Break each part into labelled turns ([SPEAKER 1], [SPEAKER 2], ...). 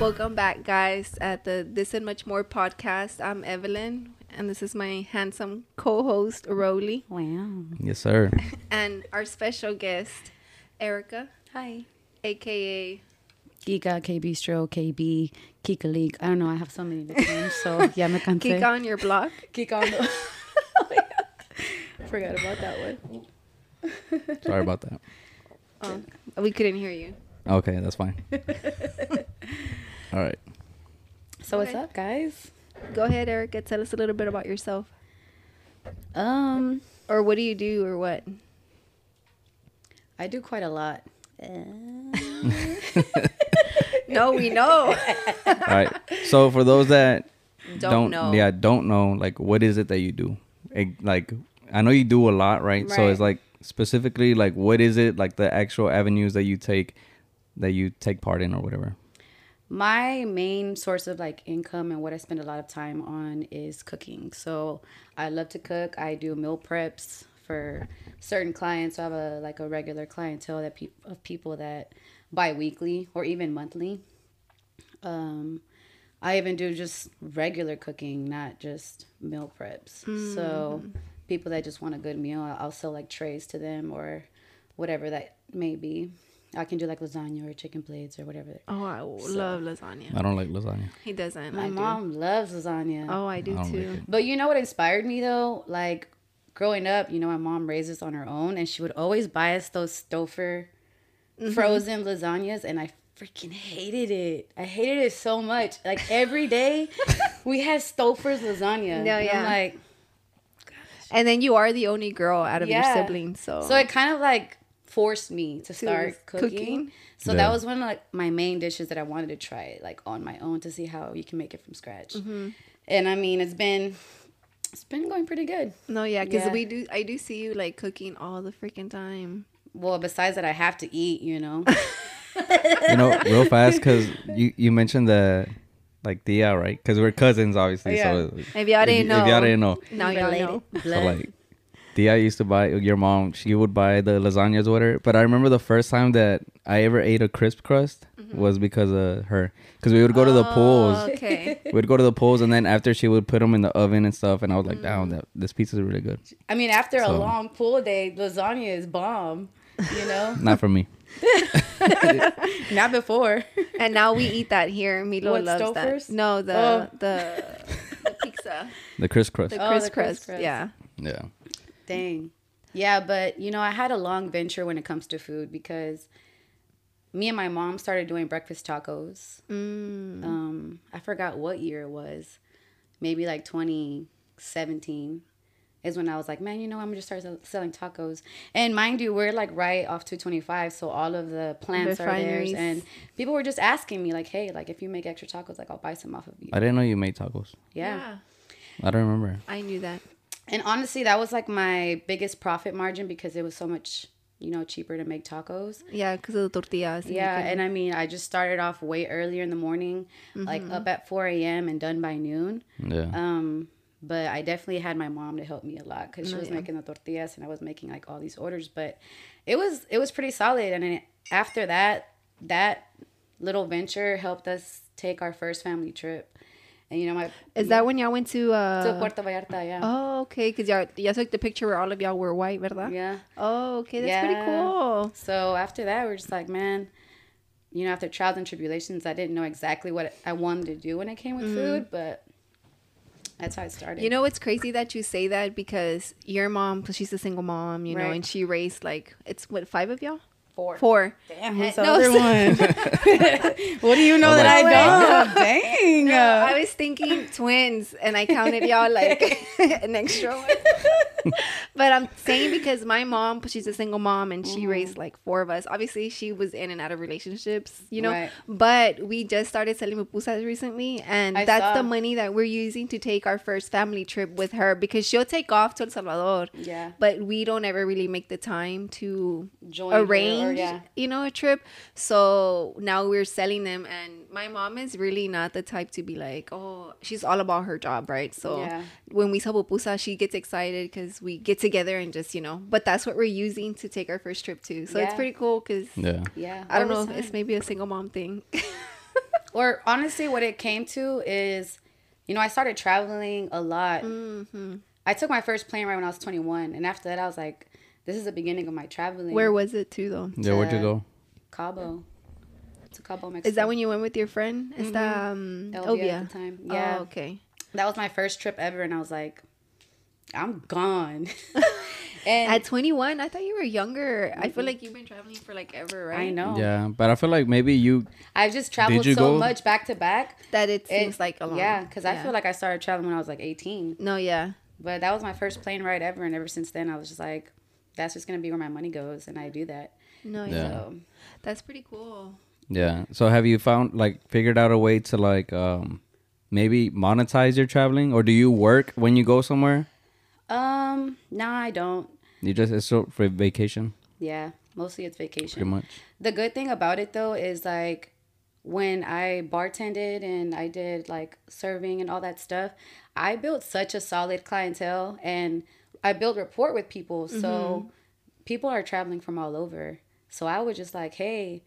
[SPEAKER 1] Welcome back, guys, at the This and Much More podcast. I'm Evelyn, and this is my handsome co host, Rowley,
[SPEAKER 2] Wow.
[SPEAKER 3] Yes, sir.
[SPEAKER 1] and our special guest, Erica,
[SPEAKER 2] Hi.
[SPEAKER 1] aka
[SPEAKER 2] Giga, K Bistro, KB, Kika League. I don't know. I have so many nicknames. So yeah, me cansé.
[SPEAKER 1] Kika on your block.
[SPEAKER 2] Kika on the- Forgot about that one.
[SPEAKER 3] Sorry about that.
[SPEAKER 1] Oh, we couldn't hear you.
[SPEAKER 3] Okay, that's fine. All right.
[SPEAKER 2] So what's
[SPEAKER 1] Okay.
[SPEAKER 2] up, guys?
[SPEAKER 1] Go ahead, Erica, tell us a little bit about yourself.
[SPEAKER 2] Um,
[SPEAKER 1] Or what do you do, or what?
[SPEAKER 2] I do quite a lot. Eh.
[SPEAKER 1] No, we know.
[SPEAKER 3] All right. So for those that
[SPEAKER 1] Don't,
[SPEAKER 3] don't,
[SPEAKER 1] know.
[SPEAKER 3] yeah, don't know, like, what is it that you do? Eg- Like, I know you do a lot, right? So it's
[SPEAKER 1] Right.
[SPEAKER 3] like specifically, like, what is it, like, the actual avenues that you take, that you take part in, or whatever.
[SPEAKER 2] My main source of like income and what I spend a lot of time on is cooking. So I love to cook. I do meal preps for certain clients. So I have a like a regular clientele that peop of people that buy weekly or even monthly. Um, I even do just regular cooking, not just meal preps. So people that just want a good meal, I- I'll sell like trays to them or whatever that may be. I can do like lasagna or chicken plates or whatever.
[SPEAKER 1] Oh, I love lasagna.
[SPEAKER 3] I don't like lasagna.
[SPEAKER 1] He doesn't.
[SPEAKER 2] My
[SPEAKER 1] I do.
[SPEAKER 2] mom loves lasagna.
[SPEAKER 1] Oh, I do
[SPEAKER 3] I don't
[SPEAKER 1] too.
[SPEAKER 3] like it.
[SPEAKER 2] But you know what inspired me though? Like growing up, you know, my mom raised us on her own and she would always buy us those Stouffer
[SPEAKER 1] Mm-hmm.
[SPEAKER 2] frozen lasagnas and I freaking hated it. I hated it so much. Like every day we had Stouffer's lasagna.
[SPEAKER 1] No,
[SPEAKER 2] And
[SPEAKER 1] yeah.
[SPEAKER 2] I'm like,
[SPEAKER 1] And then you are the only girl out of
[SPEAKER 2] Yeah.
[SPEAKER 1] your siblings, so.
[SPEAKER 2] so it kind of like forced me to start cooking.
[SPEAKER 1] cooking?
[SPEAKER 2] So
[SPEAKER 3] Yeah.
[SPEAKER 2] that was one of like my main dishes that I wanted to try like on my own to see how you can make it from scratch.
[SPEAKER 1] Mm-hmm.
[SPEAKER 2] And I mean, it's been it's been going pretty good.
[SPEAKER 1] no, yeah, because
[SPEAKER 2] Yeah.
[SPEAKER 1] we do. I do see you like cooking all the freaking time.
[SPEAKER 2] Well, besides that, I have to eat, you know.
[SPEAKER 3] you know, real fast, because you you mentioned the like Dia, right? Because we're cousins, obviously. So
[SPEAKER 1] If y'all didn't
[SPEAKER 3] if
[SPEAKER 1] know.
[SPEAKER 3] y'all didn't know,
[SPEAKER 1] Now y'all know.
[SPEAKER 3] So like, Tia used to buy your mom. She would buy the lasagnas with her. But I remember the first time that I ever ate a crisp crust was because of her. Because we would go to the pools.
[SPEAKER 1] Oh, Okay.
[SPEAKER 3] We'd go to the pools, and then after she would put them in the oven and stuff. And I was like, "Damn, that this pizza is really good."
[SPEAKER 2] I mean, after a
[SPEAKER 3] So-
[SPEAKER 2] long pool day, lasagna is bomb. You know,
[SPEAKER 3] Not for me.
[SPEAKER 2] not before.
[SPEAKER 1] and now we eat that here. Milo
[SPEAKER 2] What,
[SPEAKER 1] loves
[SPEAKER 2] Stouffer's?
[SPEAKER 1] that. No, the
[SPEAKER 2] Oh.
[SPEAKER 1] the, the pizza,
[SPEAKER 3] The crisp crust.
[SPEAKER 1] the
[SPEAKER 2] Oh,
[SPEAKER 1] crisp
[SPEAKER 2] the crisp
[SPEAKER 1] crust.
[SPEAKER 2] crust.
[SPEAKER 1] Yeah.
[SPEAKER 3] Yeah.
[SPEAKER 2] Dang. Yeah, but you know, I had a long venture when it comes to food because me and my mom started doing breakfast tacos. Um, I forgot what year it was. Maybe like 2017 is when I was like, man, you know, I'm gonna just start sell- selling tacos. And mind you, we're like right off 225, so all of the plants are theirs.
[SPEAKER 1] Refineries.
[SPEAKER 2] And people were just asking me like, hey, like if you make extra tacos, like I'll buy some off of you.
[SPEAKER 3] I didn't know you made tacos.
[SPEAKER 2] yeah.
[SPEAKER 3] I don't remember.
[SPEAKER 1] I knew that.
[SPEAKER 2] And honestly, that was like my biggest profit margin because it was so much, you know, cheaper to make tacos.
[SPEAKER 1] Yeah, because of the tortillas. and you
[SPEAKER 2] Yeah,
[SPEAKER 1] can-
[SPEAKER 2] and I mean, I just started off way earlier in the morning, like
[SPEAKER 1] Mm-hmm.
[SPEAKER 2] up at 4 a.m. and done by noon.
[SPEAKER 3] Yeah.
[SPEAKER 2] Um, but I definitely had my mom to help me a lot because she
[SPEAKER 1] Oh,
[SPEAKER 2] was
[SPEAKER 1] yeah.
[SPEAKER 2] making the tortillas and I was making like all these orders. But it was it was pretty solid. And then after that, that little venture helped us take our first family trip. And you know, my
[SPEAKER 1] is that when y'all went to? uh
[SPEAKER 2] to Puerto Vallarta, yeah,
[SPEAKER 1] Oh, okay. Because y'all y'all took the picture where all of y'all were white, verdad?
[SPEAKER 2] yeah.
[SPEAKER 1] Oh, okay. That's pretty
[SPEAKER 2] Yeah.
[SPEAKER 1] cool.
[SPEAKER 2] So after that, we're just like, man, you know, after trials and tribulations, I didn't know exactly what I wanted to do when it came with food, but that's how it started.
[SPEAKER 1] Mm-hmm. You know, it's crazy that you say that because your mom, cause she's a single mom, you know,
[SPEAKER 2] Right.
[SPEAKER 1] and she raised like it's what five of y'all?
[SPEAKER 2] four.
[SPEAKER 1] Four.
[SPEAKER 2] Damn,
[SPEAKER 1] Eh,
[SPEAKER 2] who's the
[SPEAKER 1] no,
[SPEAKER 2] other
[SPEAKER 1] so-
[SPEAKER 2] one? what do you know
[SPEAKER 3] I'm
[SPEAKER 2] that
[SPEAKER 1] like,
[SPEAKER 2] I don't? Dang.
[SPEAKER 1] I was thinking twins, and I counted y'all like an extra one. but I'm saying because my mom, she's a single mom, and she
[SPEAKER 2] Mm-hmm.
[SPEAKER 1] raised like four of us. Obviously, she was in and out of relationships, you know.
[SPEAKER 2] Right.
[SPEAKER 1] But we just started selling pupusas recently, and
[SPEAKER 2] I
[SPEAKER 1] that's the
[SPEAKER 2] saw.
[SPEAKER 1] money that we're using to take our first family trip with her because she'll take off to El Salvador.
[SPEAKER 2] Yeah.
[SPEAKER 1] But we don't ever really make the time to
[SPEAKER 2] Join her or-
[SPEAKER 1] arrange
[SPEAKER 2] yeah.
[SPEAKER 1] you know, a trip. So now we're selling them, and my mom is really not the type to be like, oh, she's all about her job, right? So
[SPEAKER 2] Yeah.
[SPEAKER 1] when we sell pupusa, she gets excited because we get together and just, you know, but that's what we're using to take our first trip to. So it's
[SPEAKER 2] Yeah.
[SPEAKER 1] pretty cool because
[SPEAKER 3] yeah.
[SPEAKER 2] Yeah.
[SPEAKER 1] I don't
[SPEAKER 2] over
[SPEAKER 1] know, if
[SPEAKER 2] time.
[SPEAKER 1] it's maybe a single mom thing.
[SPEAKER 2] or honestly, what it came to is, you know, I started traveling a lot.
[SPEAKER 1] Mm-hmm.
[SPEAKER 2] I took my first plane right when I was 21, and after that, I was like, this is the beginning of my traveling.
[SPEAKER 1] Where was it too though?
[SPEAKER 3] Yeah, where'd you
[SPEAKER 2] Uh,
[SPEAKER 3] go?
[SPEAKER 2] Cabo. To Cabo, Mexico.
[SPEAKER 1] Is that when you went with your friend? Is
[SPEAKER 2] Mm-hmm.
[SPEAKER 1] that um,
[SPEAKER 2] Elvia
[SPEAKER 1] Elvia?
[SPEAKER 2] at the time.
[SPEAKER 1] Oh,
[SPEAKER 2] Yeah.
[SPEAKER 1] okay.
[SPEAKER 2] That was my first trip ever, and I was like, I'm gone. and
[SPEAKER 1] At 21, I thought you were younger. I feel like you've been traveling for like ever, right?
[SPEAKER 2] I know.
[SPEAKER 3] Yeah, but I feel like maybe you.
[SPEAKER 2] I've just traveled
[SPEAKER 3] you
[SPEAKER 2] so
[SPEAKER 3] go?
[SPEAKER 2] much back to back.
[SPEAKER 1] That it
[SPEAKER 2] It-
[SPEAKER 1] seems like a long.
[SPEAKER 2] Yeah, because I feel like I started traveling when I was like 18.
[SPEAKER 1] No, yeah.
[SPEAKER 2] But that was my first plane ride ever, and ever since then, I was just like, that's just gonna be where my money goes, and I do that.
[SPEAKER 1] No, yeah.
[SPEAKER 3] Yeah.
[SPEAKER 2] So
[SPEAKER 1] That's pretty cool.
[SPEAKER 3] Yeah. So have you found like figured out a way to like um maybe monetize your traveling, or do you work when you go somewhere?
[SPEAKER 2] um, nah, I don't.
[SPEAKER 3] You just it's so for vacation,
[SPEAKER 2] Yeah, mostly it's vacation.
[SPEAKER 3] pretty much.
[SPEAKER 2] The good thing about it though is like when I bartended and I did like serving and all that stuff, I built such a solid clientele and I built rapport with people.
[SPEAKER 1] Mm-hmm.
[SPEAKER 2] So people are traveling from all over. So I was just like, hey,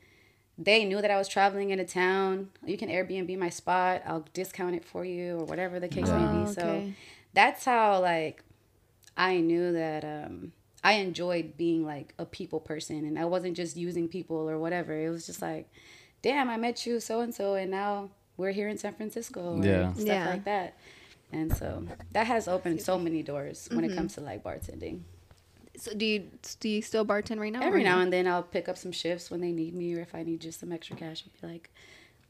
[SPEAKER 2] they knew that I was traveling in a town. You can Airbnb my spot. I'll discount it for you or whatever the case may be.
[SPEAKER 1] Oh,
[SPEAKER 2] So
[SPEAKER 1] okay.
[SPEAKER 2] that's how like I knew that um, I enjoyed being like a people person and I wasn't just using people or whatever. It was just like, damn, I met you so and so and now we're here in San Francisco. or
[SPEAKER 3] Yeah.
[SPEAKER 2] Stuff
[SPEAKER 1] Yeah.
[SPEAKER 2] like that. And so that has opened so many doors when
[SPEAKER 1] Mm-hmm.
[SPEAKER 2] it comes to like bartending.
[SPEAKER 1] So do you do you still bartend right now?
[SPEAKER 2] Every now and then I'll pick up some shifts when they need me or if I need just some extra cash, I'll be like,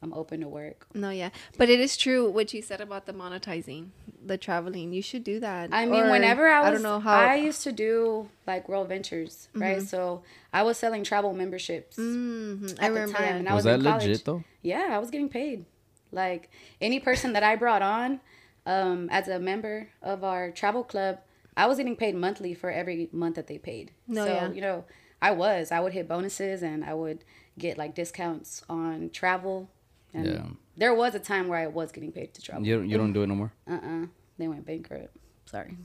[SPEAKER 2] I'm open to work.
[SPEAKER 1] No, yeah. But it is true what you said about the monetizing, the traveling. You should do that.
[SPEAKER 2] I mean,
[SPEAKER 1] Or,
[SPEAKER 2] whenever I was,
[SPEAKER 1] I don't know how. Mm-hmm.
[SPEAKER 2] I used to do like world ventures, right? So I was selling travel memberships
[SPEAKER 1] Mhm, I
[SPEAKER 2] at the
[SPEAKER 1] remember.
[SPEAKER 2] time, and I
[SPEAKER 3] was
[SPEAKER 2] was,
[SPEAKER 3] that
[SPEAKER 2] in college.
[SPEAKER 3] legit though?
[SPEAKER 2] Yeah, I was getting paid. Like any person that I brought on um, as a member of our travel club, I was getting paid monthly for every month that they paid.
[SPEAKER 1] No,
[SPEAKER 2] so,
[SPEAKER 1] yeah.
[SPEAKER 2] you know, I was. I would hit bonuses and I would get like discounts on travel. And
[SPEAKER 3] Yeah.
[SPEAKER 2] there was a time where I was getting paid to travel.
[SPEAKER 3] You you don't do it no more.
[SPEAKER 2] Uh uh They went bankrupt. Sorry.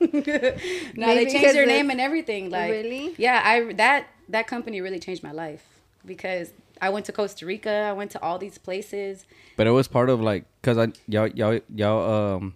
[SPEAKER 2] no,
[SPEAKER 1] Maybe
[SPEAKER 2] they changed their
[SPEAKER 1] because
[SPEAKER 2] name
[SPEAKER 1] it-
[SPEAKER 2] and everything. Like,
[SPEAKER 1] Really?
[SPEAKER 2] Yeah, I that that company really changed my life because I went to Costa Rica. I went to all these places.
[SPEAKER 3] But it was part of like because I y'all y'all y'all um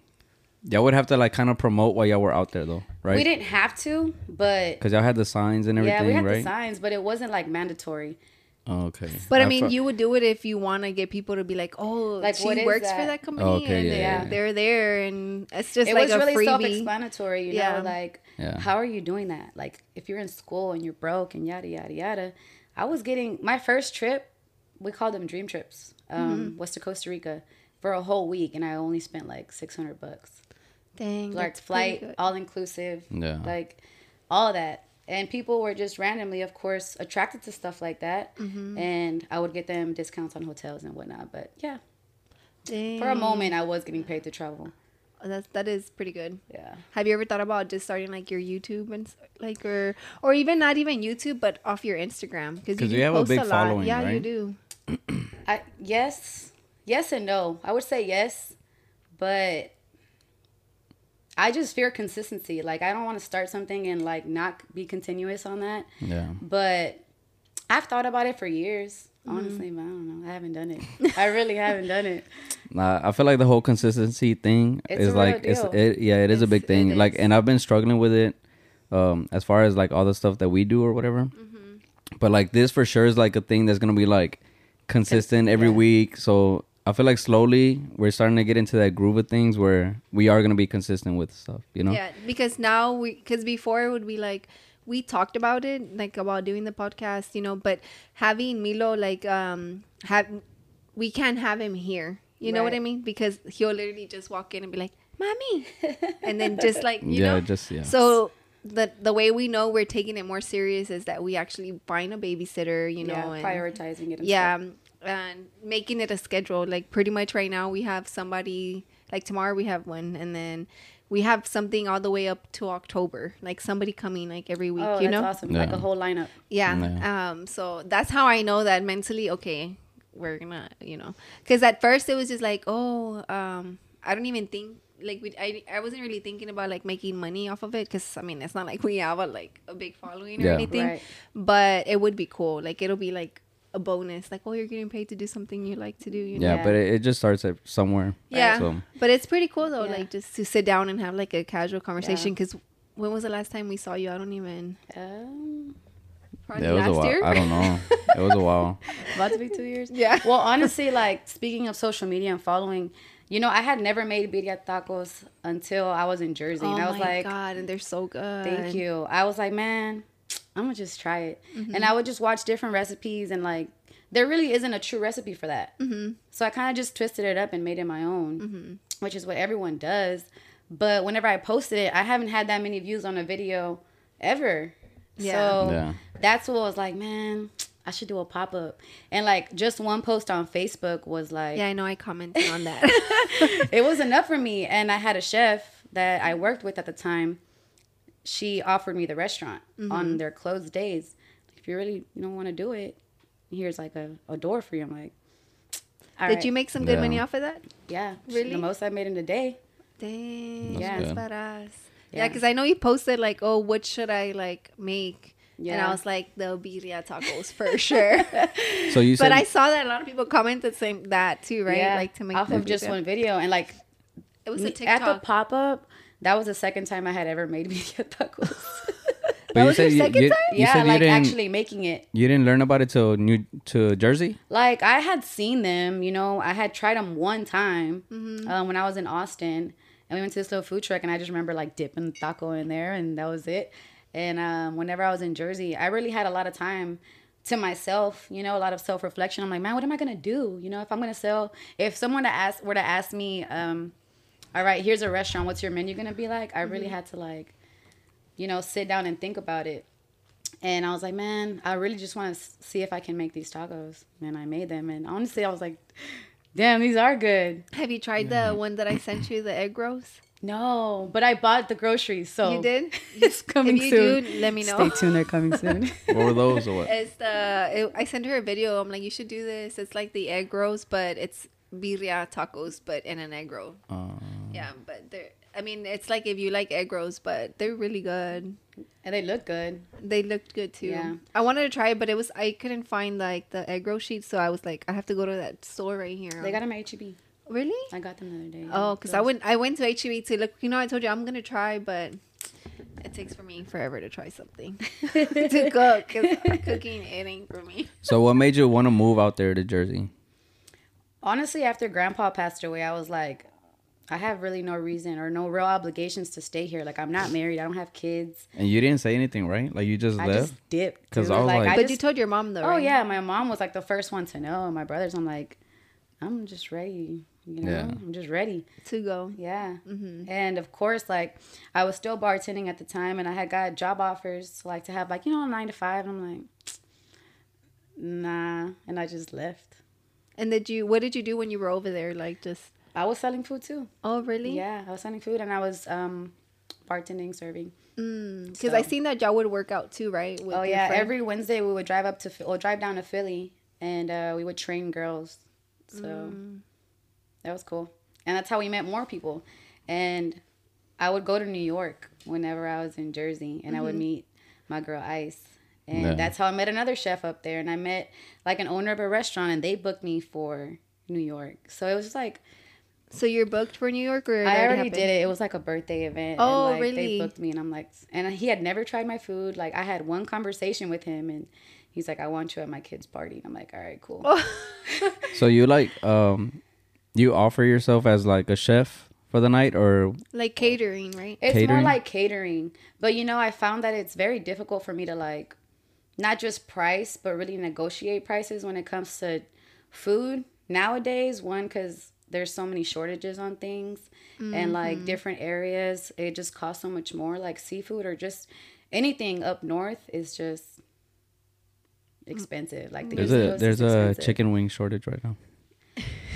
[SPEAKER 3] y'all would have to like kind of promote while y'all were out there though, right?
[SPEAKER 2] We didn't have to, but
[SPEAKER 3] Because y'all had the signs and everything,
[SPEAKER 2] yeah, we had
[SPEAKER 3] right?
[SPEAKER 2] the signs, but it wasn't like mandatory.
[SPEAKER 3] Oh, okay.
[SPEAKER 1] But I,
[SPEAKER 3] fe-
[SPEAKER 1] mean, you would do it if you want to get people to be like, "Oh,
[SPEAKER 2] Like,
[SPEAKER 1] she
[SPEAKER 2] what is
[SPEAKER 1] works for
[SPEAKER 2] that?
[SPEAKER 1] that company,
[SPEAKER 3] Okay,
[SPEAKER 1] and
[SPEAKER 3] yeah,
[SPEAKER 1] they-
[SPEAKER 2] yeah, yeah.
[SPEAKER 1] they're there, and it's just
[SPEAKER 2] It
[SPEAKER 1] like
[SPEAKER 2] was
[SPEAKER 1] a
[SPEAKER 2] really
[SPEAKER 1] freebie."
[SPEAKER 2] self-explanatory, you
[SPEAKER 1] Yeah.
[SPEAKER 2] know, like
[SPEAKER 3] Yeah.
[SPEAKER 2] how are you doing that? Like if you're in school and you're broke and yada yada yada. I was getting my first trip. We called them dream trips. Um,
[SPEAKER 1] Mm-hmm.
[SPEAKER 2] Was to Costa Rica for a whole week, and I only spent like six hundred bucks.
[SPEAKER 1] Dang,
[SPEAKER 2] Like
[SPEAKER 1] that's pretty
[SPEAKER 2] flight,
[SPEAKER 1] good.
[SPEAKER 2] all inclusive,
[SPEAKER 3] Yeah.
[SPEAKER 2] like all that. And people were just randomly, of course, attracted to stuff like that.
[SPEAKER 1] Mm-hmm.
[SPEAKER 2] And I would get them discounts on hotels and whatnot. But yeah,
[SPEAKER 1] Dang.
[SPEAKER 2] for a moment, I was getting paid to travel.
[SPEAKER 1] That's that is pretty good.
[SPEAKER 2] Yeah.
[SPEAKER 1] Have you ever thought about just starting like your YouTube and s- like or or even not even YouTube, but off your Instagram because
[SPEAKER 3] 'Cause
[SPEAKER 1] do
[SPEAKER 3] you have a
[SPEAKER 1] post
[SPEAKER 3] big following,
[SPEAKER 1] Yeah, you
[SPEAKER 3] right?
[SPEAKER 1] do.
[SPEAKER 2] I yes, yes and no. I would say yes, but I just fear consistency. Like I don't want to start something and like not be continuous on that.
[SPEAKER 3] yeah.
[SPEAKER 2] But I've thought about it for years, honestly. But I don't know. I haven't done it. I really haven't done it.
[SPEAKER 3] Nah, I feel like the whole consistency thing
[SPEAKER 2] It's
[SPEAKER 3] is
[SPEAKER 2] a real
[SPEAKER 3] like it's
[SPEAKER 2] deal.
[SPEAKER 3] it, yeah, it is a
[SPEAKER 2] It's-
[SPEAKER 3] big thing.
[SPEAKER 2] it
[SPEAKER 3] Like
[SPEAKER 2] is.
[SPEAKER 3] and I've been struggling with it um as far as like all the stuff that we do or whatever. But like this for sure is like a thing that's going to be like consistent every
[SPEAKER 2] yeah.
[SPEAKER 3] week. So I feel like slowly we're starting to get into that groove of things where we are going to be consistent with stuff, you know?
[SPEAKER 1] Yeah, because now we because before it would be like we talked about it like about doing the podcast, you know, but having Milo like um have we can't have him here. You know what
[SPEAKER 2] Right.
[SPEAKER 1] I mean? Because he'll literally just walk in and be like, "Mommy," and then just like you
[SPEAKER 3] yeah,
[SPEAKER 1] know.
[SPEAKER 3] just yeah.
[SPEAKER 1] So the the way we know we're taking it more serious is that we actually find a babysitter, you know,
[SPEAKER 2] yeah,
[SPEAKER 1] and
[SPEAKER 2] prioritizing it. And
[SPEAKER 1] yeah,
[SPEAKER 2] stuff.
[SPEAKER 1] um, and making it a schedule. Like pretty much right now, we have somebody. Like tomorrow, we have one, and then we have something all the way up to October. Like somebody coming like every week,
[SPEAKER 2] Oh,
[SPEAKER 1] you
[SPEAKER 2] that's
[SPEAKER 1] know?
[SPEAKER 2] awesome! Like
[SPEAKER 3] Yeah.
[SPEAKER 2] a whole lineup.
[SPEAKER 1] Yeah.
[SPEAKER 3] Yeah.
[SPEAKER 1] Um. So that's how I know that mentally, okay, we're gonna, you know, because at first it was just like, oh, um, I don't even think like we, I, I wasn't really thinking about like making money off of it because I mean it's not like we have a like a big following or
[SPEAKER 3] Yeah.
[SPEAKER 1] anything,
[SPEAKER 2] Right.
[SPEAKER 1] but it would be cool. Like it'll be like a bonus, like, well, you're getting paid to do something you like to do. You know?
[SPEAKER 3] Yeah,
[SPEAKER 2] Yeah.
[SPEAKER 3] but it, it just starts at somewhere.
[SPEAKER 1] Yeah.
[SPEAKER 3] So
[SPEAKER 1] But it's pretty cool though,
[SPEAKER 2] Yeah.
[SPEAKER 1] like just to sit down and have like a casual conversation. Because when was the last time we saw you? I don't even.
[SPEAKER 2] Um,
[SPEAKER 1] Probably
[SPEAKER 3] yeah, it was a
[SPEAKER 1] last
[SPEAKER 3] while.
[SPEAKER 1] year.
[SPEAKER 3] I don't know. it was a while.
[SPEAKER 2] about to be two years.
[SPEAKER 1] Yeah.
[SPEAKER 2] Well, honestly, like speaking of social media and following, you know, I had never made birria tacos until I was in Jersey,
[SPEAKER 1] Oh
[SPEAKER 2] and I was
[SPEAKER 1] my
[SPEAKER 2] like,
[SPEAKER 1] god, and they're so good.
[SPEAKER 2] Thank you. I was like, man, I'm gonna just try it, and I would just watch different recipes, and like, there really isn't a true recipe for that. Mm-hmm. So I kind of just twisted it up and made it my own, which is what everyone does. But whenever I posted it, I haven't had that many views on a video ever.
[SPEAKER 1] Yeah.
[SPEAKER 2] So
[SPEAKER 3] Yeah.
[SPEAKER 2] that's what I was like, man. I should do a pop up, and like just one post on Facebook was like,
[SPEAKER 1] Yeah, I know. I commented on that.
[SPEAKER 2] it was enough for me. And I had a chef that I worked with at the time. She offered me the restaurant
[SPEAKER 1] Mm-hmm.
[SPEAKER 2] on their closed days. If you really don't want to do it, here's like a, a door for you. I'm like, all
[SPEAKER 1] Did
[SPEAKER 2] right.
[SPEAKER 1] you make some good
[SPEAKER 3] Yeah.
[SPEAKER 1] money off of that?
[SPEAKER 2] Yeah,
[SPEAKER 1] Really?
[SPEAKER 2] The most I made in a day.
[SPEAKER 1] Dang,
[SPEAKER 2] That's
[SPEAKER 1] that's
[SPEAKER 3] good.
[SPEAKER 1] badass. Yeah,
[SPEAKER 2] Yeah.
[SPEAKER 1] because I know you posted like, oh, what should I like make? And I
[SPEAKER 2] Yeah.
[SPEAKER 1] was like, the birria tacos for sure.
[SPEAKER 3] So you said
[SPEAKER 1] but I saw that a lot of people commented same that too, right?
[SPEAKER 2] Yeah,
[SPEAKER 1] Like to make
[SPEAKER 2] off
[SPEAKER 1] the
[SPEAKER 2] of just
[SPEAKER 1] birria.
[SPEAKER 2] one video, and like
[SPEAKER 1] It was a
[SPEAKER 2] me- at the
[SPEAKER 1] TikTok.
[SPEAKER 2] pop up. That was the second time I had ever made media tacos.
[SPEAKER 3] but you
[SPEAKER 1] was your
[SPEAKER 3] said you,
[SPEAKER 1] second
[SPEAKER 3] you,
[SPEAKER 1] time?
[SPEAKER 3] you
[SPEAKER 2] yeah,
[SPEAKER 3] said you
[SPEAKER 2] like
[SPEAKER 3] didn't
[SPEAKER 2] actually making it.
[SPEAKER 3] you didn't learn about it till New to Jersey.
[SPEAKER 2] like I had seen them, you know, I had tried them one time um, when I was in Austin, and we went to this little food truck, and I just remember like dipping the taco in there, and that was it. And um, whenever I was in Jersey, I really had a lot of time to myself, you know, a lot of self reflection. I'm like, man, what am I gonna do? You know, if I'm gonna sell, if someone to ask were to ask me, um, all right, here's a restaurant, what's your menu gonna be like? I really had to like, you know, sit down and think about it. And I was like, man, I really just want to see if I can make these tacos. And I made them. And honestly, I was like, damn, these are good.
[SPEAKER 1] Have you tried the one that I sent you, the egg rolls?
[SPEAKER 2] No, but I bought the groceries. So
[SPEAKER 1] You did?
[SPEAKER 2] It's coming
[SPEAKER 1] if you
[SPEAKER 2] soon.
[SPEAKER 1] do, let me know.
[SPEAKER 2] Stay tuned. They're coming soon.
[SPEAKER 3] What were those or what?
[SPEAKER 1] It's the it, I sent her a video. I'm like, you should do this. It's like the egg rolls, but it's birria tacos, but in an egg roll.
[SPEAKER 3] Um,
[SPEAKER 1] Yeah,
[SPEAKER 2] Mm.
[SPEAKER 1] but they're. I mean, it's like if you like egg rolls, but they're really good.
[SPEAKER 2] and they look good.
[SPEAKER 1] They looked good too.
[SPEAKER 2] Yeah.
[SPEAKER 1] I wanted to try it, but it was I couldn't find like the egg roll sheet, so I was like, I have to go to that store right here.
[SPEAKER 2] They got them at HEB.
[SPEAKER 1] really?
[SPEAKER 2] I got them the other day.
[SPEAKER 1] Oh, because I went. I went to HEB to look. You know, I told you I'm gonna try, but it takes for me forever to try something to cook. 'cause cooking it ain't for me.
[SPEAKER 3] So what made you want to move out there to Jersey?
[SPEAKER 2] Honestly, after grandpa passed away, I was like, I have really no reason or no real obligations to stay here. Like, I'm not married. I don't have kids.
[SPEAKER 3] And you didn't say anything, right? Like you just
[SPEAKER 2] I
[SPEAKER 3] left.
[SPEAKER 2] just dipped.
[SPEAKER 3] 'Cause
[SPEAKER 2] dude.
[SPEAKER 3] I was like-
[SPEAKER 1] But
[SPEAKER 2] just-
[SPEAKER 1] you told your mom though.
[SPEAKER 2] Oh
[SPEAKER 1] right?
[SPEAKER 2] yeah, my mom was like the first one to know, and my brothers. I'm like, I'm just ready, you know,
[SPEAKER 3] Yeah.
[SPEAKER 2] I'm just ready.
[SPEAKER 1] To go.
[SPEAKER 2] Yeah. And of course, like I was still bartending at the time, and I had got job offers like to have like you know nine to five. And I'm like, nah, and I just left.
[SPEAKER 1] And did you? What did you do when you were over there? Like just.
[SPEAKER 2] I was selling food too.
[SPEAKER 1] Oh really?
[SPEAKER 2] Yeah, I was selling food, and I was um bartending, serving.
[SPEAKER 1] Because Mm. I
[SPEAKER 2] So-
[SPEAKER 1] seen that y'all would work out too, right? With
[SPEAKER 2] Oh
[SPEAKER 1] your
[SPEAKER 2] yeah,
[SPEAKER 1] friend?
[SPEAKER 2] every Wednesday we would drive up to Ph- or drive down to Philly, and uh, we would train girls. So that was cool, and that's how we met more people. And I would go to New York whenever I was in Jersey, and I would meet my girl Ice, and
[SPEAKER 3] Yeah.
[SPEAKER 2] that's how I met another chef up there. And I met like an owner of a restaurant, and they booked me for New York. So it was just like
[SPEAKER 1] So you're booked for New York, or it
[SPEAKER 2] I already
[SPEAKER 1] happened?
[SPEAKER 2] did it. It was like a birthday event.
[SPEAKER 1] Oh,
[SPEAKER 2] and, like,
[SPEAKER 1] really?
[SPEAKER 2] They booked me, and I'm like, and he had never tried my food. Like, I had one conversation with him, and he's like, "I want you at my kid's party." And I'm like, "All right, cool."
[SPEAKER 1] Oh,
[SPEAKER 3] So you like um, you offer yourself as like a chef for the night, or
[SPEAKER 1] Like catering, right?
[SPEAKER 2] it's more
[SPEAKER 3] catering?
[SPEAKER 2] like catering, but you know, I found that it's very difficult for me to like, not just price, but really negotiate prices when it comes to food nowadays. One, because there's so many shortages on things, and
[SPEAKER 3] Mm-hmm.
[SPEAKER 2] like different areas, it just costs so much more. Like seafood or just anything up north is just expensive. Like the
[SPEAKER 3] Mm. there's
[SPEAKER 2] East
[SPEAKER 3] a
[SPEAKER 2] Coast
[SPEAKER 3] there's
[SPEAKER 2] is
[SPEAKER 3] a
[SPEAKER 2] expensive.
[SPEAKER 3] chicken wing shortage right now.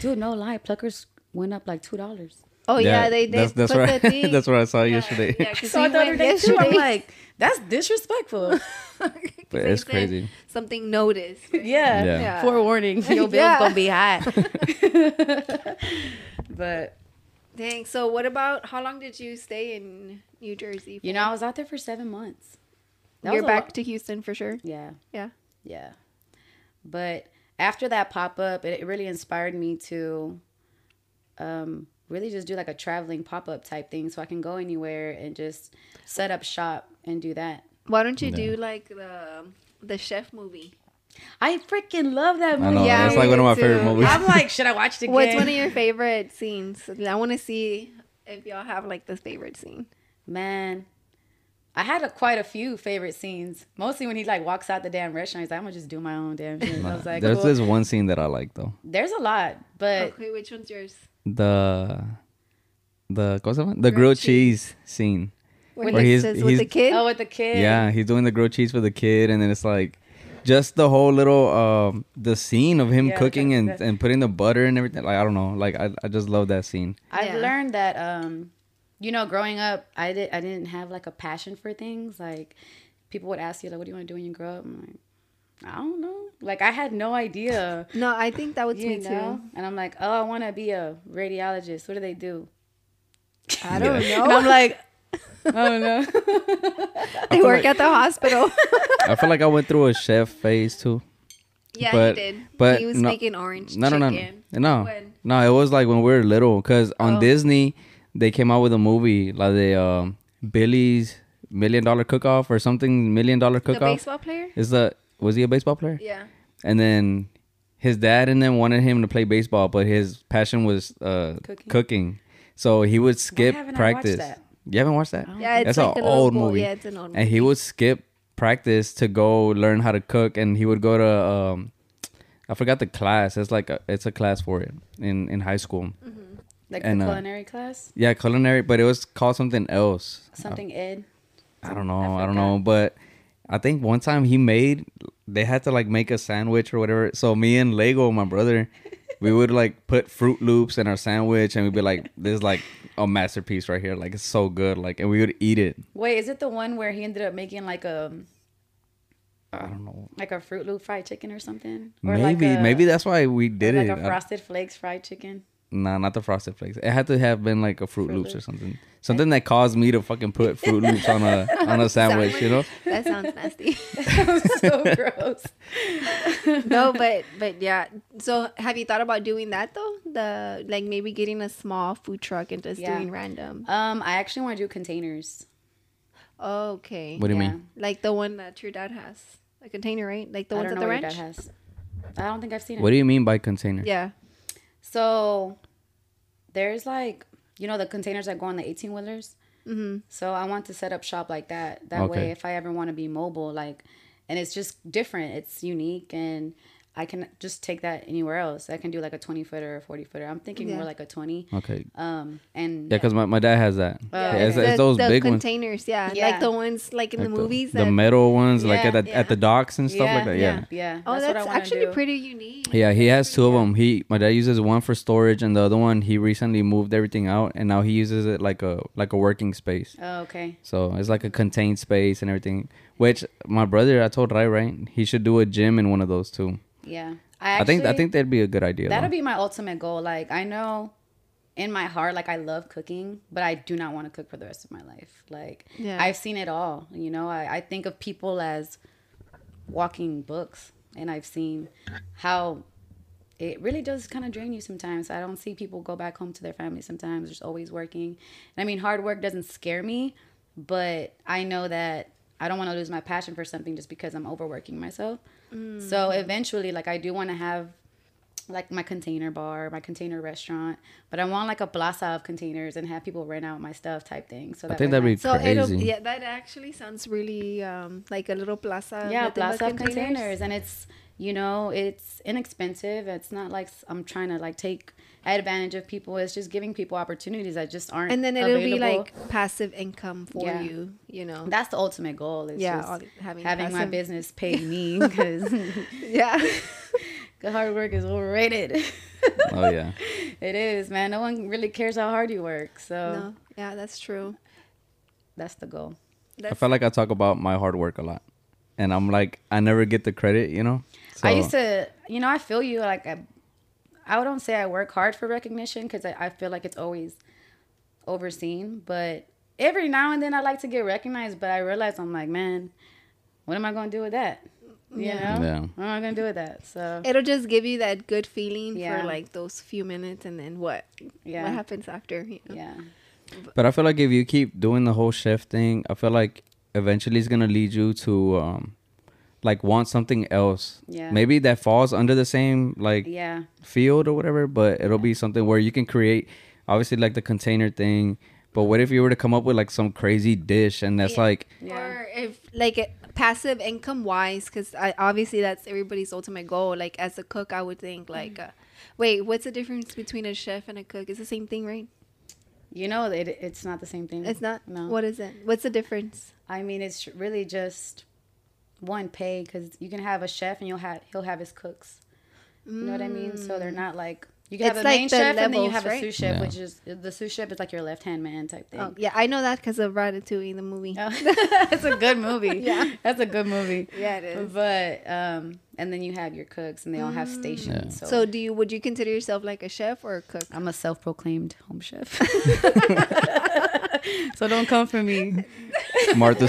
[SPEAKER 2] dude. No lie, pluckers went up like two dollars.
[SPEAKER 1] Oh yeah, they they
[SPEAKER 3] that's, that's
[SPEAKER 1] put
[SPEAKER 3] what
[SPEAKER 1] the
[SPEAKER 3] I,
[SPEAKER 1] thing.
[SPEAKER 3] that's what I saw yesterday.
[SPEAKER 1] Yeah, 'cause
[SPEAKER 2] So
[SPEAKER 1] we
[SPEAKER 2] the other
[SPEAKER 1] went
[SPEAKER 2] day too, I'm
[SPEAKER 1] yesterday.
[SPEAKER 2] like, that's disrespectful.
[SPEAKER 1] 'Cause
[SPEAKER 3] But
[SPEAKER 1] they
[SPEAKER 3] it's
[SPEAKER 1] said
[SPEAKER 3] crazy.
[SPEAKER 1] Something noticed. right?
[SPEAKER 2] yeah.
[SPEAKER 3] Yeah.
[SPEAKER 1] Yeah.
[SPEAKER 2] Forewarning, your bill's
[SPEAKER 1] Yeah.
[SPEAKER 2] gonna be high. but
[SPEAKER 1] Dang. So what about how long did you stay in New Jersey?
[SPEAKER 2] you know, I was out there for seven months. That
[SPEAKER 1] you're
[SPEAKER 2] was a
[SPEAKER 1] back
[SPEAKER 2] lo-
[SPEAKER 1] to Houston for sure.
[SPEAKER 2] yeah,
[SPEAKER 1] Yeah.
[SPEAKER 2] yeah. But after that pop up, it it really inspired me to um, really just do like a traveling pop up type thing, so I can go anywhere and just set up shop and do that.
[SPEAKER 1] Why don't you do like the the chef movie?
[SPEAKER 2] I freaking love that
[SPEAKER 3] I
[SPEAKER 2] movie.
[SPEAKER 3] know.
[SPEAKER 1] Yeah,
[SPEAKER 3] that's like one of my
[SPEAKER 1] me
[SPEAKER 3] favorite
[SPEAKER 1] too.
[SPEAKER 3] movies.
[SPEAKER 2] I'm like, should I watch it again?
[SPEAKER 1] What's one of your favorite scenes? I want to see if y'all have like the favorite scene.
[SPEAKER 2] Man, I had a, quite a few favorite scenes. Mostly when he like walks out the damn restaurant, he's like, "I'm gonna just do my own damn shit." I was like,
[SPEAKER 3] There's
[SPEAKER 2] "Cool."
[SPEAKER 3] this one scene that I like though.
[SPEAKER 2] There's a lot, but
[SPEAKER 1] Okay, which one's yours?
[SPEAKER 3] The the cosa man? the grilled cheese scene.
[SPEAKER 1] When
[SPEAKER 3] Or
[SPEAKER 1] he
[SPEAKER 3] he's-
[SPEAKER 1] says with the
[SPEAKER 3] he's-
[SPEAKER 1] kid?
[SPEAKER 2] oh, with the kid,
[SPEAKER 3] Yeah, he's doing the grilled cheese for the kid, and then it's like just the whole little um the scene of him
[SPEAKER 2] Yeah,
[SPEAKER 3] cooking
[SPEAKER 2] that's-
[SPEAKER 3] and
[SPEAKER 2] that's-
[SPEAKER 3] and putting the butter and everything. Like I don't know, like I I just love that scene.
[SPEAKER 2] I've
[SPEAKER 1] Yeah.
[SPEAKER 2] learned that, um, you know, growing up, I did I didn't have like a passion for things. Like people would ask you, like, "What do you want to do when you grow up?" I'm like, I don't know. Like I had no idea.
[SPEAKER 1] No, I think that was
[SPEAKER 2] you
[SPEAKER 1] me
[SPEAKER 2] know? And I'm like, oh, I want to be a radiologist. What do they do?
[SPEAKER 1] too. I don't
[SPEAKER 3] Yeah.
[SPEAKER 1] know.
[SPEAKER 2] And I'm like, I don't know.
[SPEAKER 1] they
[SPEAKER 3] feel
[SPEAKER 1] work
[SPEAKER 3] like-
[SPEAKER 1] at the hospital.
[SPEAKER 3] I feel like I went through a chef phase too.
[SPEAKER 1] yeah,
[SPEAKER 3] But-
[SPEAKER 1] he did.
[SPEAKER 3] but
[SPEAKER 1] he was
[SPEAKER 3] no-
[SPEAKER 1] making orange
[SPEAKER 3] No, no,
[SPEAKER 1] chicken.
[SPEAKER 3] no, no, no.
[SPEAKER 1] When?
[SPEAKER 3] No, it was like when we were little, cause on
[SPEAKER 1] Oh.
[SPEAKER 3] Disney they came out with a movie like the um, Billy's Million Dollar Cook Off or something Million Dollar
[SPEAKER 1] The
[SPEAKER 3] Cook Off.
[SPEAKER 1] baseball player?
[SPEAKER 3] Is the was he a baseball player?
[SPEAKER 1] Yeah.
[SPEAKER 3] And then his dad and them wanted him to play baseball, but his passion was uh, cooking.
[SPEAKER 2] Cooking.
[SPEAKER 3] So he would skip
[SPEAKER 2] haven't I watched
[SPEAKER 3] practice.
[SPEAKER 2] that?
[SPEAKER 3] You haven't watched that?
[SPEAKER 1] Yeah, it's
[SPEAKER 3] That's
[SPEAKER 1] like
[SPEAKER 3] an
[SPEAKER 1] the little
[SPEAKER 3] old
[SPEAKER 1] boy-
[SPEAKER 3] movie.
[SPEAKER 1] Yeah, it's an old movie.
[SPEAKER 3] and he would skip practice to go learn how to cook and he would go to um i forgot the class it's like a, it's a class for it in in high school
[SPEAKER 1] Mm-hmm.
[SPEAKER 2] like
[SPEAKER 3] And,
[SPEAKER 2] the
[SPEAKER 3] uh,
[SPEAKER 2] culinary class,
[SPEAKER 3] yeah culinary but it was called something else
[SPEAKER 2] something ed.
[SPEAKER 3] i don't know i,
[SPEAKER 2] I
[SPEAKER 3] don't know but i think one time he made they had to like make a sandwich or whatever so me and lego my brother we would like put fruit loops in our sandwich and we'd be like this is like a masterpiece right here like it's so good like and we would eat it
[SPEAKER 2] Wait, is it the one where he ended up making like a um,
[SPEAKER 3] i don't know
[SPEAKER 2] like a Fruit Loop fried chicken or something? Or
[SPEAKER 3] maybe
[SPEAKER 2] like a,
[SPEAKER 3] maybe that's why we did
[SPEAKER 2] or like
[SPEAKER 3] it
[SPEAKER 2] a
[SPEAKER 3] I-
[SPEAKER 2] Frosted Flakes fried chicken.
[SPEAKER 3] Nah, not the frosted flakes. It had to have been like a Fruit
[SPEAKER 2] Fruit
[SPEAKER 3] Loops or
[SPEAKER 2] Loops.
[SPEAKER 3] something. Something that caused me to fucking put Fruit Loops on a on a sandwich, you know?
[SPEAKER 1] That sounds nasty.
[SPEAKER 2] so gross.
[SPEAKER 1] no, but but yeah. So have you thought about doing that though? The like maybe getting a small food truck and just
[SPEAKER 2] Yeah.
[SPEAKER 1] doing random.
[SPEAKER 2] Um, I actually want to do containers.
[SPEAKER 1] Okay.
[SPEAKER 3] What do you
[SPEAKER 2] Yeah.
[SPEAKER 3] mean?
[SPEAKER 1] like the one that your dad has, a container, right? Like the
[SPEAKER 2] I
[SPEAKER 1] ones
[SPEAKER 2] don't
[SPEAKER 1] at
[SPEAKER 2] know
[SPEAKER 1] the
[SPEAKER 2] what your
[SPEAKER 1] ranch.
[SPEAKER 2] dad has. I don't think I've seen it.
[SPEAKER 3] What do you mean by container?
[SPEAKER 1] Yeah.
[SPEAKER 2] So there's like you know the containers that go on the eighteen wheelers. Mm-hmm. So I want to set up shop like that. That
[SPEAKER 3] Okay.
[SPEAKER 2] way, if I ever want to be mobile, like, and it's just different. It's unique, and I can just take that anywhere else. I can do like a twenty footer or forty footer. I'm thinking
[SPEAKER 1] Yeah.
[SPEAKER 2] more like a twenty.
[SPEAKER 3] Okay.
[SPEAKER 2] Um, and
[SPEAKER 3] Yeah, because my, my dad has that.
[SPEAKER 2] Yeah,
[SPEAKER 3] it's,
[SPEAKER 1] the,
[SPEAKER 3] it's those
[SPEAKER 1] the
[SPEAKER 3] big ones.
[SPEAKER 1] containers, yeah.
[SPEAKER 2] Yeah.
[SPEAKER 1] like the ones like in
[SPEAKER 3] Like
[SPEAKER 1] the movies.
[SPEAKER 3] The,
[SPEAKER 1] that,
[SPEAKER 3] metal ones, like
[SPEAKER 2] Yeah,
[SPEAKER 3] at the,
[SPEAKER 1] yeah.
[SPEAKER 3] at the docks and stuff like that. Yeah.
[SPEAKER 2] yeah, yeah.
[SPEAKER 1] oh, that's,
[SPEAKER 2] wanna
[SPEAKER 1] actually
[SPEAKER 2] do.
[SPEAKER 1] pretty unique.
[SPEAKER 3] Yeah, he has two of them. He my dad uses one for storage and the other one he recently moved everything out and now he uses it like a like a working space.
[SPEAKER 2] Oh, okay.
[SPEAKER 3] So it's like a contained space and everything. Which my brother, I told Rai, right? He should do a gym in one of those too.
[SPEAKER 2] Yeah. I,
[SPEAKER 3] I
[SPEAKER 2] actually,
[SPEAKER 3] think I think that'd be a good idea.
[SPEAKER 2] that'll
[SPEAKER 3] though.
[SPEAKER 2] be my ultimate goal. Like I know in my heart, like I love cooking, but I do not want to cook for the rest of my life. Like
[SPEAKER 1] Yeah.
[SPEAKER 2] I've seen it all. You know, I, I think of people as walking books and I've seen how it really does kind of drain you sometimes. I don't see people go back home to their family sometimes. There's always working. And I mean, hard work doesn't scare me, but I know that I don't want to lose my passion for something just because I'm overworking myself. So eventually, like, I do want to have like my container bar, my container restaurant, but I want like a plaza of containers and have people rent out my stuff type thing. So that
[SPEAKER 3] think
[SPEAKER 2] way
[SPEAKER 3] that'd
[SPEAKER 2] my-
[SPEAKER 3] be
[SPEAKER 1] So it'll
[SPEAKER 3] Crazy.
[SPEAKER 1] yeah, that actually sounds really um like a little plaza.
[SPEAKER 2] yeah,
[SPEAKER 1] nothing but
[SPEAKER 2] plaza of containers, and it's you know it's inexpensive. It's not like s- I'm trying to like take advantage of people. It's just giving people opportunities that just aren't.
[SPEAKER 1] And then it'll be
[SPEAKER 2] available.
[SPEAKER 1] like passive income for
[SPEAKER 2] Yeah.
[SPEAKER 1] you, you know.
[SPEAKER 2] that's the ultimate goal. Is
[SPEAKER 1] Yeah,
[SPEAKER 2] just
[SPEAKER 1] all- having
[SPEAKER 2] having, my
[SPEAKER 1] passive-
[SPEAKER 2] business pay me because
[SPEAKER 1] yeah.
[SPEAKER 2] hard work is overrated.
[SPEAKER 3] Oh yeah.
[SPEAKER 2] it is, man. No one really cares how hard you work. So
[SPEAKER 1] no. Yeah, that's true.
[SPEAKER 2] that's the goal.
[SPEAKER 3] I
[SPEAKER 1] That's
[SPEAKER 3] felt like I talk about my hard work a lot, and I'm like I never get the credit, you know. So,
[SPEAKER 2] I used to, you know, I feel you. Like I, I don't say I work hard for recognition because I, I feel like it's always overseen. But every now and then I like to get recognized. But I realize I'm like, man, what am I gonna do with that? You
[SPEAKER 1] Yeah.
[SPEAKER 2] know,
[SPEAKER 3] Yeah.
[SPEAKER 2] what am I gonna do with that? So
[SPEAKER 1] It'll just give you that good feeling
[SPEAKER 2] Yeah.
[SPEAKER 1] for like those few minutes, and then what?
[SPEAKER 2] Yeah.
[SPEAKER 1] What happens after? You know?
[SPEAKER 2] yeah,
[SPEAKER 3] But I feel like if you keep doing the whole shift thing, I feel like eventually it's gonna lead you to um like want something else.
[SPEAKER 2] Yeah.
[SPEAKER 3] Maybe that falls under the same like
[SPEAKER 2] yeah,
[SPEAKER 3] field or whatever, but it'll be something where you can create obviously like the container thing. But what if you were to come up with like some crazy dish and that's
[SPEAKER 1] Yeah.
[SPEAKER 3] like
[SPEAKER 2] Yeah.
[SPEAKER 1] Or if like it- passive income wise, because obviously that's everybody's ultimate goal. Like as a cook, I would think like,
[SPEAKER 2] Mm-hmm.
[SPEAKER 1] uh, wait, what's the difference between a chef and a cook? It's the same thing, right?
[SPEAKER 2] you know, it, it's not the same thing.
[SPEAKER 1] It's not.
[SPEAKER 2] No,
[SPEAKER 1] What is it? What's the difference?
[SPEAKER 2] I mean, it's really just one pay because you can have a chef and you'll have he'll have his cooks. You know what I mean? So they're not like you can
[SPEAKER 1] Mm. It's
[SPEAKER 2] have a
[SPEAKER 1] like
[SPEAKER 2] main
[SPEAKER 1] the
[SPEAKER 2] chef and then you
[SPEAKER 1] levels,
[SPEAKER 2] have
[SPEAKER 1] right?
[SPEAKER 2] a sous chef,
[SPEAKER 3] Yeah.
[SPEAKER 2] which is the sous chef is like your left hand man type thing.
[SPEAKER 1] Oh, yeah, I know that because of Ratatouille, the movie.
[SPEAKER 2] Oh. That's a good movie.
[SPEAKER 1] Yeah.
[SPEAKER 2] that's a good movie.
[SPEAKER 1] Yeah, it is. Mm.
[SPEAKER 2] But um, and then you have your cooks, and they all have stations. So,
[SPEAKER 1] So, do you would you consider yourself like a chef or a cook?
[SPEAKER 2] I'm a self-proclaimed home chef. so don't come for me.
[SPEAKER 3] Martha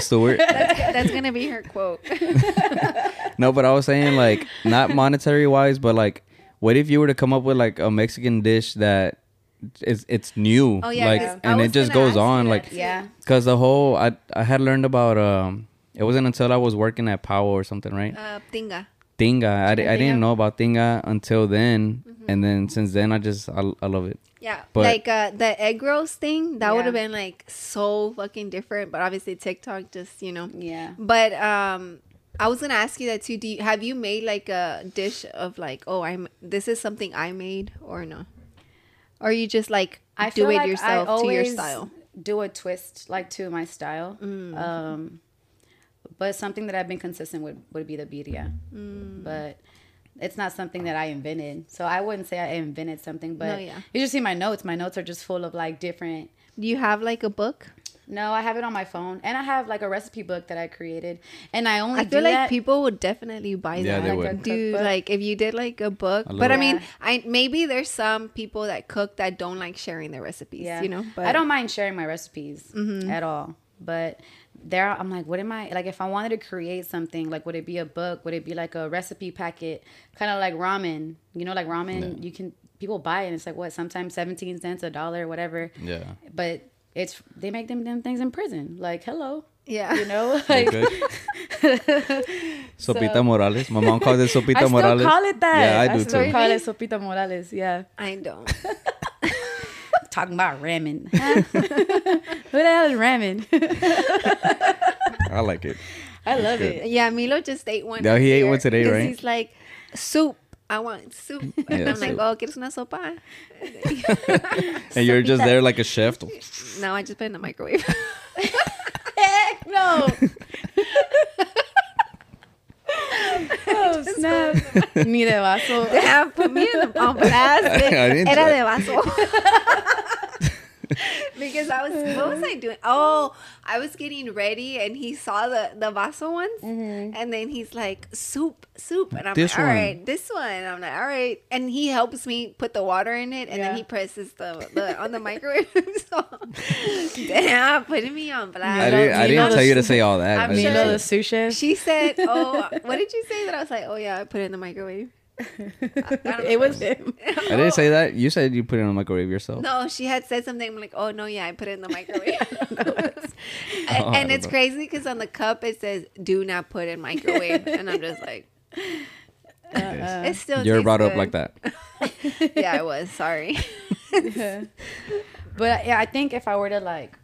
[SPEAKER 3] Stewart.
[SPEAKER 1] That's gonna be her quote.
[SPEAKER 3] no, but I was saying like not monetary wise, but like what if you were to come up with like a Mexican dish that is it's new.
[SPEAKER 1] Oh, yeah,
[SPEAKER 3] Like
[SPEAKER 1] 'cause I
[SPEAKER 3] and it
[SPEAKER 1] was
[SPEAKER 3] just
[SPEAKER 1] gonna
[SPEAKER 3] goes
[SPEAKER 1] ask you
[SPEAKER 3] on.
[SPEAKER 1] that,
[SPEAKER 3] Like
[SPEAKER 1] too.
[SPEAKER 2] Yeah,
[SPEAKER 3] Because the whole I I had learned about um it wasn't until I was working at Powell or something right
[SPEAKER 1] Uh, tinga.
[SPEAKER 3] Tinga I, di- I
[SPEAKER 1] Tinga.
[SPEAKER 3] didn't know about Tinga until then and then since then I just I, I love it
[SPEAKER 1] Yeah,
[SPEAKER 3] But-
[SPEAKER 1] like uh, the egg rolls thing that would have
[SPEAKER 2] Yeah.
[SPEAKER 1] been like so fucking different, but obviously TikTok just you know.
[SPEAKER 2] yeah.
[SPEAKER 1] But um, I was gonna ask you that too. Do you, have you made like a dish of like, oh, I'm this is something I made or no? Or you just like
[SPEAKER 2] I
[SPEAKER 1] do
[SPEAKER 2] feel
[SPEAKER 1] it
[SPEAKER 2] like
[SPEAKER 1] yourself
[SPEAKER 2] I
[SPEAKER 1] to your
[SPEAKER 2] always
[SPEAKER 1] style? Mm.
[SPEAKER 2] Do a twist like to my style. Um, but something that I've been consistent with would be the birria.
[SPEAKER 1] Mm.
[SPEAKER 2] But it's not something that I invented. So I wouldn't say I invented something, but
[SPEAKER 1] yeah.
[SPEAKER 2] you just see my notes. My notes are just full of like different
[SPEAKER 1] Do you have like a book?
[SPEAKER 2] no, I have it on my phone. And I have like a recipe book that I created. And I only
[SPEAKER 1] I feel
[SPEAKER 2] do
[SPEAKER 1] like
[SPEAKER 2] that-
[SPEAKER 1] people would definitely buy
[SPEAKER 3] Yeah,
[SPEAKER 1] that.
[SPEAKER 3] they
[SPEAKER 2] Like
[SPEAKER 3] would.
[SPEAKER 2] a
[SPEAKER 1] Dude,
[SPEAKER 2] cookbook.
[SPEAKER 1] like if you did like a book,
[SPEAKER 3] I
[SPEAKER 1] but I
[SPEAKER 3] love
[SPEAKER 1] mean,
[SPEAKER 2] it.
[SPEAKER 1] I maybe there's some people that cook that don't like sharing their recipes,
[SPEAKER 2] yeah.
[SPEAKER 1] you know. But
[SPEAKER 2] I don't mind sharing my recipes
[SPEAKER 3] Mm-hmm.
[SPEAKER 2] at all. But there, I'm like, what am I like? If I wanted to create something, like, would it be a book? Would it be like a recipe packet, kind of like ramen? You know, like ramen, you can people buy it. And it's like what sometimes 17 cents, a dollar, whatever.
[SPEAKER 3] yeah
[SPEAKER 2] But it's they make them them things in prison. Like, hello,
[SPEAKER 1] Yeah.
[SPEAKER 2] you know,
[SPEAKER 3] You're
[SPEAKER 2] like
[SPEAKER 3] good? Sopita Morales my mom calls it Sopita
[SPEAKER 2] I still
[SPEAKER 3] Morales
[SPEAKER 2] call it that.
[SPEAKER 3] yeah I do
[SPEAKER 2] still
[SPEAKER 3] too
[SPEAKER 2] call it sopita Morales. Yeah.
[SPEAKER 1] I don't.
[SPEAKER 2] talking about ramen. Who the hell is ramen?
[SPEAKER 3] I like it
[SPEAKER 2] I love
[SPEAKER 3] good.
[SPEAKER 2] it.
[SPEAKER 1] yeah, Milo just ate one.
[SPEAKER 3] No, he ate
[SPEAKER 1] earlier
[SPEAKER 3] one today,
[SPEAKER 1] 'cause
[SPEAKER 3] right?
[SPEAKER 1] He's like soup. I want soup. And
[SPEAKER 3] Yeah,
[SPEAKER 1] I'm like,
[SPEAKER 3] soup.
[SPEAKER 1] oh, quieres una sopa?
[SPEAKER 3] and you're just
[SPEAKER 2] Sopita.
[SPEAKER 3] there like a chef
[SPEAKER 1] No, I just put it in the microwave.
[SPEAKER 2] Heck no. oh snap! Ni de vaso.
[SPEAKER 1] Damn, put me in the, on blast.
[SPEAKER 3] I didn't
[SPEAKER 1] Era
[SPEAKER 3] try.
[SPEAKER 1] de vaso. because I was, what was I doing? Oh, I was getting ready, and he saw the the vaso ones, and then he's like, "Soup, soup," and I'm
[SPEAKER 3] Mm-hmm. This
[SPEAKER 1] like, "All
[SPEAKER 3] one.
[SPEAKER 1] right, this one." And I'm like, "All right," and he helps me put the water in it, and then
[SPEAKER 2] Yeah.
[SPEAKER 1] he presses the, the on the microwave. so, damn, putting me on blast.
[SPEAKER 3] I didn't, I
[SPEAKER 2] Milo
[SPEAKER 3] didn't
[SPEAKER 2] the
[SPEAKER 3] tell you to say all that
[SPEAKER 1] I'm
[SPEAKER 3] I just
[SPEAKER 1] sure-
[SPEAKER 2] Milo the
[SPEAKER 3] said-
[SPEAKER 2] sous chef.
[SPEAKER 1] She said, "Oh, what did you say?" That I was like, "Oh yeah, I put it in the microwave."
[SPEAKER 2] It was him.
[SPEAKER 3] I didn't say that you said you put it on the microwave yourself
[SPEAKER 1] No, she had said something like, "Oh no, yeah, I put it in the microwave."
[SPEAKER 3] Oh,
[SPEAKER 1] and
[SPEAKER 3] I
[SPEAKER 1] and
[SPEAKER 3] don't
[SPEAKER 1] it's
[SPEAKER 3] know.
[SPEAKER 1] crazy because on the cup it says, "Do not put in microwave," and I'm just like,
[SPEAKER 3] Yes.
[SPEAKER 1] uh, "It still."
[SPEAKER 3] you're
[SPEAKER 1] tastes
[SPEAKER 3] brought up
[SPEAKER 1] good."
[SPEAKER 3] like that
[SPEAKER 1] yeah, I was sorry.
[SPEAKER 2] But yeah, I think if I were to like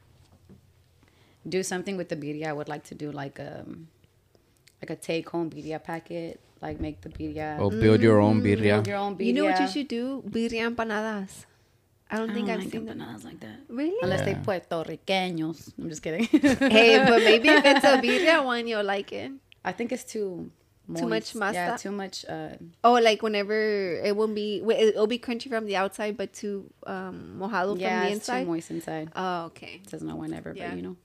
[SPEAKER 2] do something with the birria, I would like to do like um like a take home birria packet. Like make the birria.
[SPEAKER 3] oh build your own
[SPEAKER 2] Mm,
[SPEAKER 3] birria
[SPEAKER 2] Build Your own birria.
[SPEAKER 1] you know what you should do? Birria empanadas. I don't
[SPEAKER 2] I
[SPEAKER 1] think
[SPEAKER 2] don't
[SPEAKER 1] I've
[SPEAKER 2] like
[SPEAKER 1] seen them.
[SPEAKER 2] empanadas like that.
[SPEAKER 1] Really?
[SPEAKER 2] Unless
[SPEAKER 3] Yeah.
[SPEAKER 2] they puertorriqueños. I'm just kidding.
[SPEAKER 1] hey, but maybe if it's a birria one, you'll like it.
[SPEAKER 2] I think it's too
[SPEAKER 1] Too much
[SPEAKER 2] moist. Yeah,
[SPEAKER 1] masa?
[SPEAKER 2] too much. Uh,
[SPEAKER 1] Oh, like whenever it won't be, wi- it'll be crunchy from the outside, but too um, mojado
[SPEAKER 2] yeah,
[SPEAKER 1] from the
[SPEAKER 2] it's
[SPEAKER 1] inside.
[SPEAKER 2] too moist inside.
[SPEAKER 1] Oh, okay,
[SPEAKER 2] It says no one ever,
[SPEAKER 1] Yeah.
[SPEAKER 2] but you know,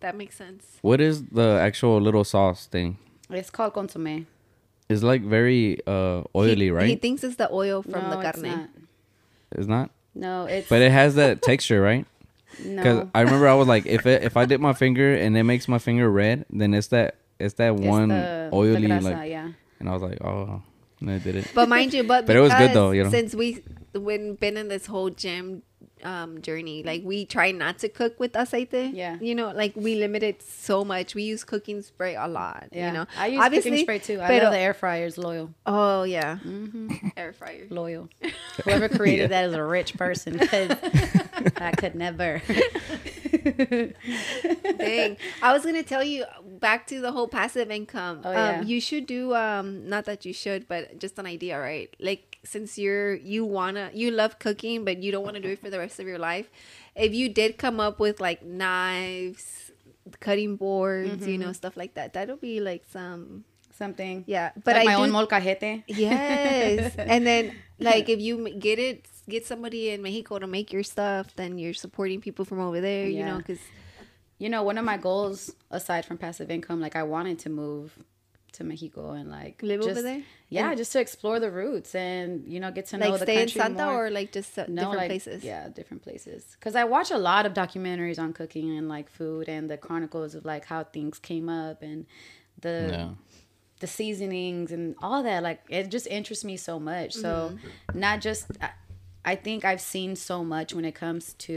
[SPEAKER 1] that makes sense.
[SPEAKER 3] What is the actual little sauce thing?
[SPEAKER 2] it's called consommé.
[SPEAKER 3] It's like very uh oily,
[SPEAKER 1] he,
[SPEAKER 3] right?
[SPEAKER 1] He thinks it's the oil from
[SPEAKER 2] no,
[SPEAKER 1] the
[SPEAKER 2] It's
[SPEAKER 1] carne.
[SPEAKER 2] not.
[SPEAKER 3] it's not,
[SPEAKER 2] No, it's
[SPEAKER 3] but it has that texture, right? Because
[SPEAKER 2] no.
[SPEAKER 3] I remember I was like, if it, if I dip my finger and it makes my finger red, then it's that it's that one
[SPEAKER 2] the- the
[SPEAKER 3] oily
[SPEAKER 2] grasa,
[SPEAKER 3] like.
[SPEAKER 2] yeah.
[SPEAKER 3] And I was like, oh, and I did it.
[SPEAKER 1] But mind you, but
[SPEAKER 3] But it was good
[SPEAKER 1] because
[SPEAKER 3] though, you know?
[SPEAKER 1] Since we when been in this whole gym um journey, like we try not to cook with aceite.
[SPEAKER 2] Yeah.
[SPEAKER 1] You know, like we limit it so much. We use cooking spray a lot.
[SPEAKER 2] Yeah,
[SPEAKER 1] You know,
[SPEAKER 2] I use cooking spray too. I Mm-hmm.
[SPEAKER 1] pero-
[SPEAKER 2] love the air fryers. Loyal,
[SPEAKER 1] Oh yeah. Air fryer.
[SPEAKER 2] loyal. Whoever created that is a rich person. 'cause I could never.
[SPEAKER 1] Dang. I was gonna tell you uh, back to the whole passive income.
[SPEAKER 2] Oh,
[SPEAKER 1] um,
[SPEAKER 2] yeah.
[SPEAKER 1] You should do um, not that you should, but just an idea, right? Like since you're you wanna you love cooking, but you don't want to do it for the rest of your life. If you did come up with like knives, cutting boards, you
[SPEAKER 2] Mm-hmm.
[SPEAKER 1] know, stuff like that, that'll be like some
[SPEAKER 2] Something.
[SPEAKER 1] yeah. But
[SPEAKER 2] But like
[SPEAKER 1] I
[SPEAKER 2] my
[SPEAKER 1] do
[SPEAKER 2] own molcajete.
[SPEAKER 1] Yes. and then like if you m- get it get somebody in Mexico to make your stuff, then you're supporting people from over there, you
[SPEAKER 2] Yeah.
[SPEAKER 1] know, cuz
[SPEAKER 2] you know, one of my goals aside from passive income, like I wanted to move to Mexico and like
[SPEAKER 1] Live over
[SPEAKER 2] just-
[SPEAKER 1] there?
[SPEAKER 2] Yeah, just to explore the roots and you know get to know
[SPEAKER 1] like
[SPEAKER 2] the
[SPEAKER 1] stay in
[SPEAKER 2] country
[SPEAKER 1] Santa
[SPEAKER 2] more.
[SPEAKER 1] or like just uh,
[SPEAKER 2] No,
[SPEAKER 1] different
[SPEAKER 2] like,
[SPEAKER 1] places.
[SPEAKER 2] Yeah, different places. Because I watch a lot of documentaries on cooking and like food and the chronicles of like how things came up and the
[SPEAKER 3] Yeah.
[SPEAKER 2] the seasonings and all that like it just interests me so much so
[SPEAKER 1] Mm-hmm.
[SPEAKER 2] not just I, I think i've seen so much when it comes to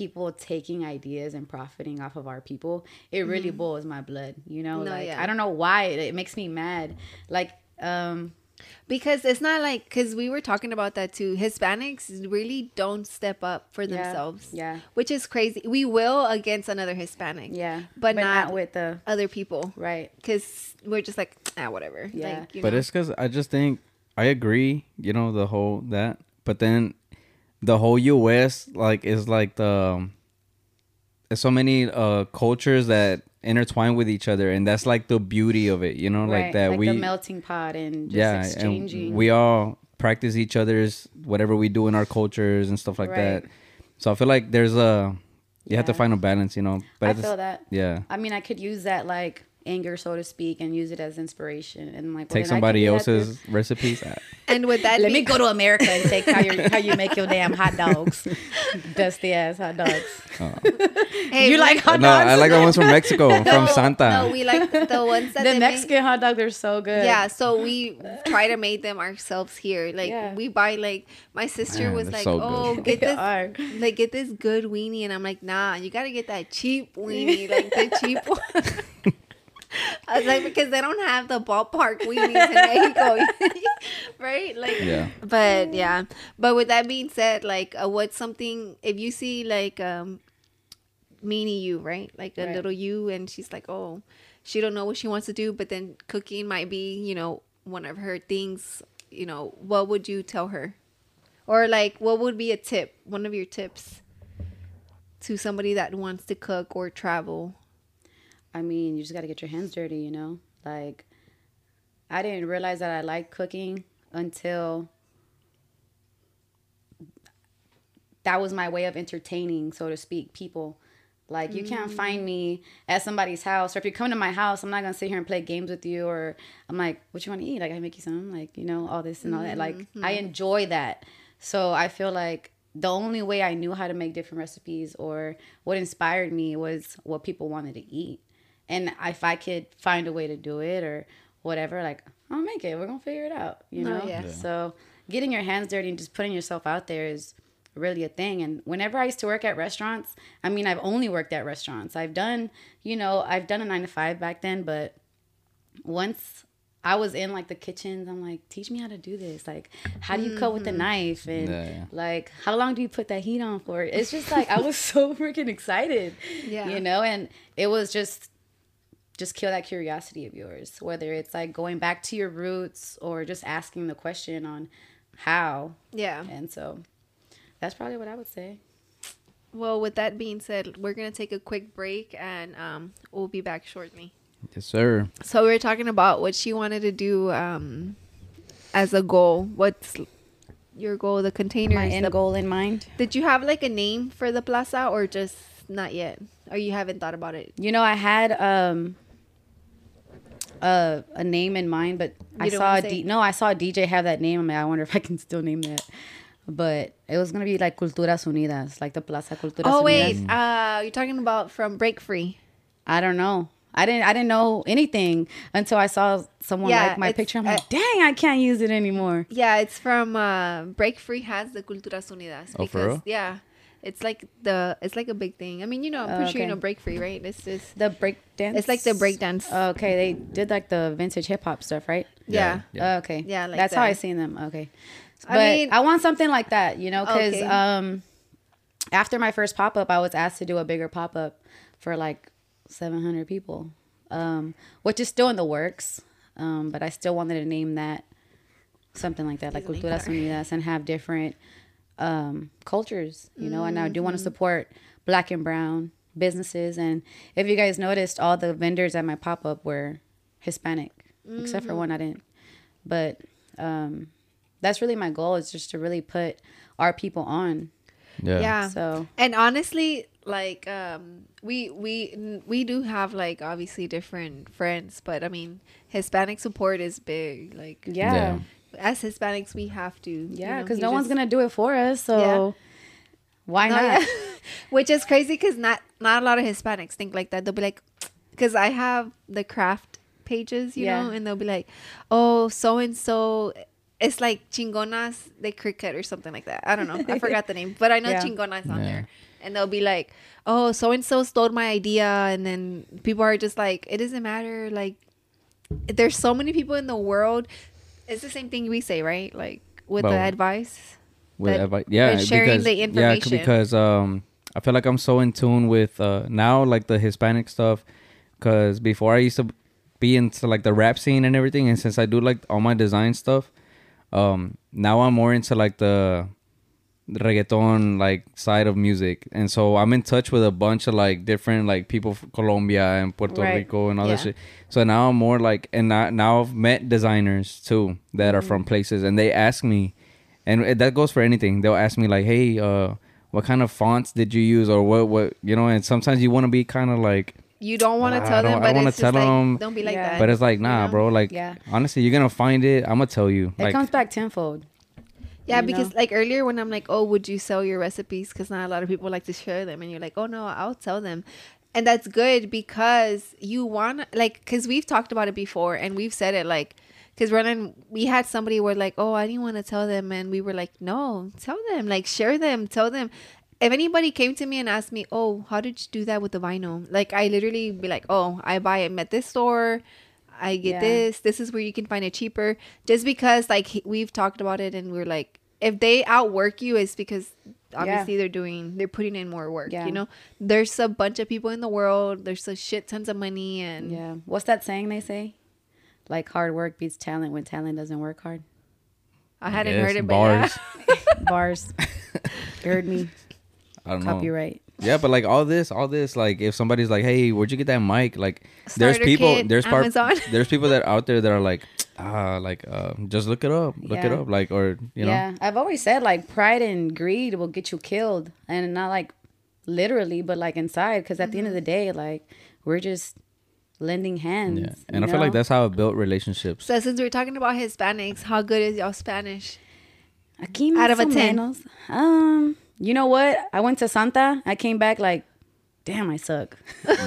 [SPEAKER 2] people taking ideas and profiting off of our people it really boils my blood you know
[SPEAKER 1] Mm-hmm. No,
[SPEAKER 2] like
[SPEAKER 1] yeah.
[SPEAKER 2] i don't know why it, it makes me mad like um
[SPEAKER 1] Because it's not like cuz we were talking about that too. Hispanics really don't step up for
[SPEAKER 2] Yeah.
[SPEAKER 1] themselves.
[SPEAKER 2] Yeah.
[SPEAKER 1] Which is crazy. We will against another Hispanic.
[SPEAKER 2] yeah
[SPEAKER 1] But, not, with
[SPEAKER 2] with the
[SPEAKER 1] other people.
[SPEAKER 2] right
[SPEAKER 1] Cuz we're just like ah whatever.
[SPEAKER 2] Yeah.
[SPEAKER 1] Like, you
[SPEAKER 3] But
[SPEAKER 1] know.
[SPEAKER 3] it's because I just think I agree, you know, the whole that. But then the whole U.S. like is like the um, there's so many uh cultures that intertwine with each other, and that's like the beauty of it, you know, like
[SPEAKER 2] right,
[SPEAKER 3] that we
[SPEAKER 2] the melting pot and just
[SPEAKER 3] yeah,
[SPEAKER 2] exchanging
[SPEAKER 3] and we all practice each other's whatever we do in our cultures and stuff like
[SPEAKER 2] Right.
[SPEAKER 3] that. So I feel like there's a you have to
[SPEAKER 2] Yeah.
[SPEAKER 3] find a balance, you know.
[SPEAKER 2] I
[SPEAKER 3] at the
[SPEAKER 2] feel
[SPEAKER 3] s-
[SPEAKER 2] that.
[SPEAKER 3] Yeah.
[SPEAKER 2] I mean, I could use that like anger, so to speak, and use it as inspiration. And like, well,
[SPEAKER 3] Take
[SPEAKER 2] then I could
[SPEAKER 3] somebody
[SPEAKER 2] do that
[SPEAKER 3] else's
[SPEAKER 2] too.
[SPEAKER 3] recipes.
[SPEAKER 1] and with that
[SPEAKER 2] Let
[SPEAKER 1] be-
[SPEAKER 2] me go to America and take how you how you make your damn hot dogs, dusty ass hot dogs.
[SPEAKER 1] Hey,
[SPEAKER 2] you
[SPEAKER 1] we-
[SPEAKER 2] like hot
[SPEAKER 3] no,
[SPEAKER 2] dogs?
[SPEAKER 3] I like the ones from Mexico, from
[SPEAKER 1] No,
[SPEAKER 3] Santa.
[SPEAKER 1] No, we like the ones that
[SPEAKER 2] the
[SPEAKER 1] they make-
[SPEAKER 2] Mexican hot dogs. They're so good.
[SPEAKER 1] Yeah, so we try to make them ourselves here. Like
[SPEAKER 2] Yeah.
[SPEAKER 1] we buy like my sister
[SPEAKER 3] Man,
[SPEAKER 1] was
[SPEAKER 3] they're
[SPEAKER 1] like,
[SPEAKER 3] so good.
[SPEAKER 1] "Oh,
[SPEAKER 2] They
[SPEAKER 1] get this
[SPEAKER 2] are.
[SPEAKER 1] like get this good weenie," and I'm like, "Nah, you gotta get that cheap weenie, like the cheap one." I was like, because they don't have the ballpark weenies in Mexico, right? Like,
[SPEAKER 3] Yeah.
[SPEAKER 1] But yeah, but with that being said, like, uh, what's something if you see like um, meanie you, right? Like a
[SPEAKER 2] Right.
[SPEAKER 1] little you, and she's like, oh, she don't know what she wants to do, but then cooking might be, you know, one of her things. You know, what would you tell her, or like, what would be a tip, one of your tips, to somebody that wants to cook or travel?
[SPEAKER 2] I mean, you just got to get your hands dirty, you know? Like, I didn't realize that I liked cooking until that was my way of entertaining, so to speak, people. Like, you can't find me at somebody's house, or if you come to my house, I'm not gonna sit here and play games with you, or I'm like, what you wanna eat? Like, I make you some, like, you know, all this and all that. Like,
[SPEAKER 1] Mm-hmm.
[SPEAKER 2] I enjoy that. So I feel like the only way I knew how to make different recipes or what inspired me was what people wanted to eat. And if I could find a way to do it or whatever, like I'll make it. We're gonna figure it out. You
[SPEAKER 1] Oh,
[SPEAKER 2] know.
[SPEAKER 1] yeah. Yeah.
[SPEAKER 2] So getting your hands dirty and just putting yourself out there is really a thing. And whenever I used to work at restaurants, I mean, I've only worked at restaurants. I've done, you know, I've done a nine to five back then, but once I was in like the kitchens, I'm like, teach me how to do this. Like, how do you cut with the knife? And
[SPEAKER 3] Yeah, yeah.
[SPEAKER 2] like, how long do you put that heat on for? It's just like I was so freaking excited.
[SPEAKER 1] Yeah.
[SPEAKER 2] You know, and it was just just kill that curiosity of yours, whether it's like going back to your roots or just asking the question on how.
[SPEAKER 1] Yeah.
[SPEAKER 2] And so that's probably what I would say.
[SPEAKER 1] Well, with that being said, we're gonna take a quick break, and um, we'll be back shortly.
[SPEAKER 3] yes, sir.
[SPEAKER 1] So we were talking about what she wanted to do um, as a goal. What's your goal? The containers.
[SPEAKER 2] My end
[SPEAKER 1] the-
[SPEAKER 2] goal in mind.
[SPEAKER 1] Did you have like a name for the plaza, or just not yet, or you haven't thought about it?
[SPEAKER 2] You know, I had um a, a name in mind, but I
[SPEAKER 1] don't
[SPEAKER 2] saw
[SPEAKER 1] wanna
[SPEAKER 2] a
[SPEAKER 1] say
[SPEAKER 2] D-
[SPEAKER 1] it?
[SPEAKER 2] no, I saw a DJ have that name. I'm like, I wonder if I can still name that. But it was gonna be like Culturas Unidas, like the Plaza Culturas
[SPEAKER 1] Oh
[SPEAKER 2] Unidas.
[SPEAKER 1] wait, uh, you're talking about from Break Free.
[SPEAKER 2] I don't know. I didn't I didn't know anything until I saw someone
[SPEAKER 1] Yeah,
[SPEAKER 2] like my
[SPEAKER 1] it's- uh,
[SPEAKER 2] picture. I'm
[SPEAKER 1] I-
[SPEAKER 2] like, dang, I can't use it anymore.
[SPEAKER 1] Yeah, it's from uh, Break Free has the Culturas Unidas.
[SPEAKER 3] Oh, for real?
[SPEAKER 1] Yeah, it's like the it's like a big thing. I mean, you know, I'm pretty sure you
[SPEAKER 2] okay.
[SPEAKER 1] know Break Free, right? It's just
[SPEAKER 2] The breakdance.
[SPEAKER 1] it's like the breakdance.
[SPEAKER 2] Okay, they did like the vintage hip hop stuff, right?
[SPEAKER 1] yeah.
[SPEAKER 3] Yeah.
[SPEAKER 2] okay.
[SPEAKER 1] Yeah, like
[SPEAKER 2] that's how
[SPEAKER 1] that.
[SPEAKER 2] I seen them. Okay. But
[SPEAKER 1] I
[SPEAKER 2] I,
[SPEAKER 1] mean-
[SPEAKER 2] want something like that, you know, because
[SPEAKER 1] Okay.
[SPEAKER 2] um, after my first pop up, I was asked to do a bigger pop up for like 700 people, um, which is still in the works. Um, but I still wanted to name that something like that, like
[SPEAKER 1] Please name
[SPEAKER 2] Culturas
[SPEAKER 1] that.
[SPEAKER 2] Unidas, and have different um, cultures, you know. And I do want
[SPEAKER 1] Mm-hmm.
[SPEAKER 2] to support Black and Brown businesses. And if you guys noticed, all the vendors at my pop up were Hispanic, except
[SPEAKER 1] Mm-hmm.
[SPEAKER 2] for one I didn't. But um, that's really my goal is just to really put our people on.
[SPEAKER 3] Yeah.
[SPEAKER 1] yeah.
[SPEAKER 2] So
[SPEAKER 1] and honestly like um we we n- we do have like obviously different friends but i mean hispanic support is big like
[SPEAKER 2] yeah,
[SPEAKER 1] as hispanics we have to
[SPEAKER 2] yeah, because no one's gonna do it for us. So
[SPEAKER 1] Yeah.
[SPEAKER 2] why not?
[SPEAKER 1] which is crazy because not not a lot of hispanics think like that they'll be like because i have the craft pages you
[SPEAKER 2] Yeah.
[SPEAKER 1] know and they'll be like oh so and so it's like chingonas de cricket or something like that i don't know i forgot the name but i know
[SPEAKER 2] Yeah.
[SPEAKER 1] chingonas on
[SPEAKER 3] Yeah.
[SPEAKER 1] there and they'll be like oh so and so stole my idea and then people are just like it doesn't matter like there's so many people in the world it's the same thing we say right like with
[SPEAKER 3] Well,
[SPEAKER 1] the advice
[SPEAKER 3] with
[SPEAKER 1] that-
[SPEAKER 3] advi- yeah,
[SPEAKER 1] with sharing
[SPEAKER 3] because,
[SPEAKER 1] the
[SPEAKER 3] yeah, c-
[SPEAKER 1] information.
[SPEAKER 3] because um, I feel like I'm so in tune with uh now like the Hispanic stuff, because before I used to be into like the rap scene and everything, and since I do like all my design stuff, um, now I'm more into like the reggaeton like side of music, and so I'm in touch with a bunch of like different like people from Colombia and Puerto
[SPEAKER 2] Right.
[SPEAKER 3] Rico and all that
[SPEAKER 1] Yeah.
[SPEAKER 3] shit. So now I'm more like, and I, now I've met designers too that are
[SPEAKER 1] Mm.
[SPEAKER 3] from places, and they ask me, and it- that goes for anything. They'll ask me like, "Hey, uh, what kind of fonts did you use, or what, what, you know?" And sometimes you want to be kind of like,
[SPEAKER 1] you don't want
[SPEAKER 3] I
[SPEAKER 1] to tell
[SPEAKER 3] don't-
[SPEAKER 1] them,
[SPEAKER 3] I don't
[SPEAKER 1] but
[SPEAKER 3] wanna
[SPEAKER 1] it's
[SPEAKER 3] tell
[SPEAKER 1] just like,
[SPEAKER 3] them,
[SPEAKER 1] don't be like
[SPEAKER 2] Yeah.
[SPEAKER 1] that.
[SPEAKER 3] but it's like,
[SPEAKER 1] you
[SPEAKER 3] nah,
[SPEAKER 1] know?
[SPEAKER 3] bro. Like,
[SPEAKER 2] Yeah.
[SPEAKER 3] honestly, you're gonna find it. I'm gonna tell you.
[SPEAKER 2] It
[SPEAKER 3] like,
[SPEAKER 2] comes back tenfold.
[SPEAKER 1] Yeah,
[SPEAKER 2] you
[SPEAKER 1] because
[SPEAKER 2] know?
[SPEAKER 1] like earlier when I'm like, oh, would you sell your recipes? Because not a lot of people like to share them, and you're like, oh no, I'll sell them, and that's good because you want like because we've talked about it before and we've said it like because Ronan we had somebody where like oh I didn't want to tell them and we were like no tell them like share them tell them if anybody came to me and asked me oh how did you do that with the vinyl like I literally be like oh I buy it at this store I get
[SPEAKER 2] Yeah.
[SPEAKER 1] this. This is where you can find it cheaper. Just because like he- we've talked about it and we're like, if they outwork you, it's because obviously they're doing, they're putting in more work.
[SPEAKER 2] Yeah.
[SPEAKER 1] You know, there's a bunch of people in the world. There's a shit tons of money and
[SPEAKER 2] Yeah. What's that saying they say? Like hard work beats talent when talent doesn't work hard.
[SPEAKER 1] I hadn't
[SPEAKER 3] yes,
[SPEAKER 1] heard it, but
[SPEAKER 3] bars.
[SPEAKER 1] yeah.
[SPEAKER 2] Bars. Heard me.
[SPEAKER 3] I don't know.
[SPEAKER 2] Copyright.
[SPEAKER 3] Yeah, but like all this, all this, like if somebody's like, "Hey, where'd you get that mic?" Like, there's
[SPEAKER 1] Starter
[SPEAKER 3] people,
[SPEAKER 1] kit,
[SPEAKER 3] there's par-
[SPEAKER 1] Amazon.
[SPEAKER 3] there's people that out there that are like, ah, like, uh, just look it up, look it
[SPEAKER 2] Yeah.
[SPEAKER 3] up, like, or you know,
[SPEAKER 2] Yeah. I've always said like pride and greed will get you killed. And not like literally, but like inside. Because at the end of the day, like we're just lending hands.
[SPEAKER 3] yeah.
[SPEAKER 2] you
[SPEAKER 3] And I feel like
[SPEAKER 2] know?
[SPEAKER 3] that's how I built relationships.
[SPEAKER 1] So since we're talking about Hispanics, how good is y'all Spanish?
[SPEAKER 2] Aquí
[SPEAKER 1] Out
[SPEAKER 2] out
[SPEAKER 1] of
[SPEAKER 2] of
[SPEAKER 1] a 10.
[SPEAKER 2] Um, you know what? I went to Santa. I came back like, damn, I suck.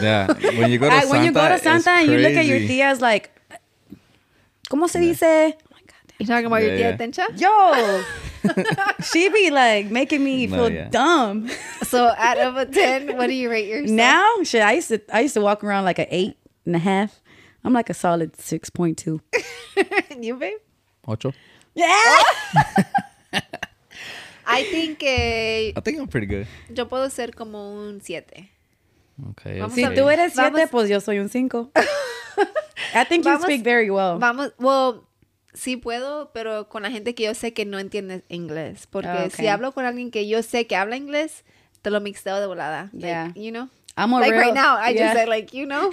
[SPEAKER 3] yeah, when you go to
[SPEAKER 2] I-
[SPEAKER 3] Santa,
[SPEAKER 2] when you go to
[SPEAKER 3] it's
[SPEAKER 2] Santa and you look at your
[SPEAKER 3] crazy.
[SPEAKER 2] tias like, ¿Cómo se dice? Oh my God,
[SPEAKER 1] You talking about your
[SPEAKER 3] Yeah,
[SPEAKER 1] tía Tencha?
[SPEAKER 2] Yo, she be like making me
[SPEAKER 3] No,
[SPEAKER 2] feel
[SPEAKER 3] yeah.
[SPEAKER 2] dumb.
[SPEAKER 1] So out of a ten, what do you rate yourself?
[SPEAKER 2] now, shit, I used to I used to walk around like an eight and a half. I'm like a solid six point two.
[SPEAKER 1] you babe?
[SPEAKER 3] Ocho.
[SPEAKER 2] Yeah,
[SPEAKER 1] I think eh,
[SPEAKER 3] I think I'm pretty good.
[SPEAKER 1] yo puedo ser como un siete.
[SPEAKER 3] Okay.
[SPEAKER 1] Vamos
[SPEAKER 3] okay.
[SPEAKER 1] a
[SPEAKER 2] si tú eres siete,
[SPEAKER 1] Vamos-
[SPEAKER 2] pues yo soy un cinco. I think you
[SPEAKER 1] Vamos-
[SPEAKER 2] speak very well.
[SPEAKER 1] Vamos, well, sí puedo, pero con la gente que yo sé que no entiende inglés. Porque
[SPEAKER 2] Ah, ok.
[SPEAKER 1] si hablo con alguien que yo sé que habla inglés, te lo mixteo de volada.
[SPEAKER 2] Yeah.
[SPEAKER 1] Like, you know?
[SPEAKER 2] I'm a
[SPEAKER 1] like
[SPEAKER 2] real-
[SPEAKER 1] right now, I
[SPEAKER 2] yeah.
[SPEAKER 1] just said like, you know?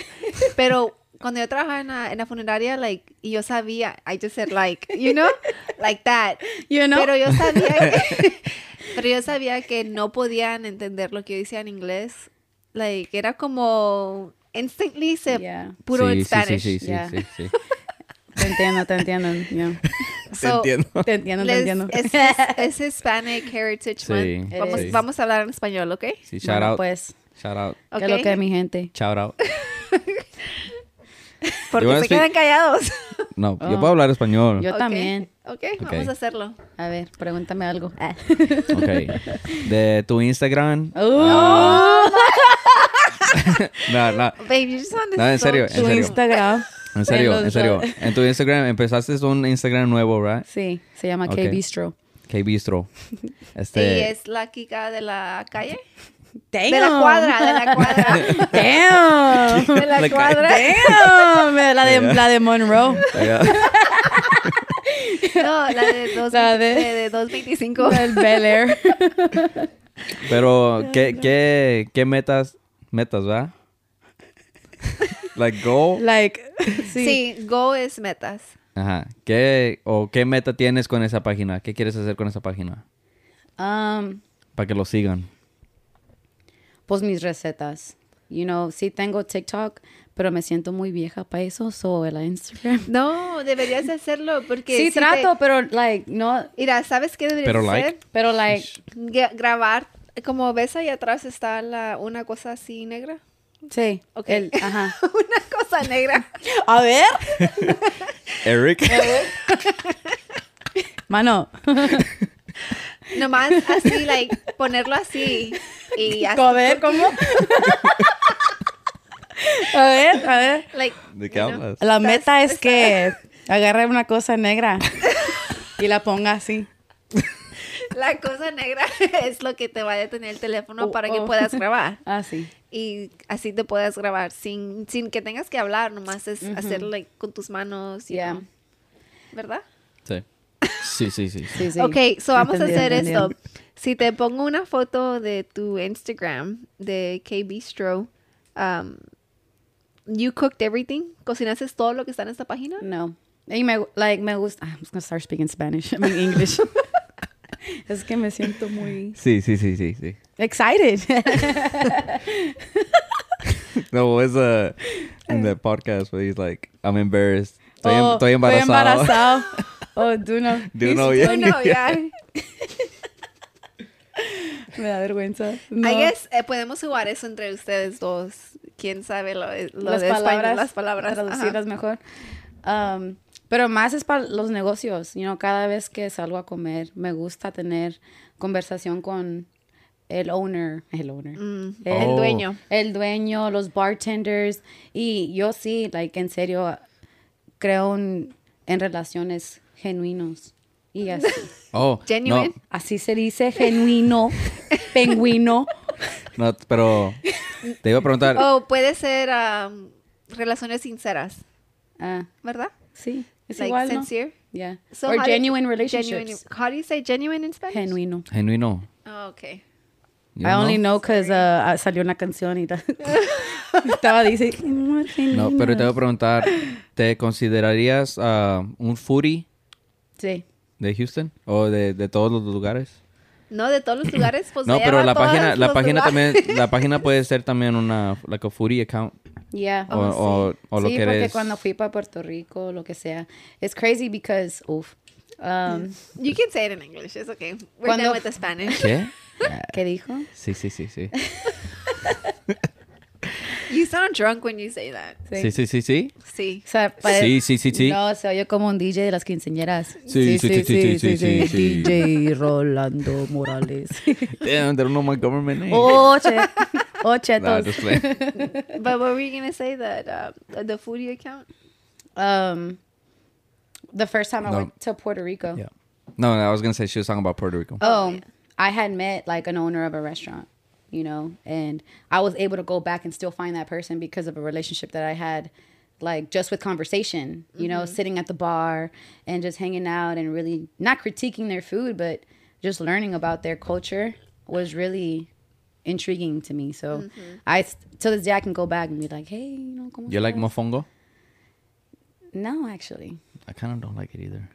[SPEAKER 1] Pero cuando yo trabajaba en la, en la funeraria, like, y yo sabía, I just said like, you know? Like that.
[SPEAKER 2] You know?
[SPEAKER 1] Pero yo sabía que, pero yo sabía que no podían entender lo que yo decía en inglés. Like, era como... Instantly se
[SPEAKER 2] Yeah.
[SPEAKER 1] puro
[SPEAKER 3] Sí,
[SPEAKER 1] en
[SPEAKER 3] sí,
[SPEAKER 1] Spanish.
[SPEAKER 3] Sí, sí, sí,
[SPEAKER 2] Yeah.
[SPEAKER 3] sí, sí.
[SPEAKER 2] Te entiendo, te entiendo. Yeah.
[SPEAKER 1] So,
[SPEAKER 3] Te entiendo.
[SPEAKER 2] Te entiendo, te
[SPEAKER 1] Les-
[SPEAKER 2] entiendo.
[SPEAKER 1] Es, his- es Hispanic Heritage
[SPEAKER 3] Sí,
[SPEAKER 1] Month.
[SPEAKER 3] It
[SPEAKER 1] Vamos,
[SPEAKER 3] is.
[SPEAKER 1] vamos a hablar en español, ¿ok?
[SPEAKER 3] Sí, shout out,
[SPEAKER 2] Pues,
[SPEAKER 3] shout out,
[SPEAKER 2] que lo
[SPEAKER 1] Ok.
[SPEAKER 2] que mi gente.
[SPEAKER 3] shout out.
[SPEAKER 1] Porque
[SPEAKER 3] wanna
[SPEAKER 1] se
[SPEAKER 3] speak?
[SPEAKER 1] quedan callados.
[SPEAKER 3] No, yo
[SPEAKER 2] Oh.
[SPEAKER 3] puedo hablar español.
[SPEAKER 2] Yo
[SPEAKER 1] Ok.
[SPEAKER 2] también.
[SPEAKER 1] ok, vamos a hacerlo.
[SPEAKER 2] A ver, pregúntame algo.
[SPEAKER 1] Ah.
[SPEAKER 3] Ok. De tu
[SPEAKER 2] Uh,
[SPEAKER 3] Instagram.
[SPEAKER 2] Oh,
[SPEAKER 3] No, no.
[SPEAKER 1] Babe, you just want this
[SPEAKER 3] No, en
[SPEAKER 1] so
[SPEAKER 3] serio, en
[SPEAKER 1] cute.
[SPEAKER 3] serio.
[SPEAKER 4] Instagram.
[SPEAKER 3] En serio,
[SPEAKER 2] Ay, no,
[SPEAKER 3] en serio.
[SPEAKER 2] no.
[SPEAKER 3] En tu Instagram empezaste un Instagram nuevo, right?
[SPEAKER 2] Sí, se llama
[SPEAKER 3] Ok.
[SPEAKER 2] K Bistro.
[SPEAKER 3] K Bistro.
[SPEAKER 1] Sí,
[SPEAKER 3] Este,
[SPEAKER 1] es la Kika de la calle.
[SPEAKER 4] Damn.
[SPEAKER 1] De la cuadra, de la cuadra.
[SPEAKER 4] Damn.
[SPEAKER 1] De la
[SPEAKER 3] Like,
[SPEAKER 1] cuadra.
[SPEAKER 4] Damn. La de, la de Monroe.
[SPEAKER 1] No, la de, dos,
[SPEAKER 2] La de-
[SPEAKER 1] de... de 225.
[SPEAKER 2] El Bel Air.
[SPEAKER 3] pero ¿qué, qué, qué metas, metas, ¿verdad? Like goal.
[SPEAKER 4] Like, sí.
[SPEAKER 1] Sí, go es metas.
[SPEAKER 3] Ajá. ¿Qué o qué meta tienes con esa página? ¿Qué quieres hacer con esa página?
[SPEAKER 2] Um,
[SPEAKER 3] Para que lo sigan.
[SPEAKER 2] pues mis recetas. You know, sí tengo TikTok, pero me siento muy vieja para eso, so el Instagram.
[SPEAKER 1] No, deberías hacerlo porque.
[SPEAKER 2] Sí
[SPEAKER 1] si te-
[SPEAKER 2] trato, pero like no,
[SPEAKER 1] Mira, ¿sabes qué deberías
[SPEAKER 3] Pero like.
[SPEAKER 1] hacer?
[SPEAKER 2] pero like
[SPEAKER 1] Gra- grabar. Como ves ahí atrás está la, una cosa así negra.
[SPEAKER 2] sí,
[SPEAKER 1] Ok.
[SPEAKER 2] el- ajá.
[SPEAKER 1] una cosa negra.
[SPEAKER 4] A ver.
[SPEAKER 3] Eric.
[SPEAKER 4] Mano.
[SPEAKER 1] Nomás así, like, ponerlo así. Y así.
[SPEAKER 4] A ver, ¿cómo? A ver, a ver.
[SPEAKER 1] Like,
[SPEAKER 3] ¿De qué
[SPEAKER 1] you know.
[SPEAKER 3] hablas?
[SPEAKER 4] La meta es que agarre una cosa negra y la ponga así.
[SPEAKER 1] La cosa negra es lo que te va a detener el teléfono
[SPEAKER 2] Oh,
[SPEAKER 1] para que
[SPEAKER 2] oh.
[SPEAKER 1] puedas grabar.
[SPEAKER 2] Ah, sí.
[SPEAKER 1] Y así te puedas grabar sin, sin que tengas que hablar, nomás es hacer like, con tus manos, you
[SPEAKER 2] Yeah.
[SPEAKER 1] know. ¿verdad?
[SPEAKER 3] Sí. Sí, sí, sí. sí.
[SPEAKER 2] Sí, sí.
[SPEAKER 1] Ok, so vamos
[SPEAKER 2] Entendido,
[SPEAKER 1] a hacer
[SPEAKER 2] entendido.
[SPEAKER 1] esto. Si te pongo una foto de tu Instagram de K-Bistro, um, you cooked everything? ¿Cocinaste todo lo que está en esta página?
[SPEAKER 2] No. Y me, like, me gusta. I'm just gonna start speaking Spanish. I mean, English. es que me siento muy
[SPEAKER 3] Sí, sí, sí, sí, sí.
[SPEAKER 4] Excited.
[SPEAKER 3] em-, No, es uh, in the podcast where he's like, I'm embarrassed. Estoy, em-,
[SPEAKER 4] Oh,
[SPEAKER 3] estoy embarazado.
[SPEAKER 4] embarazado. Oh, Duno.
[SPEAKER 3] Do no,
[SPEAKER 1] Oh, no, yeah.
[SPEAKER 4] Me da vergüenza. No.
[SPEAKER 1] I guess eh, podemos jugar eso entre ustedes dos. ¿Quién sabe lo, lo
[SPEAKER 2] las
[SPEAKER 1] de
[SPEAKER 2] palabras,
[SPEAKER 1] español, las palabras? ajá.
[SPEAKER 2] traducirlas mejor. Um, pero más es para los negocios. You know, cada vez que salgo a comer, me gusta tener conversación con el owner, el owner,
[SPEAKER 1] El
[SPEAKER 3] Oh.
[SPEAKER 1] dueño.
[SPEAKER 2] el dueño, los bartenders. Y yo sí, like, en serio, creo en, en relaciones genuinos. Y así,
[SPEAKER 3] Oh, no,
[SPEAKER 1] Genuine.
[SPEAKER 2] así se dice genuino, pingüino.
[SPEAKER 3] No, pero te iba a preguntar.
[SPEAKER 1] O Oh, puede ser um, relaciones sinceras,
[SPEAKER 2] Ah,
[SPEAKER 1] ¿verdad?
[SPEAKER 2] sí, es
[SPEAKER 1] like
[SPEAKER 2] igual, ¿no?
[SPEAKER 1] sincere.
[SPEAKER 2] Yeah.
[SPEAKER 1] So
[SPEAKER 2] Or
[SPEAKER 1] how do-
[SPEAKER 2] genuine relationships.
[SPEAKER 1] genuine- how do you say genuine in Spanish?
[SPEAKER 2] Genuino.
[SPEAKER 3] Genuino.
[SPEAKER 1] Oh, okay.
[SPEAKER 3] You
[SPEAKER 2] I
[SPEAKER 3] don't
[SPEAKER 2] only
[SPEAKER 3] know?
[SPEAKER 2] know because uh, salió una canción y la- estaba dice
[SPEAKER 3] No, pero te iba a preguntar, ¿te considerarías ah, un foodie
[SPEAKER 2] sí
[SPEAKER 3] de Houston o de, de todos los lugares?
[SPEAKER 1] No, de todos los lugares, pues
[SPEAKER 3] no,
[SPEAKER 1] allá
[SPEAKER 3] pero
[SPEAKER 1] van
[SPEAKER 3] la
[SPEAKER 1] todos
[SPEAKER 3] página, la
[SPEAKER 1] los
[SPEAKER 3] página
[SPEAKER 1] lugares.
[SPEAKER 3] también, la página puede ser también una, like a foodie account.
[SPEAKER 2] yeah
[SPEAKER 3] O- Oh, sí. o- o lo
[SPEAKER 2] sí
[SPEAKER 3] que
[SPEAKER 2] porque
[SPEAKER 3] eres.
[SPEAKER 2] cuando fui para Puerto Rico lo que sea it's crazy because uf um,
[SPEAKER 1] You can say it in English, it's okay. We're
[SPEAKER 2] Cuando-
[SPEAKER 1] done with the Spanish.
[SPEAKER 3] ¿Qué?
[SPEAKER 2] qué dijo
[SPEAKER 3] Sí, sí, sí, sí.
[SPEAKER 1] You sound drunk when you say that.
[SPEAKER 3] Sí, sí, sí, sí.
[SPEAKER 1] Sí.
[SPEAKER 2] O sea, pues,
[SPEAKER 3] Sí, sí, sí, sí.
[SPEAKER 2] No, se oye como un DJ de las quinceañeras.
[SPEAKER 3] Sí, sí, sí, sí, sí, sí, sí.
[SPEAKER 2] DJ Rolando Morales.
[SPEAKER 3] Damn, they don't know my government name.
[SPEAKER 2] Oche. Oche,
[SPEAKER 3] Nah,
[SPEAKER 2] Oh, todos.
[SPEAKER 3] just playing.
[SPEAKER 1] But what were you going to say? That uh, the- the foodie account?
[SPEAKER 2] Um, the first time I
[SPEAKER 3] No.
[SPEAKER 2] went to Puerto Rico.
[SPEAKER 3] Yeah. No, no, I was gonna say she was talking about Puerto Rico.
[SPEAKER 2] Oh, I had met like an owner of a restaurant, you know, and I was able to go back and still find that person because of a relationship that I had, like just with conversation, you know, sitting at the bar and just hanging out and really not critiquing their food, but just learning about their culture was really intriguing to me. So I, to this day, I can go back and be like, hey, you know, como
[SPEAKER 3] You like mofongo?
[SPEAKER 2] No, actually,
[SPEAKER 3] I kind of don't like it either.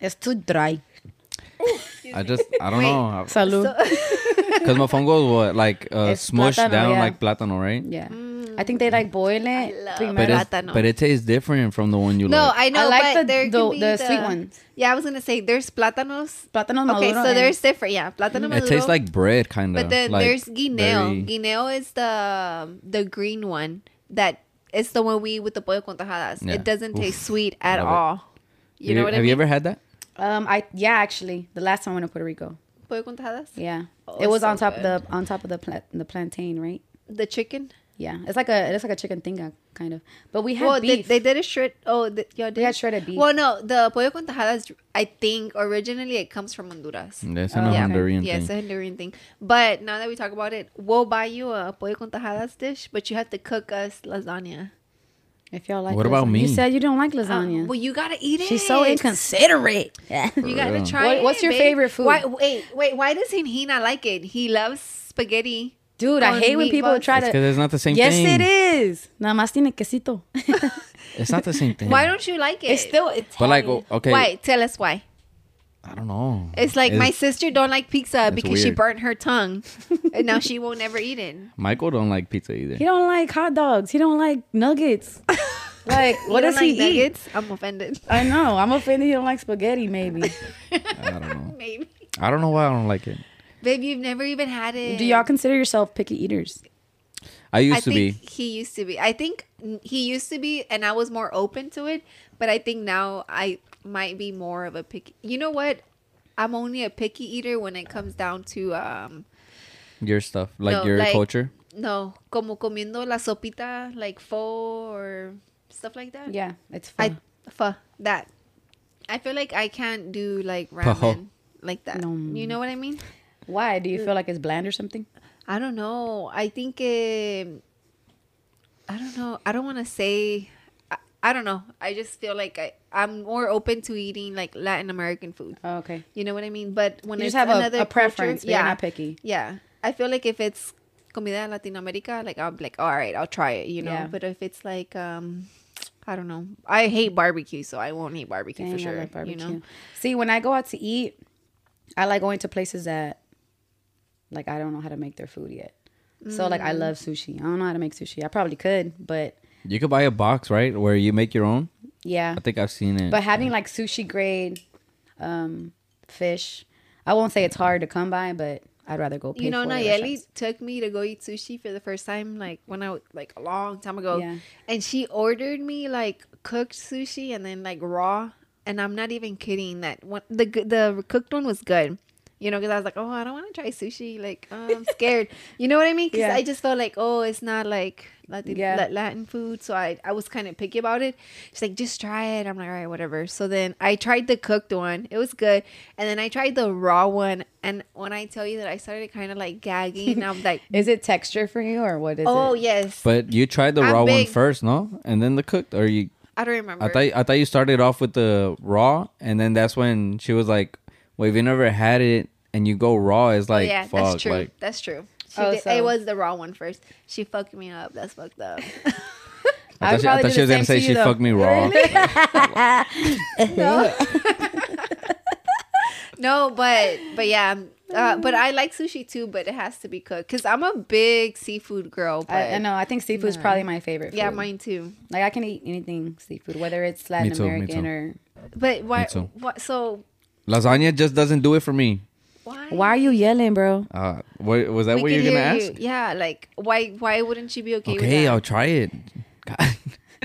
[SPEAKER 2] it's too dry.
[SPEAKER 3] I just I don't
[SPEAKER 1] Wait.
[SPEAKER 3] know
[SPEAKER 2] Salud.
[SPEAKER 3] because mofongo is what like uh,
[SPEAKER 2] It's
[SPEAKER 3] smushed
[SPEAKER 2] plátano,
[SPEAKER 3] down
[SPEAKER 2] yeah.
[SPEAKER 3] like plátano, right?
[SPEAKER 2] yeah, I think they like boil it.
[SPEAKER 1] love
[SPEAKER 3] But,
[SPEAKER 2] primero.
[SPEAKER 3] it's,
[SPEAKER 1] Plátano.
[SPEAKER 3] but it tastes different from the one you
[SPEAKER 1] No,
[SPEAKER 3] like.
[SPEAKER 1] I know,
[SPEAKER 2] like
[SPEAKER 1] but
[SPEAKER 2] the-
[SPEAKER 1] there
[SPEAKER 2] the-
[SPEAKER 1] can be
[SPEAKER 2] the sweet ones.
[SPEAKER 1] Yeah, I was going to say, there's plátanos.
[SPEAKER 2] Plátano maduro.
[SPEAKER 1] Okay, so
[SPEAKER 2] and-
[SPEAKER 1] there's different. Yeah, plátano maduro.
[SPEAKER 3] it tastes like bread, kind of.
[SPEAKER 1] But then
[SPEAKER 3] like
[SPEAKER 1] there's guineo.
[SPEAKER 3] very-
[SPEAKER 1] Guineo is the the green one that it's the one we eat with the pollo con tajadas.
[SPEAKER 3] Yeah.
[SPEAKER 1] It doesn't taste sweet at
[SPEAKER 3] Love it.
[SPEAKER 1] all. You
[SPEAKER 3] Have
[SPEAKER 1] know what I
[SPEAKER 3] Have
[SPEAKER 1] mean?
[SPEAKER 3] you ever had that?
[SPEAKER 2] Um, I yeah, actually, the last time I went to Puerto Rico,
[SPEAKER 1] pollo con tajadas?
[SPEAKER 2] yeah,
[SPEAKER 1] Oh,
[SPEAKER 2] it was
[SPEAKER 1] so
[SPEAKER 2] on top of the on top of the pla- the plantain, right?
[SPEAKER 1] The chicken?
[SPEAKER 2] Yeah, it's like a it's like a chicken tinga kind of, but we had
[SPEAKER 1] well, they,
[SPEAKER 2] beef.
[SPEAKER 1] they did a shred. Oh, the, y'all did.
[SPEAKER 2] had shredded beef.
[SPEAKER 1] Well, no, the pollo con tajadas. I think originally it comes from Honduras.
[SPEAKER 3] That's
[SPEAKER 2] Oh,
[SPEAKER 3] an
[SPEAKER 2] okay.
[SPEAKER 3] Honduran
[SPEAKER 1] yeah, it's
[SPEAKER 3] Mm, thing.
[SPEAKER 1] a Honduran thing. But now that we talk about it, we'll buy you a pollo con tajadas dish, but you have to cook us lasagna.
[SPEAKER 2] if y'all like,
[SPEAKER 3] What about
[SPEAKER 2] lasagna-
[SPEAKER 3] me?
[SPEAKER 2] You said you don't like
[SPEAKER 1] Um,
[SPEAKER 2] lasagna.
[SPEAKER 1] well, you gotta eat it.
[SPEAKER 2] She's so inconsiderate.
[SPEAKER 1] You gotta
[SPEAKER 3] real.
[SPEAKER 1] try
[SPEAKER 2] What-
[SPEAKER 1] it.
[SPEAKER 2] what's your
[SPEAKER 1] babe.
[SPEAKER 2] favorite food?
[SPEAKER 1] Why, wait, wait. Why does he, he not like it? He loves spaghetti.
[SPEAKER 2] Dude, I
[SPEAKER 1] Con
[SPEAKER 2] hate when people
[SPEAKER 1] meatballs.
[SPEAKER 2] try
[SPEAKER 3] It's
[SPEAKER 2] to.
[SPEAKER 3] 'cause it's not the same
[SPEAKER 2] yes,
[SPEAKER 3] thing.
[SPEAKER 2] it is. Nada más tiene quesito.
[SPEAKER 3] It's not the same thing.
[SPEAKER 1] Why don't you like it?
[SPEAKER 2] It's still Italian.
[SPEAKER 3] But like, o- okay,
[SPEAKER 1] Why? Tell us why.
[SPEAKER 3] I don't know.
[SPEAKER 1] It's like my sister don't like pizza because she
[SPEAKER 3] weird.
[SPEAKER 1] burnt her tongue, and now she won't ever eat it.
[SPEAKER 3] Michael don't like pizza either.
[SPEAKER 2] He don't like hot dogs. He don't like nuggets. Like, what
[SPEAKER 1] You
[SPEAKER 2] does
[SPEAKER 1] don't
[SPEAKER 2] he
[SPEAKER 1] like
[SPEAKER 2] eat?
[SPEAKER 1] nuggets? I'm offended.
[SPEAKER 2] I know. I'm offended. He don't like spaghetti. Maybe.
[SPEAKER 3] I don't know.
[SPEAKER 1] Maybe,
[SPEAKER 3] I don't know why I don't like it.
[SPEAKER 1] babe, you've never even had it.
[SPEAKER 2] Do y'all consider yourself picky eaters?
[SPEAKER 3] I
[SPEAKER 1] I
[SPEAKER 3] used to
[SPEAKER 1] think
[SPEAKER 3] be.
[SPEAKER 1] he used to be. I think he used to be, and I was more open to it. But I think now I might be more of a picky. You know what? I'm only a picky eater when it comes down to um
[SPEAKER 3] Your stuff, like
[SPEAKER 1] no,
[SPEAKER 3] your culture.
[SPEAKER 1] No, como comiendo la sopita like pho or stuff like that.
[SPEAKER 2] Yeah, it's
[SPEAKER 1] I
[SPEAKER 2] fun.
[SPEAKER 1] pho that. I feel like I can't do like ramen
[SPEAKER 3] Pho.
[SPEAKER 1] like that.
[SPEAKER 2] No.
[SPEAKER 1] You know what I mean?
[SPEAKER 2] Why do you feel like it's bland or something?
[SPEAKER 1] I don't know. I think um I don't know. I don't want to say. I, I don't know. I just feel like I I'm more open to eating like Latin American food.
[SPEAKER 2] Oh, okay,
[SPEAKER 1] You know what I mean? But when
[SPEAKER 2] you
[SPEAKER 1] it's
[SPEAKER 2] just have
[SPEAKER 1] another
[SPEAKER 2] a, a preference.
[SPEAKER 1] culture-
[SPEAKER 2] but you're not picky.
[SPEAKER 1] yeah. I feel like if it's comida Latinoamerica, like I'll be like, all right, I'll try it. You know.
[SPEAKER 2] Yeah.
[SPEAKER 1] But if it's like um. I don't know. I hate barbecue, so I won't eat barbecue for
[SPEAKER 2] Dang, I
[SPEAKER 1] sure.
[SPEAKER 2] love barbecue.
[SPEAKER 1] You know,
[SPEAKER 2] See, when I go out to eat, I like going to places that, like, I don't know how to make their food yet. So, like, I
[SPEAKER 1] Mm.
[SPEAKER 2] love sushi. I don't know how to make sushi. I probably could, but
[SPEAKER 3] You could buy a box, right, where you make your own.
[SPEAKER 2] yeah.
[SPEAKER 3] I think I've seen it.
[SPEAKER 2] But having like sushi grade um, fish, I won't say it's hard to come by, but I'd rather go. Pay
[SPEAKER 1] you know,
[SPEAKER 2] for it at
[SPEAKER 1] Nayeli
[SPEAKER 2] restaurants.
[SPEAKER 1] took me to go eat sushi for the first time, like when I was like a long time ago.
[SPEAKER 2] Yeah.
[SPEAKER 1] And she ordered me like cooked sushi and then like raw. And I'm not even kidding. That one, the g- the cooked one was good. You know, because I was like, oh, I don't want to try sushi. Like, oh, I'm scared. you know what I mean? Because
[SPEAKER 2] Yeah.
[SPEAKER 1] I just felt like, oh, it's not like Latin,
[SPEAKER 2] Yeah.
[SPEAKER 1] La- Latin food. So I, I was kind of picky about it. She's like, just try it. I'm like, all right, whatever. So then I tried the cooked one. It was good. And then I tried the raw one. And when I tell you that I started kind of like gagging, I'm like,
[SPEAKER 2] Is it texture for you or what is
[SPEAKER 1] oh,
[SPEAKER 2] it?
[SPEAKER 1] yes.
[SPEAKER 3] But you tried the
[SPEAKER 1] I'm
[SPEAKER 3] raw
[SPEAKER 1] big.
[SPEAKER 3] one first, no? And then the cooked, or you?
[SPEAKER 1] I don't remember.
[SPEAKER 3] I thought I thought you started off with the raw, and then that's when she was like, "Well, if you never had it, and you go raw, it's like
[SPEAKER 1] Oh, yeah,
[SPEAKER 3] fuck,
[SPEAKER 1] that's true.
[SPEAKER 3] like
[SPEAKER 1] that's true. She
[SPEAKER 2] Oh,
[SPEAKER 1] did,
[SPEAKER 2] so-
[SPEAKER 1] It was the raw one first. She fucked me up. That's fucked up.
[SPEAKER 3] I
[SPEAKER 2] I'd probably
[SPEAKER 3] thought, she, I thought
[SPEAKER 2] do
[SPEAKER 3] she
[SPEAKER 2] the
[SPEAKER 3] was gonna
[SPEAKER 2] same to
[SPEAKER 3] say she
[SPEAKER 2] you, though.
[SPEAKER 3] fucked me raw.
[SPEAKER 1] no, but but yeah. Uh, but I like sushi too, but it has to be cooked because I'm a big seafood girl. But
[SPEAKER 2] I, I know. I think seafood's probably my favorite.
[SPEAKER 1] yeah,
[SPEAKER 2] food.
[SPEAKER 1] mine too.
[SPEAKER 2] Like I can eat anything seafood, whether it's Latin
[SPEAKER 3] too, me
[SPEAKER 2] American
[SPEAKER 3] too.
[SPEAKER 2] or
[SPEAKER 1] But why?
[SPEAKER 3] too.
[SPEAKER 1] What? So
[SPEAKER 3] Lasagna just doesn't do it for me.
[SPEAKER 1] why?
[SPEAKER 2] Why are you yelling, bro?
[SPEAKER 3] Uh, what, was that
[SPEAKER 1] We
[SPEAKER 3] what
[SPEAKER 1] could
[SPEAKER 3] you're gonna
[SPEAKER 1] hear
[SPEAKER 3] ask?
[SPEAKER 1] you. Yeah, like why? Why wouldn't she be okay?
[SPEAKER 3] Okay, I'll
[SPEAKER 1] with
[SPEAKER 3] try it. God.
[SPEAKER 1] that?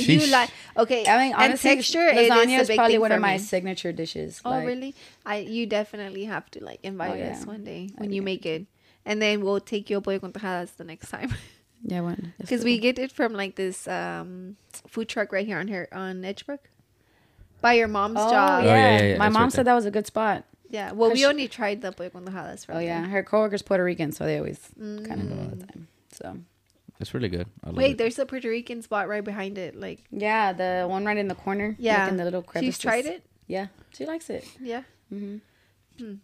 [SPEAKER 1] you
[SPEAKER 3] Sheesh.
[SPEAKER 1] like okay.
[SPEAKER 2] I mean, honestly,
[SPEAKER 1] and texture it
[SPEAKER 2] lasagna
[SPEAKER 1] a
[SPEAKER 2] is
[SPEAKER 1] big
[SPEAKER 2] probably
[SPEAKER 1] thing
[SPEAKER 2] one
[SPEAKER 1] for
[SPEAKER 2] of my
[SPEAKER 1] me.
[SPEAKER 2] signature dishes.
[SPEAKER 1] Oh
[SPEAKER 2] like-
[SPEAKER 1] really? I you definitely have to like invite
[SPEAKER 2] Oh,
[SPEAKER 1] us
[SPEAKER 2] yeah.
[SPEAKER 1] one day when you make it, and then we'll take your pollo con tajadas the next time
[SPEAKER 2] Yeah, one.
[SPEAKER 1] because we get it from like this um, food truck right here on here on Edgebrook by your mom's
[SPEAKER 2] Oh,
[SPEAKER 1] job.
[SPEAKER 2] Yeah.
[SPEAKER 1] Yeah.
[SPEAKER 3] yeah, yeah,
[SPEAKER 2] My
[SPEAKER 3] that's
[SPEAKER 2] mom
[SPEAKER 3] right there.
[SPEAKER 2] said that was a good spot.
[SPEAKER 1] Well, we
[SPEAKER 2] Cause-
[SPEAKER 1] only tried the pollo con tajadas from.
[SPEAKER 2] Oh
[SPEAKER 1] there.
[SPEAKER 2] yeah, her coworker's Puerto Rican, so they always
[SPEAKER 1] Mm.
[SPEAKER 2] kind of go all the
[SPEAKER 3] Mm.
[SPEAKER 2] time. So
[SPEAKER 3] It's really good. I love
[SPEAKER 1] Wait,
[SPEAKER 3] it.
[SPEAKER 1] there's a Puerto Rican spot right behind it. Like
[SPEAKER 2] yeah, the one right in the corner. like,
[SPEAKER 1] yeah,
[SPEAKER 2] in the little crevices.
[SPEAKER 1] She's tried it.
[SPEAKER 2] Yeah, she likes it.
[SPEAKER 1] Yeah.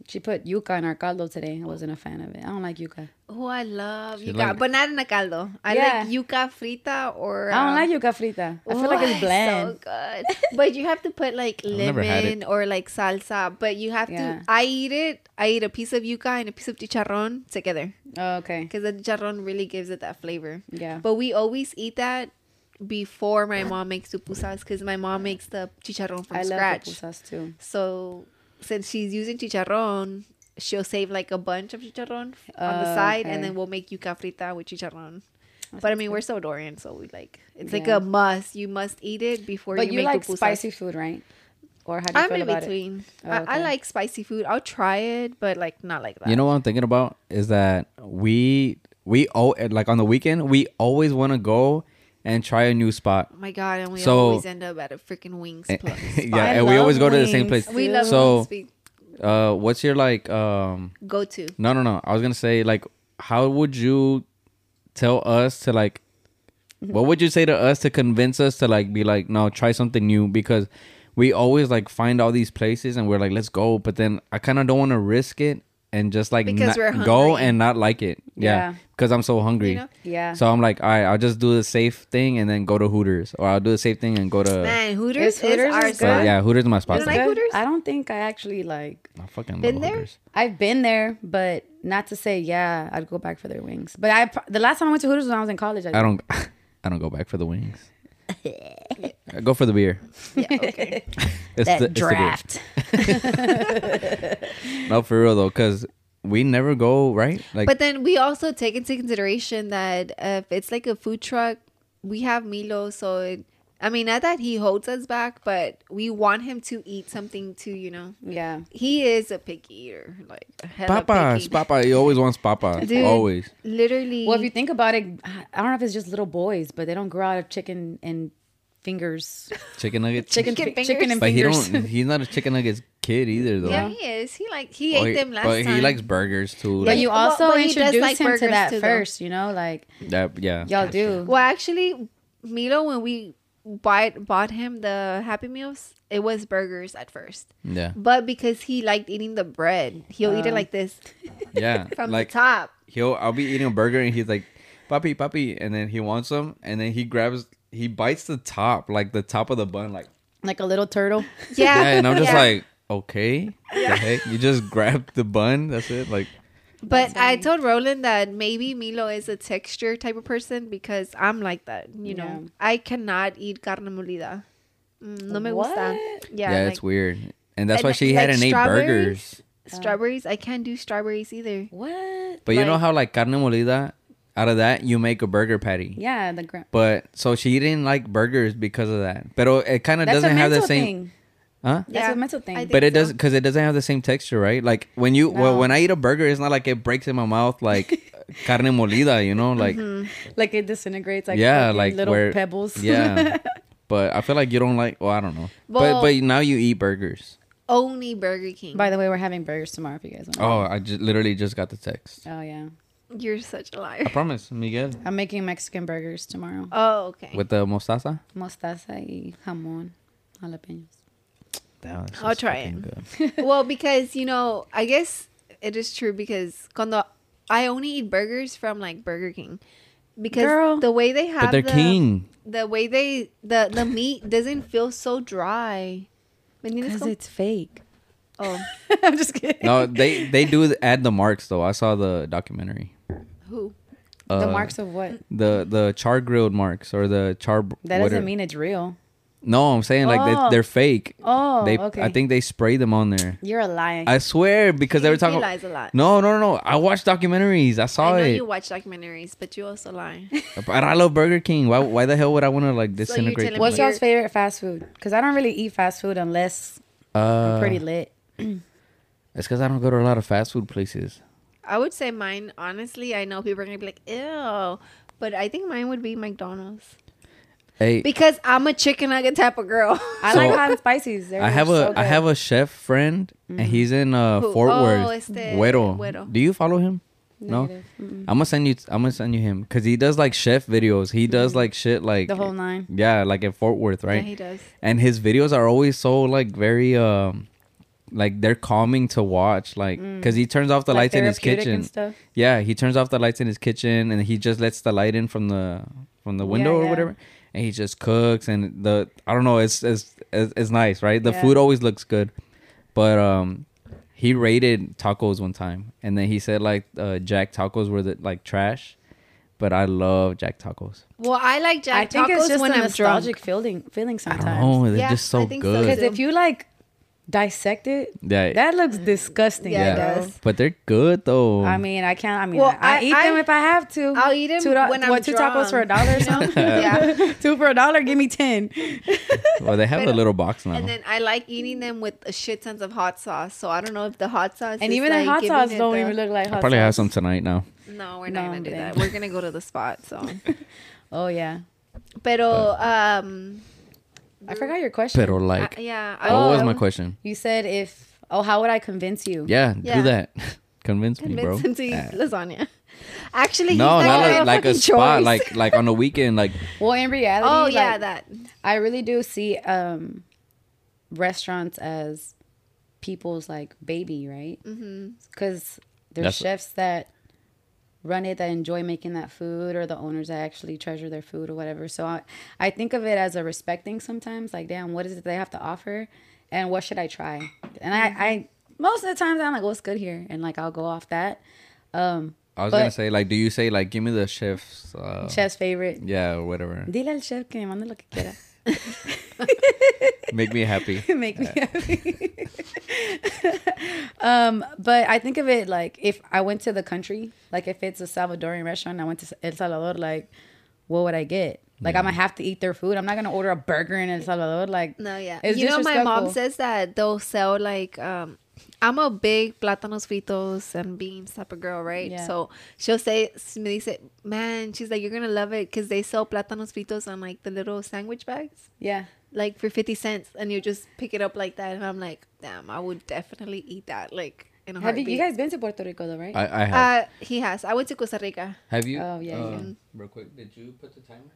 [SPEAKER 2] She put yuca in our caldo today. I wasn't a fan of it. I don't like yuca.
[SPEAKER 1] Oh, I love
[SPEAKER 3] She
[SPEAKER 1] yuca,
[SPEAKER 3] like-
[SPEAKER 1] but not in a caldo. I
[SPEAKER 2] Yeah.
[SPEAKER 1] like yuca frita or.
[SPEAKER 2] I
[SPEAKER 1] um,
[SPEAKER 2] don't like yuca frita. I feel like
[SPEAKER 1] Oh,
[SPEAKER 2] it's bland.
[SPEAKER 1] So good. but you have to put like
[SPEAKER 3] never had
[SPEAKER 1] lemon or like salsa. But you have
[SPEAKER 2] Yeah.
[SPEAKER 1] to. I eat it. I eat a piece of yuca and a piece of chicharrón together
[SPEAKER 2] oh, okay.
[SPEAKER 1] because the chicharrón really gives it that flavor.
[SPEAKER 2] Yeah.
[SPEAKER 1] But we always eat that before my mom makes pupusas because my mom makes the chicharrón from
[SPEAKER 2] I love
[SPEAKER 1] scratch.
[SPEAKER 2] pupusas too.
[SPEAKER 1] So since she's using chicharrón, she'll save like a bunch of chicharrón f- on the
[SPEAKER 2] Oh,
[SPEAKER 1] side,
[SPEAKER 2] okay.
[SPEAKER 1] and then we'll make yuca frita with chicharrón. But I mean, we're so Dorian, so we like it's like
[SPEAKER 2] Yeah.
[SPEAKER 1] a must. You must eat it before
[SPEAKER 2] But
[SPEAKER 1] you,
[SPEAKER 2] you,
[SPEAKER 1] make
[SPEAKER 2] like
[SPEAKER 1] pupusas.
[SPEAKER 2] spicy food, right? Or how do you
[SPEAKER 1] I'm
[SPEAKER 2] feel
[SPEAKER 1] in
[SPEAKER 2] about
[SPEAKER 1] between.
[SPEAKER 2] Oh,
[SPEAKER 1] I, I
[SPEAKER 2] okay.
[SPEAKER 1] like spicy food. I'll try it, but like not like that.
[SPEAKER 3] You know what I'm thinking about is that we we all like on the weekend we always want to go and try a new spot.
[SPEAKER 1] Oh my god, and we
[SPEAKER 3] So-
[SPEAKER 1] always end up at a freaking wings place.
[SPEAKER 3] yeah, and we
[SPEAKER 4] love
[SPEAKER 3] always go to the same
[SPEAKER 4] wings,
[SPEAKER 3] place.
[SPEAKER 1] We love
[SPEAKER 3] so.
[SPEAKER 1] wings.
[SPEAKER 3] Uh, what's your like? Um,
[SPEAKER 1] Go to.
[SPEAKER 3] no, no, no. I was gonna say like, how would you tell us to like?
[SPEAKER 1] Mm-hmm.
[SPEAKER 3] What would you say to us to convince us to like be like, no, try something new because we always like find all these places and we're like, let's go, but then I kind of don't want to risk it and just like
[SPEAKER 1] Because
[SPEAKER 3] not-
[SPEAKER 1] we're
[SPEAKER 3] go
[SPEAKER 1] hungry.
[SPEAKER 3] and not like it. Yeah,
[SPEAKER 2] Yeah.
[SPEAKER 3] because I'm so hungry.
[SPEAKER 1] You know?
[SPEAKER 2] Yeah.
[SPEAKER 3] So I'm like, all right, I'll just do the safe thing and then go to Hooters, or I'll do the safe thing and go to.
[SPEAKER 1] Man,
[SPEAKER 2] Is
[SPEAKER 1] Hooters,
[SPEAKER 2] Hooters
[SPEAKER 1] is our
[SPEAKER 2] is
[SPEAKER 3] but
[SPEAKER 1] spot.
[SPEAKER 2] good?
[SPEAKER 3] yeah, Hooters is my
[SPEAKER 1] You
[SPEAKER 3] spot.
[SPEAKER 1] don't
[SPEAKER 3] though.
[SPEAKER 1] like
[SPEAKER 2] Good.
[SPEAKER 1] Hooters?
[SPEAKER 2] I don't think I actually like.
[SPEAKER 3] I fucking love
[SPEAKER 1] Been there?
[SPEAKER 3] Hooters.
[SPEAKER 2] I've been there, but not to say yeah. I'd go back for their wings. But I pr- the last time I went to Hooters was when I was in college.
[SPEAKER 3] I don't. I don't go back for the wings. I go for the beer.
[SPEAKER 1] Yeah, okay.
[SPEAKER 3] It's
[SPEAKER 2] that
[SPEAKER 3] the- it's the beer.
[SPEAKER 2] draft.
[SPEAKER 3] No, for real though, because we never go right. Like,
[SPEAKER 1] But then we also take into consideration that if it's like a food truck, we have Milo, so it, I mean, not that he holds us back, but we want him to eat something too. You know,
[SPEAKER 2] yeah.
[SPEAKER 1] he is a picky eater, like hella
[SPEAKER 3] papas,
[SPEAKER 1] picky.
[SPEAKER 3] papa. He always wants papa.
[SPEAKER 1] Dude.
[SPEAKER 3] Always.
[SPEAKER 1] Literally,
[SPEAKER 2] Well, if you think about it, I don't know if it's just little boys, but they don't grow out of chicken and fingers.
[SPEAKER 3] Chicken nuggets.
[SPEAKER 2] Chicken,
[SPEAKER 1] Chicken
[SPEAKER 2] fi- chicken and
[SPEAKER 3] But he
[SPEAKER 2] fingers.
[SPEAKER 3] don't. He's not a chicken nuggets kid either though.
[SPEAKER 1] yeah, he is. He like he
[SPEAKER 3] Well,
[SPEAKER 1] ate
[SPEAKER 3] he-
[SPEAKER 1] them last
[SPEAKER 3] but
[SPEAKER 1] time.
[SPEAKER 3] he likes burgers too.
[SPEAKER 2] But
[SPEAKER 3] Like,
[SPEAKER 2] you
[SPEAKER 1] Well,
[SPEAKER 2] also
[SPEAKER 1] but he does
[SPEAKER 2] introduce
[SPEAKER 1] like
[SPEAKER 2] him to
[SPEAKER 1] burgers
[SPEAKER 2] that
[SPEAKER 1] too, though.
[SPEAKER 2] first, you know, like
[SPEAKER 3] that, yeah.
[SPEAKER 2] y'all do.
[SPEAKER 1] Well, actually, Milo, when we bought bought him the Happy Meals, it was burgers at first,
[SPEAKER 3] Yeah.
[SPEAKER 1] but because he liked eating the bread, he'll eat it like this
[SPEAKER 3] Yeah.
[SPEAKER 1] from
[SPEAKER 3] like
[SPEAKER 1] the top.
[SPEAKER 3] he'll. I'll be eating a burger and he's like, "Papi, papi," and then he wants them, and then he grabs. He bites the top, like the top of the bun, like.
[SPEAKER 2] Like a little turtle.
[SPEAKER 1] Yeah,
[SPEAKER 3] Yeah, and I'm just
[SPEAKER 1] yeah.
[SPEAKER 3] like, okay, the heck? You just grabbed the bun. That's it. Like,
[SPEAKER 1] But I told Roland that maybe Milo is a texture type of person because I'm like that. You know,
[SPEAKER 2] Yeah.
[SPEAKER 1] I cannot eat carne molida. Mm, no me gusta.
[SPEAKER 2] What?
[SPEAKER 1] Yeah,
[SPEAKER 3] yeah,
[SPEAKER 1] like,
[SPEAKER 3] it's weird. And that's
[SPEAKER 1] and
[SPEAKER 3] why she
[SPEAKER 1] like
[SPEAKER 3] had an eight burgers.
[SPEAKER 1] strawberries- Strawberries, I can't do strawberries either.
[SPEAKER 2] What?
[SPEAKER 3] But you know
[SPEAKER 1] like-
[SPEAKER 3] how like carne molida, out of that you make a burger patty.
[SPEAKER 2] Yeah, the gra-
[SPEAKER 3] But so she didn't like burgers because of that. But it kind of
[SPEAKER 2] That's
[SPEAKER 3] doesn't
[SPEAKER 2] a
[SPEAKER 3] have
[SPEAKER 2] mental
[SPEAKER 3] the same.
[SPEAKER 2] thing.
[SPEAKER 3] Huh?
[SPEAKER 2] That's a mental thing.
[SPEAKER 1] I
[SPEAKER 3] But
[SPEAKER 1] think
[SPEAKER 3] it
[SPEAKER 1] so.
[SPEAKER 3] doesn't because it doesn't have the same texture, right? Like when you well,
[SPEAKER 2] No.
[SPEAKER 3] when I eat a burger, it's not like it breaks in my mouth like carne molida, you know, like
[SPEAKER 2] Like it disintegrates like
[SPEAKER 3] yeah,
[SPEAKER 2] fucking
[SPEAKER 3] like
[SPEAKER 2] little
[SPEAKER 3] where-
[SPEAKER 2] pebbles.
[SPEAKER 3] yeah, but I feel like you don't like. Well, I don't know.
[SPEAKER 1] Well-
[SPEAKER 3] but but now you eat burgers.
[SPEAKER 1] Only Burger King.
[SPEAKER 2] By the way, we're having burgers tomorrow if you guys want.
[SPEAKER 3] Oh, I just literally just got the text.
[SPEAKER 2] Oh yeah.
[SPEAKER 1] You're such a liar.
[SPEAKER 3] I promise, Miguel,
[SPEAKER 2] I'm making Mexican burgers tomorrow.
[SPEAKER 1] Oh, okay.
[SPEAKER 3] with the mostaza.
[SPEAKER 2] Mostaza y jamón, jalapenos.
[SPEAKER 3] Damn, this
[SPEAKER 1] I'll
[SPEAKER 3] is
[SPEAKER 1] try
[SPEAKER 3] fucking
[SPEAKER 1] it.
[SPEAKER 3] good.
[SPEAKER 1] well, because you know, I guess it is true because cuando I only eat burgers from like Burger King because
[SPEAKER 2] Girl.
[SPEAKER 1] the way they have
[SPEAKER 3] But they're
[SPEAKER 1] the,
[SPEAKER 3] king.
[SPEAKER 1] the way they the the meat doesn't feel so dry. ¿Me entiendes
[SPEAKER 2] Because
[SPEAKER 1] cómo?
[SPEAKER 2] it's fake.
[SPEAKER 1] oh,
[SPEAKER 2] I'm just kidding.
[SPEAKER 3] No, they they do add the marks though. I saw the documentary.
[SPEAKER 1] who?
[SPEAKER 2] the
[SPEAKER 3] Uh,
[SPEAKER 2] marks of what?
[SPEAKER 3] The the char grilled marks or the char.
[SPEAKER 2] That
[SPEAKER 3] what are-
[SPEAKER 2] doesn't mean it's real.
[SPEAKER 3] No, I'm saying like
[SPEAKER 2] Oh.
[SPEAKER 3] they, they're fake.
[SPEAKER 2] Oh,
[SPEAKER 3] they,
[SPEAKER 2] okay.
[SPEAKER 3] I think they spray them on there.
[SPEAKER 2] you're a liar.
[SPEAKER 3] I swear because they
[SPEAKER 1] You
[SPEAKER 3] were talking.
[SPEAKER 1] do lies a lot.
[SPEAKER 3] No, no, no, no. I watch documentaries. I
[SPEAKER 1] I
[SPEAKER 3] saw
[SPEAKER 1] know
[SPEAKER 3] it.
[SPEAKER 1] you watch documentaries, but you also lie.
[SPEAKER 3] But I love Burger King. Why? Why the hell would I want to like
[SPEAKER 1] you're
[SPEAKER 3] disintegrate?
[SPEAKER 1] telling
[SPEAKER 3] them?
[SPEAKER 1] me
[SPEAKER 2] What's
[SPEAKER 1] your-
[SPEAKER 2] y'all's favorite fast food? Because I don't really eat fast food unless
[SPEAKER 3] uh,
[SPEAKER 2] I'm pretty lit.
[SPEAKER 3] It's because I don't go to a lot of fast food places.
[SPEAKER 1] I would say mine. Honestly, I know people are gonna be like, "Ew," but I think mine would be McDonald's
[SPEAKER 3] Hey,
[SPEAKER 1] because I'm a chicken nugget type of girl.
[SPEAKER 2] I
[SPEAKER 3] So-
[SPEAKER 2] like hot and spices. They're
[SPEAKER 3] I have a
[SPEAKER 2] so
[SPEAKER 3] I
[SPEAKER 2] good.
[SPEAKER 3] have a chef friend, and he's in
[SPEAKER 1] Mm-hmm.
[SPEAKER 3] uh,
[SPEAKER 1] Who?
[SPEAKER 3] Fort
[SPEAKER 1] Oh,
[SPEAKER 3] Worth.
[SPEAKER 1] este,
[SPEAKER 3] Güero.
[SPEAKER 1] Güero.
[SPEAKER 3] Do you follow him?
[SPEAKER 2] Negative.
[SPEAKER 3] No. I'm gonna send you. I'm gonna send you him because he does like chef videos. He does like shit like
[SPEAKER 2] The whole nine.
[SPEAKER 3] Yeah, like in Fort Worth,
[SPEAKER 1] yeah,
[SPEAKER 3] right?
[SPEAKER 1] he does.
[SPEAKER 3] and his videos are always so like very um like they're calming to watch like because he turns off the
[SPEAKER 2] Mm. Like
[SPEAKER 3] lights in his
[SPEAKER 2] therapeutic
[SPEAKER 3] kitchen
[SPEAKER 2] and stuff?
[SPEAKER 3] yeah he turns off the lights in his kitchen and he just lets the light in from the from the window or
[SPEAKER 2] yeah.
[SPEAKER 3] whatever and he just cooks and the i don't know it's it's it's, it's nice right the
[SPEAKER 2] Yeah.
[SPEAKER 3] food always looks good but um he rated tacos one time and then he said like uh jack tacos were the like trash but i love jack tacos
[SPEAKER 1] Well, I like
[SPEAKER 2] I
[SPEAKER 1] Jack
[SPEAKER 2] think
[SPEAKER 1] tacos
[SPEAKER 2] it's just
[SPEAKER 1] when
[SPEAKER 2] a
[SPEAKER 1] I'm
[SPEAKER 2] nostalgic
[SPEAKER 1] drunk.
[SPEAKER 2] feeling feeling
[SPEAKER 3] i don't know
[SPEAKER 2] sometimes.
[SPEAKER 3] Oh, they're
[SPEAKER 1] Yeah,
[SPEAKER 3] just so
[SPEAKER 1] I think so,
[SPEAKER 3] good
[SPEAKER 2] Because if you like Dissected?
[SPEAKER 3] Yeah.
[SPEAKER 2] That looks disgusting.
[SPEAKER 1] Yeah, it
[SPEAKER 2] bro.
[SPEAKER 1] does.
[SPEAKER 3] But they're good though.
[SPEAKER 2] I mean, I can't. I mean,
[SPEAKER 1] Well,
[SPEAKER 2] I, I
[SPEAKER 1] I-
[SPEAKER 2] eat them
[SPEAKER 1] I-
[SPEAKER 2] if I have to.
[SPEAKER 1] I'll eat 'em
[SPEAKER 2] Two do-
[SPEAKER 1] when I'm
[SPEAKER 2] what, two
[SPEAKER 1] drunk,
[SPEAKER 2] tacos for a dollar or something?
[SPEAKER 1] Yeah.
[SPEAKER 2] two for a dollar, give me ten.
[SPEAKER 3] well, they have a little box now.
[SPEAKER 1] And then I like eating them with a shit tons of hot sauce. So I don't know if the hot sauce
[SPEAKER 2] And
[SPEAKER 1] is,
[SPEAKER 2] even the
[SPEAKER 1] like,
[SPEAKER 2] hot
[SPEAKER 1] giving
[SPEAKER 2] sauce
[SPEAKER 1] it
[SPEAKER 2] don't
[SPEAKER 1] the-
[SPEAKER 2] even look like hot
[SPEAKER 3] I probably
[SPEAKER 2] sauce.
[SPEAKER 3] have some tonight now.
[SPEAKER 1] No, we're
[SPEAKER 2] No,
[SPEAKER 1] not gonna do
[SPEAKER 2] babe.
[SPEAKER 1] that. We're gonna go to the spot. So,
[SPEAKER 2] Oh yeah,
[SPEAKER 1] pero um,
[SPEAKER 2] I forgot your question.
[SPEAKER 3] Pero like,
[SPEAKER 1] I- yeah, I, um,
[SPEAKER 3] what was
[SPEAKER 1] I
[SPEAKER 3] my
[SPEAKER 1] would
[SPEAKER 3] question?
[SPEAKER 2] you said if oh, how would I convince you?
[SPEAKER 3] Yeah,
[SPEAKER 1] Yeah.
[SPEAKER 3] do that. Convince, me, bro.
[SPEAKER 1] Convince him to eat
[SPEAKER 3] Ah.
[SPEAKER 1] lasagna. Actually,
[SPEAKER 3] No,
[SPEAKER 1] he's
[SPEAKER 3] not
[SPEAKER 1] not
[SPEAKER 3] like, like a spot, like like on the weekend, like
[SPEAKER 2] Well, in reality,
[SPEAKER 1] oh yeah,
[SPEAKER 2] like,
[SPEAKER 1] that
[SPEAKER 2] I really do see um restaurants as people's like baby, right? Because there's
[SPEAKER 3] That's-
[SPEAKER 2] chefs that run it that enjoy making that food, or the owners that actually treasure their food or whatever. So I, I think of it as a respecting sometimes. Like, damn, what is it they have to offer, and what should I try? And I, I most of the times I'm like, what's good here, and like I'll go off that. Um,
[SPEAKER 3] I was
[SPEAKER 2] But-
[SPEAKER 3] gonna say, like, do you say like, give me the chef's, uh,
[SPEAKER 2] chef's favorite.
[SPEAKER 3] yeah, or whatever,
[SPEAKER 2] Dile al chef que me mande lo que quiera.
[SPEAKER 3] make me happy.
[SPEAKER 2] make me happy. um, but I think of it like if I went to the country, like if it's a Salvadorian restaurant, and I went to El Salvador, like what would I get? Like I'm gonna have to eat their food. I'm not gonna order a burger in El Salvador. Like
[SPEAKER 1] no, yeah.
[SPEAKER 2] it's
[SPEAKER 1] you know, my mom
[SPEAKER 2] disrespectful.
[SPEAKER 1] says that they'll sell like um. I'm a big plátanos fritos and beans type of girl, right?
[SPEAKER 2] Yeah.
[SPEAKER 1] So she'll say, me dice, man, she's like, you're gonna love it because they sell plátanos fritos on like the little sandwich bags.
[SPEAKER 2] yeah.
[SPEAKER 1] like for 50 cents and you just pick it up like that and i'm like damn i would definitely eat that like in a
[SPEAKER 2] Have you,
[SPEAKER 1] heartbeat
[SPEAKER 2] you guys been to Puerto Rico though, right?
[SPEAKER 3] I, I have.
[SPEAKER 1] uh he has i went to costa rica
[SPEAKER 3] have you?
[SPEAKER 2] oh, yeah,
[SPEAKER 3] uh,
[SPEAKER 2] yeah.
[SPEAKER 3] Real quick, did you put the timer?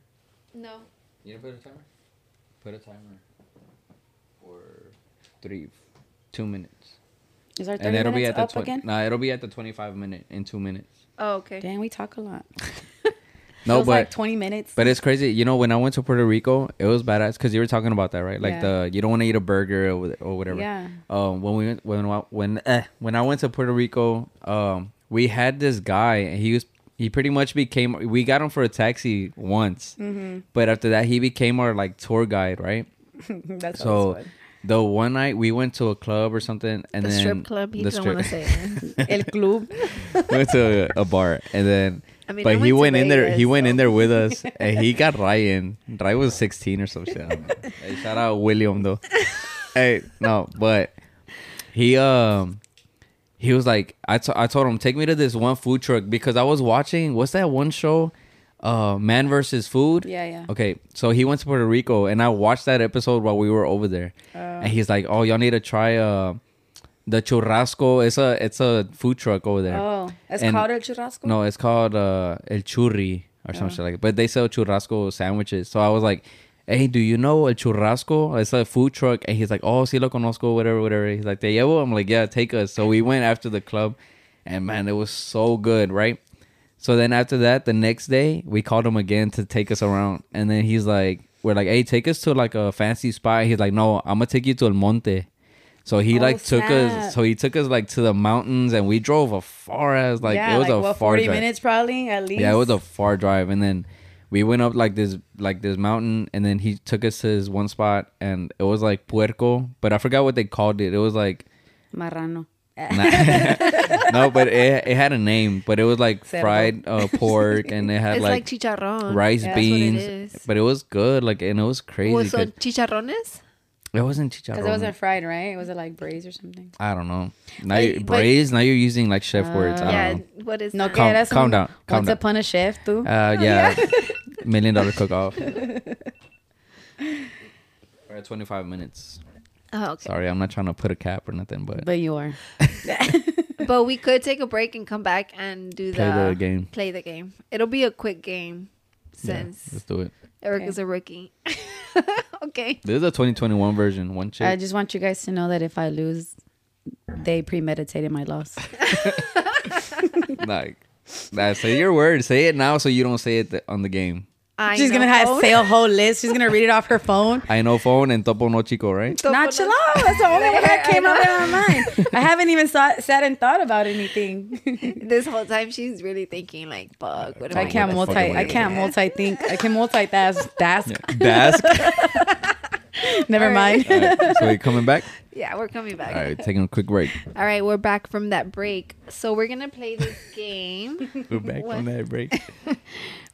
[SPEAKER 1] no
[SPEAKER 3] You didn't put a timer. Put a timer for three, two minutes,
[SPEAKER 2] Is our
[SPEAKER 3] and
[SPEAKER 2] thirty
[SPEAKER 3] it'll be
[SPEAKER 2] minutes
[SPEAKER 3] at the
[SPEAKER 2] up
[SPEAKER 3] twenty.
[SPEAKER 2] again?
[SPEAKER 3] No, it'll be at the twenty-five minute in two minutes.
[SPEAKER 1] oh okay
[SPEAKER 2] Damn, we talk a lot.
[SPEAKER 3] No,
[SPEAKER 2] Feels
[SPEAKER 3] but
[SPEAKER 2] like twenty minutes.
[SPEAKER 3] But it's crazy. You know, when I went to Puerto Rico, it was badass because you were talking about that, right? Like
[SPEAKER 2] Yeah.
[SPEAKER 3] the you don't want to eat a burger or, wh- or whatever.
[SPEAKER 2] Yeah.
[SPEAKER 3] Um, when we went- when wa- when eh, when I went to Puerto Rico, um, we had this guy. And he was he pretty much became. We got him for a taxi once,
[SPEAKER 2] Mm-hmm.
[SPEAKER 3] but after that, he became our like tour guide, right?
[SPEAKER 2] That's
[SPEAKER 3] so.
[SPEAKER 2] always fun.
[SPEAKER 3] The one night we went to a club or something, and
[SPEAKER 1] the
[SPEAKER 3] then
[SPEAKER 1] strip club you
[SPEAKER 3] the
[SPEAKER 1] don't
[SPEAKER 3] strip-
[SPEAKER 1] want to say it.
[SPEAKER 2] El Club.
[SPEAKER 3] we went to a, a bar and then
[SPEAKER 1] I mean, I
[SPEAKER 3] but
[SPEAKER 1] went
[SPEAKER 3] he
[SPEAKER 1] to
[SPEAKER 3] went in there he
[SPEAKER 1] Vegas,
[SPEAKER 3] went in
[SPEAKER 1] so.
[SPEAKER 3] there with us and he got Ryan Ryan was 16 or some shit I don't know. hey, shout out William though hey no but he um he was like I to- I told him take me to this one food truck because I was watching what's that one show uh man versus food
[SPEAKER 2] Yeah, yeah.
[SPEAKER 3] okay so he went to Puerto Rico and I watched that episode while we were over there and he's like oh y'all need to try uh the churrasco it's a it's a food truck over there
[SPEAKER 2] Oh, it's
[SPEAKER 3] And-
[SPEAKER 2] called El Churrasco. Ah.
[SPEAKER 3] no, it's called uh, El Churri or some shit like that. But they sell churrasco sandwiches. So I was like, hey, do you know El Churrasco? It's a food truck. And he's like, oh, sí lo conozco, whatever, whatever. He's like, te llevo? I'm like, yeah, take us. So we went after the club. And man, it was so good, right? So then after that, the next day, we called him again to take us around. And then he's like, we're like, hey, take us to like a fancy spot. He's like, no, I'm going to take you to El Monte. So he
[SPEAKER 2] Oh,
[SPEAKER 3] like took
[SPEAKER 2] snap.
[SPEAKER 3] us. So he took us like to the mountains, and we drove a far as like
[SPEAKER 2] yeah,
[SPEAKER 3] it was
[SPEAKER 2] like,
[SPEAKER 3] a
[SPEAKER 2] what,
[SPEAKER 3] far
[SPEAKER 2] forty
[SPEAKER 3] drive.
[SPEAKER 2] minutes probably at least.
[SPEAKER 3] Yeah, it was a far drive, and then we went up like this, like this mountain, and then he took us to his one spot, and it was like puerco, but I forgot what they called it. It was like
[SPEAKER 2] marrano.
[SPEAKER 3] no, but it, it had a name, but it was like
[SPEAKER 2] Cerdo.
[SPEAKER 3] fried uh, pork, and it had
[SPEAKER 1] it's like,
[SPEAKER 3] like,
[SPEAKER 1] chicharron
[SPEAKER 3] rice
[SPEAKER 1] That's what it
[SPEAKER 3] beans,
[SPEAKER 1] is.
[SPEAKER 3] but it was good, like, and it was crazy.
[SPEAKER 1] well, Oh, so
[SPEAKER 3] 'cause
[SPEAKER 1] chicharrones
[SPEAKER 3] it wasn't chicharrón.
[SPEAKER 2] Because it wasn't fried, right? Was it like braised or something?
[SPEAKER 3] I don't know. Now
[SPEAKER 1] Wait,
[SPEAKER 3] you
[SPEAKER 1] but-
[SPEAKER 3] braised. Now you're using like chef words. I
[SPEAKER 1] yeah
[SPEAKER 3] don't know.
[SPEAKER 1] what is
[SPEAKER 2] No,
[SPEAKER 1] that?
[SPEAKER 3] Calm-
[SPEAKER 2] yeah, that's
[SPEAKER 3] calm
[SPEAKER 2] when-
[SPEAKER 3] down, calm
[SPEAKER 2] once
[SPEAKER 3] down.
[SPEAKER 2] upon a chef, too.
[SPEAKER 3] Uh, yeah, million dollar cook off. We're at 25 minutes.
[SPEAKER 1] oh, okay
[SPEAKER 3] Sorry, I'm not trying to put a cap or nothing, but,
[SPEAKER 2] but you are.
[SPEAKER 1] but we could take a break and come back and do
[SPEAKER 3] Play
[SPEAKER 1] the,
[SPEAKER 3] the game.
[SPEAKER 1] play the game it'll be a quick game
[SPEAKER 3] yeah,
[SPEAKER 1] since
[SPEAKER 3] let's do it.
[SPEAKER 1] eric
[SPEAKER 2] Okay.
[SPEAKER 1] is a rookie okay
[SPEAKER 3] This is a 2021 version. One chick.
[SPEAKER 2] I just want you guys to know that if I lose, they premeditated my loss.
[SPEAKER 3] like, nah, say your word. Say it now, so you don't say it th- on the game.
[SPEAKER 1] I
[SPEAKER 2] She's gonna
[SPEAKER 1] know.
[SPEAKER 2] have say a whole list. She's gonna read it off her phone.
[SPEAKER 3] I know phone and topo no chico, right?
[SPEAKER 2] Nonchalant. That's the only one that came up in my mind. I haven't even thought, sat and thought about anything.
[SPEAKER 1] this whole time she's really thinking like fuck what am
[SPEAKER 2] I
[SPEAKER 1] I
[SPEAKER 2] can't
[SPEAKER 3] Fucking
[SPEAKER 2] multi. I can't multi think. I can multitask. Task.
[SPEAKER 3] Dask.
[SPEAKER 2] Never mind.
[SPEAKER 3] Alright, so we coming back.
[SPEAKER 1] yeah Yeah, we're coming back.
[SPEAKER 3] All right, taking a quick break.
[SPEAKER 1] All right, we're back from that break. So we're gonna play this game.
[SPEAKER 3] We're back from that break.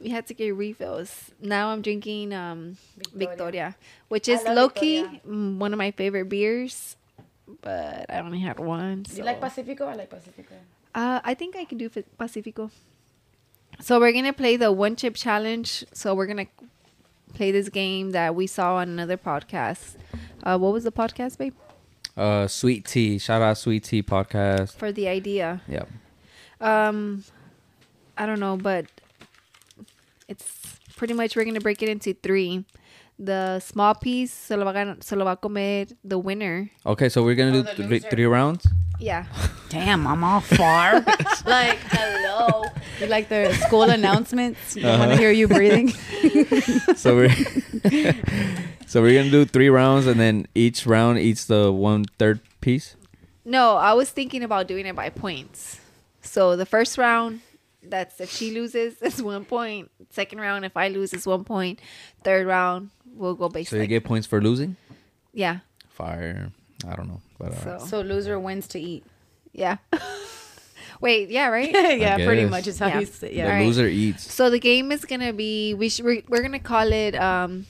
[SPEAKER 1] we had to get refills. Now I'm drinking um Victoria, which
[SPEAKER 4] I
[SPEAKER 1] is
[SPEAKER 4] love
[SPEAKER 1] low key
[SPEAKER 4] Victoria.
[SPEAKER 1] mm, one of my favorite beers, but I only had one.
[SPEAKER 4] Do you
[SPEAKER 1] so-
[SPEAKER 4] like Pacifico? I like Pacifico.
[SPEAKER 1] Uh, I think I can do Fi- Pacifico. So we're gonna play the one chip challenge. So we're gonna play this game that we saw on another podcast. Uh, what was the podcast, babe?
[SPEAKER 3] Uh, Sweet Tea. Shout out Sweet Tea podcast.
[SPEAKER 1] For the idea.
[SPEAKER 3] Yep.
[SPEAKER 1] Um, I don't know, but it's pretty much we're gonna break it into three. The small piece se lo va a, gan- se lo va a comer the winner.
[SPEAKER 3] Okay, so we're gonna do
[SPEAKER 4] the
[SPEAKER 3] th-
[SPEAKER 4] loser.
[SPEAKER 3] three rounds.
[SPEAKER 1] Yeah.
[SPEAKER 2] Damn, I'm all far.
[SPEAKER 4] Like, hello.
[SPEAKER 2] you like the school announcements? I want to hear you breathing.
[SPEAKER 3] So we're so we're gonna do three rounds, and then each round eats the one third piece.
[SPEAKER 1] No, I was thinking about doing it by points. So the first round, that's if she loses, it's one point. Second round, if I lose, it's one point. Third round, we'll go based.
[SPEAKER 3] So you
[SPEAKER 1] like-
[SPEAKER 3] get points for losing.
[SPEAKER 1] yeah.
[SPEAKER 3] Fire. I don't know, but uh,
[SPEAKER 1] So
[SPEAKER 2] so loser wins to eat.
[SPEAKER 1] yeah. Wait, yeah, right.
[SPEAKER 2] yeah, pretty
[SPEAKER 3] guess.
[SPEAKER 2] much is how
[SPEAKER 1] Yeah.
[SPEAKER 2] you say.
[SPEAKER 3] the
[SPEAKER 2] Yeah.
[SPEAKER 1] right.
[SPEAKER 3] loser eats.
[SPEAKER 1] So the game is gonna be we sh- we're, we're gonna call it um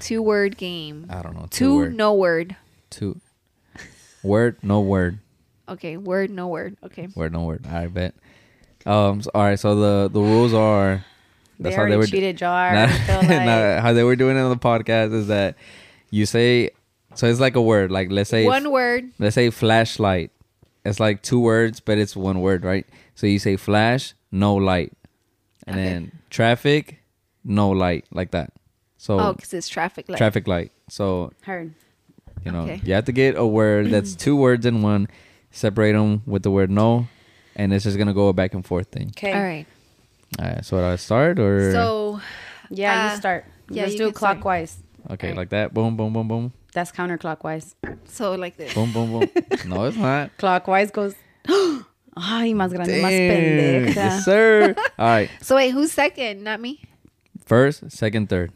[SPEAKER 1] two word game.
[SPEAKER 3] I don't know. Uh, Two,
[SPEAKER 1] two
[SPEAKER 3] word.
[SPEAKER 1] no word.
[SPEAKER 3] Two word. No word.
[SPEAKER 1] Okay, word no word. Okay.
[SPEAKER 3] Word. No word. I bet. Um. so- all right. So the the rules are.
[SPEAKER 2] They already
[SPEAKER 3] do-
[SPEAKER 2] cheated jar.
[SPEAKER 3] Nah,
[SPEAKER 2] feel like,
[SPEAKER 3] nah, how they were doing it on the podcast is that you say so it's like a word like let's say
[SPEAKER 1] One word.
[SPEAKER 3] let's say flashlight it's like two words but it's one word right so you say flash no light and
[SPEAKER 1] Okay.
[SPEAKER 3] then traffic no light like that so
[SPEAKER 1] Oh, because it's traffic light.
[SPEAKER 3] traffic light so
[SPEAKER 2] Heard.
[SPEAKER 3] you know
[SPEAKER 1] Okay.
[SPEAKER 3] you have to get a word that's two words in one separate them with the word no and it's just gonna go a back and forth thing
[SPEAKER 2] Okay.
[SPEAKER 1] All right.
[SPEAKER 3] all right so do i start or
[SPEAKER 1] So
[SPEAKER 2] Yeah,
[SPEAKER 1] Uh,
[SPEAKER 2] you start.
[SPEAKER 1] yeah,
[SPEAKER 2] Let's
[SPEAKER 1] you
[SPEAKER 2] do
[SPEAKER 1] can
[SPEAKER 2] it
[SPEAKER 1] start.
[SPEAKER 2] clockwise.
[SPEAKER 3] okay like that boom boom boom boom
[SPEAKER 2] That's counterclockwise.
[SPEAKER 1] so like this.
[SPEAKER 3] boom boom boom no it's not
[SPEAKER 2] Clockwise goes. Ay, más grande, más
[SPEAKER 3] Damn.
[SPEAKER 2] pendeja.
[SPEAKER 3] Yes, sir. All right.
[SPEAKER 1] So wait, who's second? Not me.
[SPEAKER 3] First, second, third.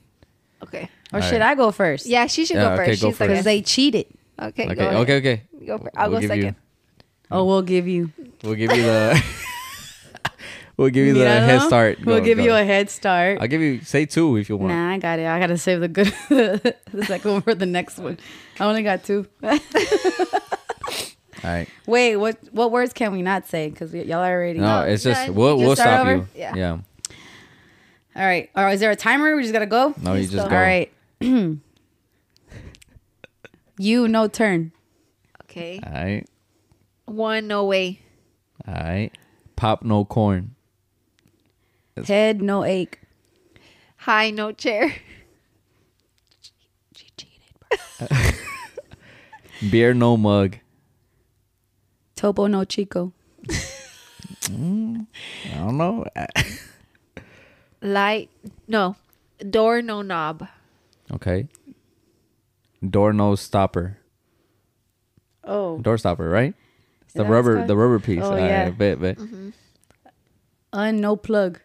[SPEAKER 1] Okay.
[SPEAKER 2] Or
[SPEAKER 3] All
[SPEAKER 2] should I
[SPEAKER 3] right.
[SPEAKER 2] go first?
[SPEAKER 1] Yeah, she should
[SPEAKER 3] Yeah,
[SPEAKER 1] go
[SPEAKER 3] okay,
[SPEAKER 1] first.
[SPEAKER 3] go
[SPEAKER 1] She's
[SPEAKER 3] first.
[SPEAKER 2] Because
[SPEAKER 1] second.
[SPEAKER 2] they cheated.
[SPEAKER 1] Okay.
[SPEAKER 3] Okay.
[SPEAKER 1] go ahead.
[SPEAKER 3] okay. Okay.
[SPEAKER 1] Go for- I'll go
[SPEAKER 3] give you-
[SPEAKER 1] second.
[SPEAKER 3] Hmm.
[SPEAKER 2] Oh, we'll give you.
[SPEAKER 3] we'll give you the. we'll give you the
[SPEAKER 2] Míralo.
[SPEAKER 3] head start.
[SPEAKER 2] We'll
[SPEAKER 3] Go,
[SPEAKER 2] give
[SPEAKER 3] go.
[SPEAKER 2] you a head start.
[SPEAKER 3] I'll give you say two if you want.
[SPEAKER 2] Nah, I got it. I gotta save the good, the second one for the next one. I only got two.
[SPEAKER 3] All right.
[SPEAKER 2] Wait, what? What words can we not say? Because y'all already.
[SPEAKER 3] No, it's just
[SPEAKER 1] no,
[SPEAKER 3] we'll
[SPEAKER 1] you
[SPEAKER 3] we'll
[SPEAKER 2] start
[SPEAKER 3] stop
[SPEAKER 2] over?
[SPEAKER 3] you.
[SPEAKER 1] Yeah.
[SPEAKER 2] All right. Or is there a timer? We just gotta go.
[SPEAKER 3] No, you just
[SPEAKER 2] All
[SPEAKER 3] go.
[SPEAKER 2] right. you no turn.
[SPEAKER 1] Okay.
[SPEAKER 3] All right.
[SPEAKER 1] One, no way.
[SPEAKER 3] All right. Pop no corn.
[SPEAKER 2] Head no ache.
[SPEAKER 1] High, no chair. She cheated.
[SPEAKER 3] Beer no mug.
[SPEAKER 2] Topo no chico.
[SPEAKER 3] I don't know. Uh,
[SPEAKER 1] Light, no. Door, no knob.
[SPEAKER 3] okay. Door no stopper.
[SPEAKER 2] Oh,
[SPEAKER 3] Door stopper, right? It's the
[SPEAKER 2] that what it's
[SPEAKER 3] rubber,
[SPEAKER 2] called?
[SPEAKER 3] the rubber piece.
[SPEAKER 2] Oh,
[SPEAKER 3] All right,
[SPEAKER 2] yeah. Mm-hmm.
[SPEAKER 3] bet, bet.
[SPEAKER 2] un no plug.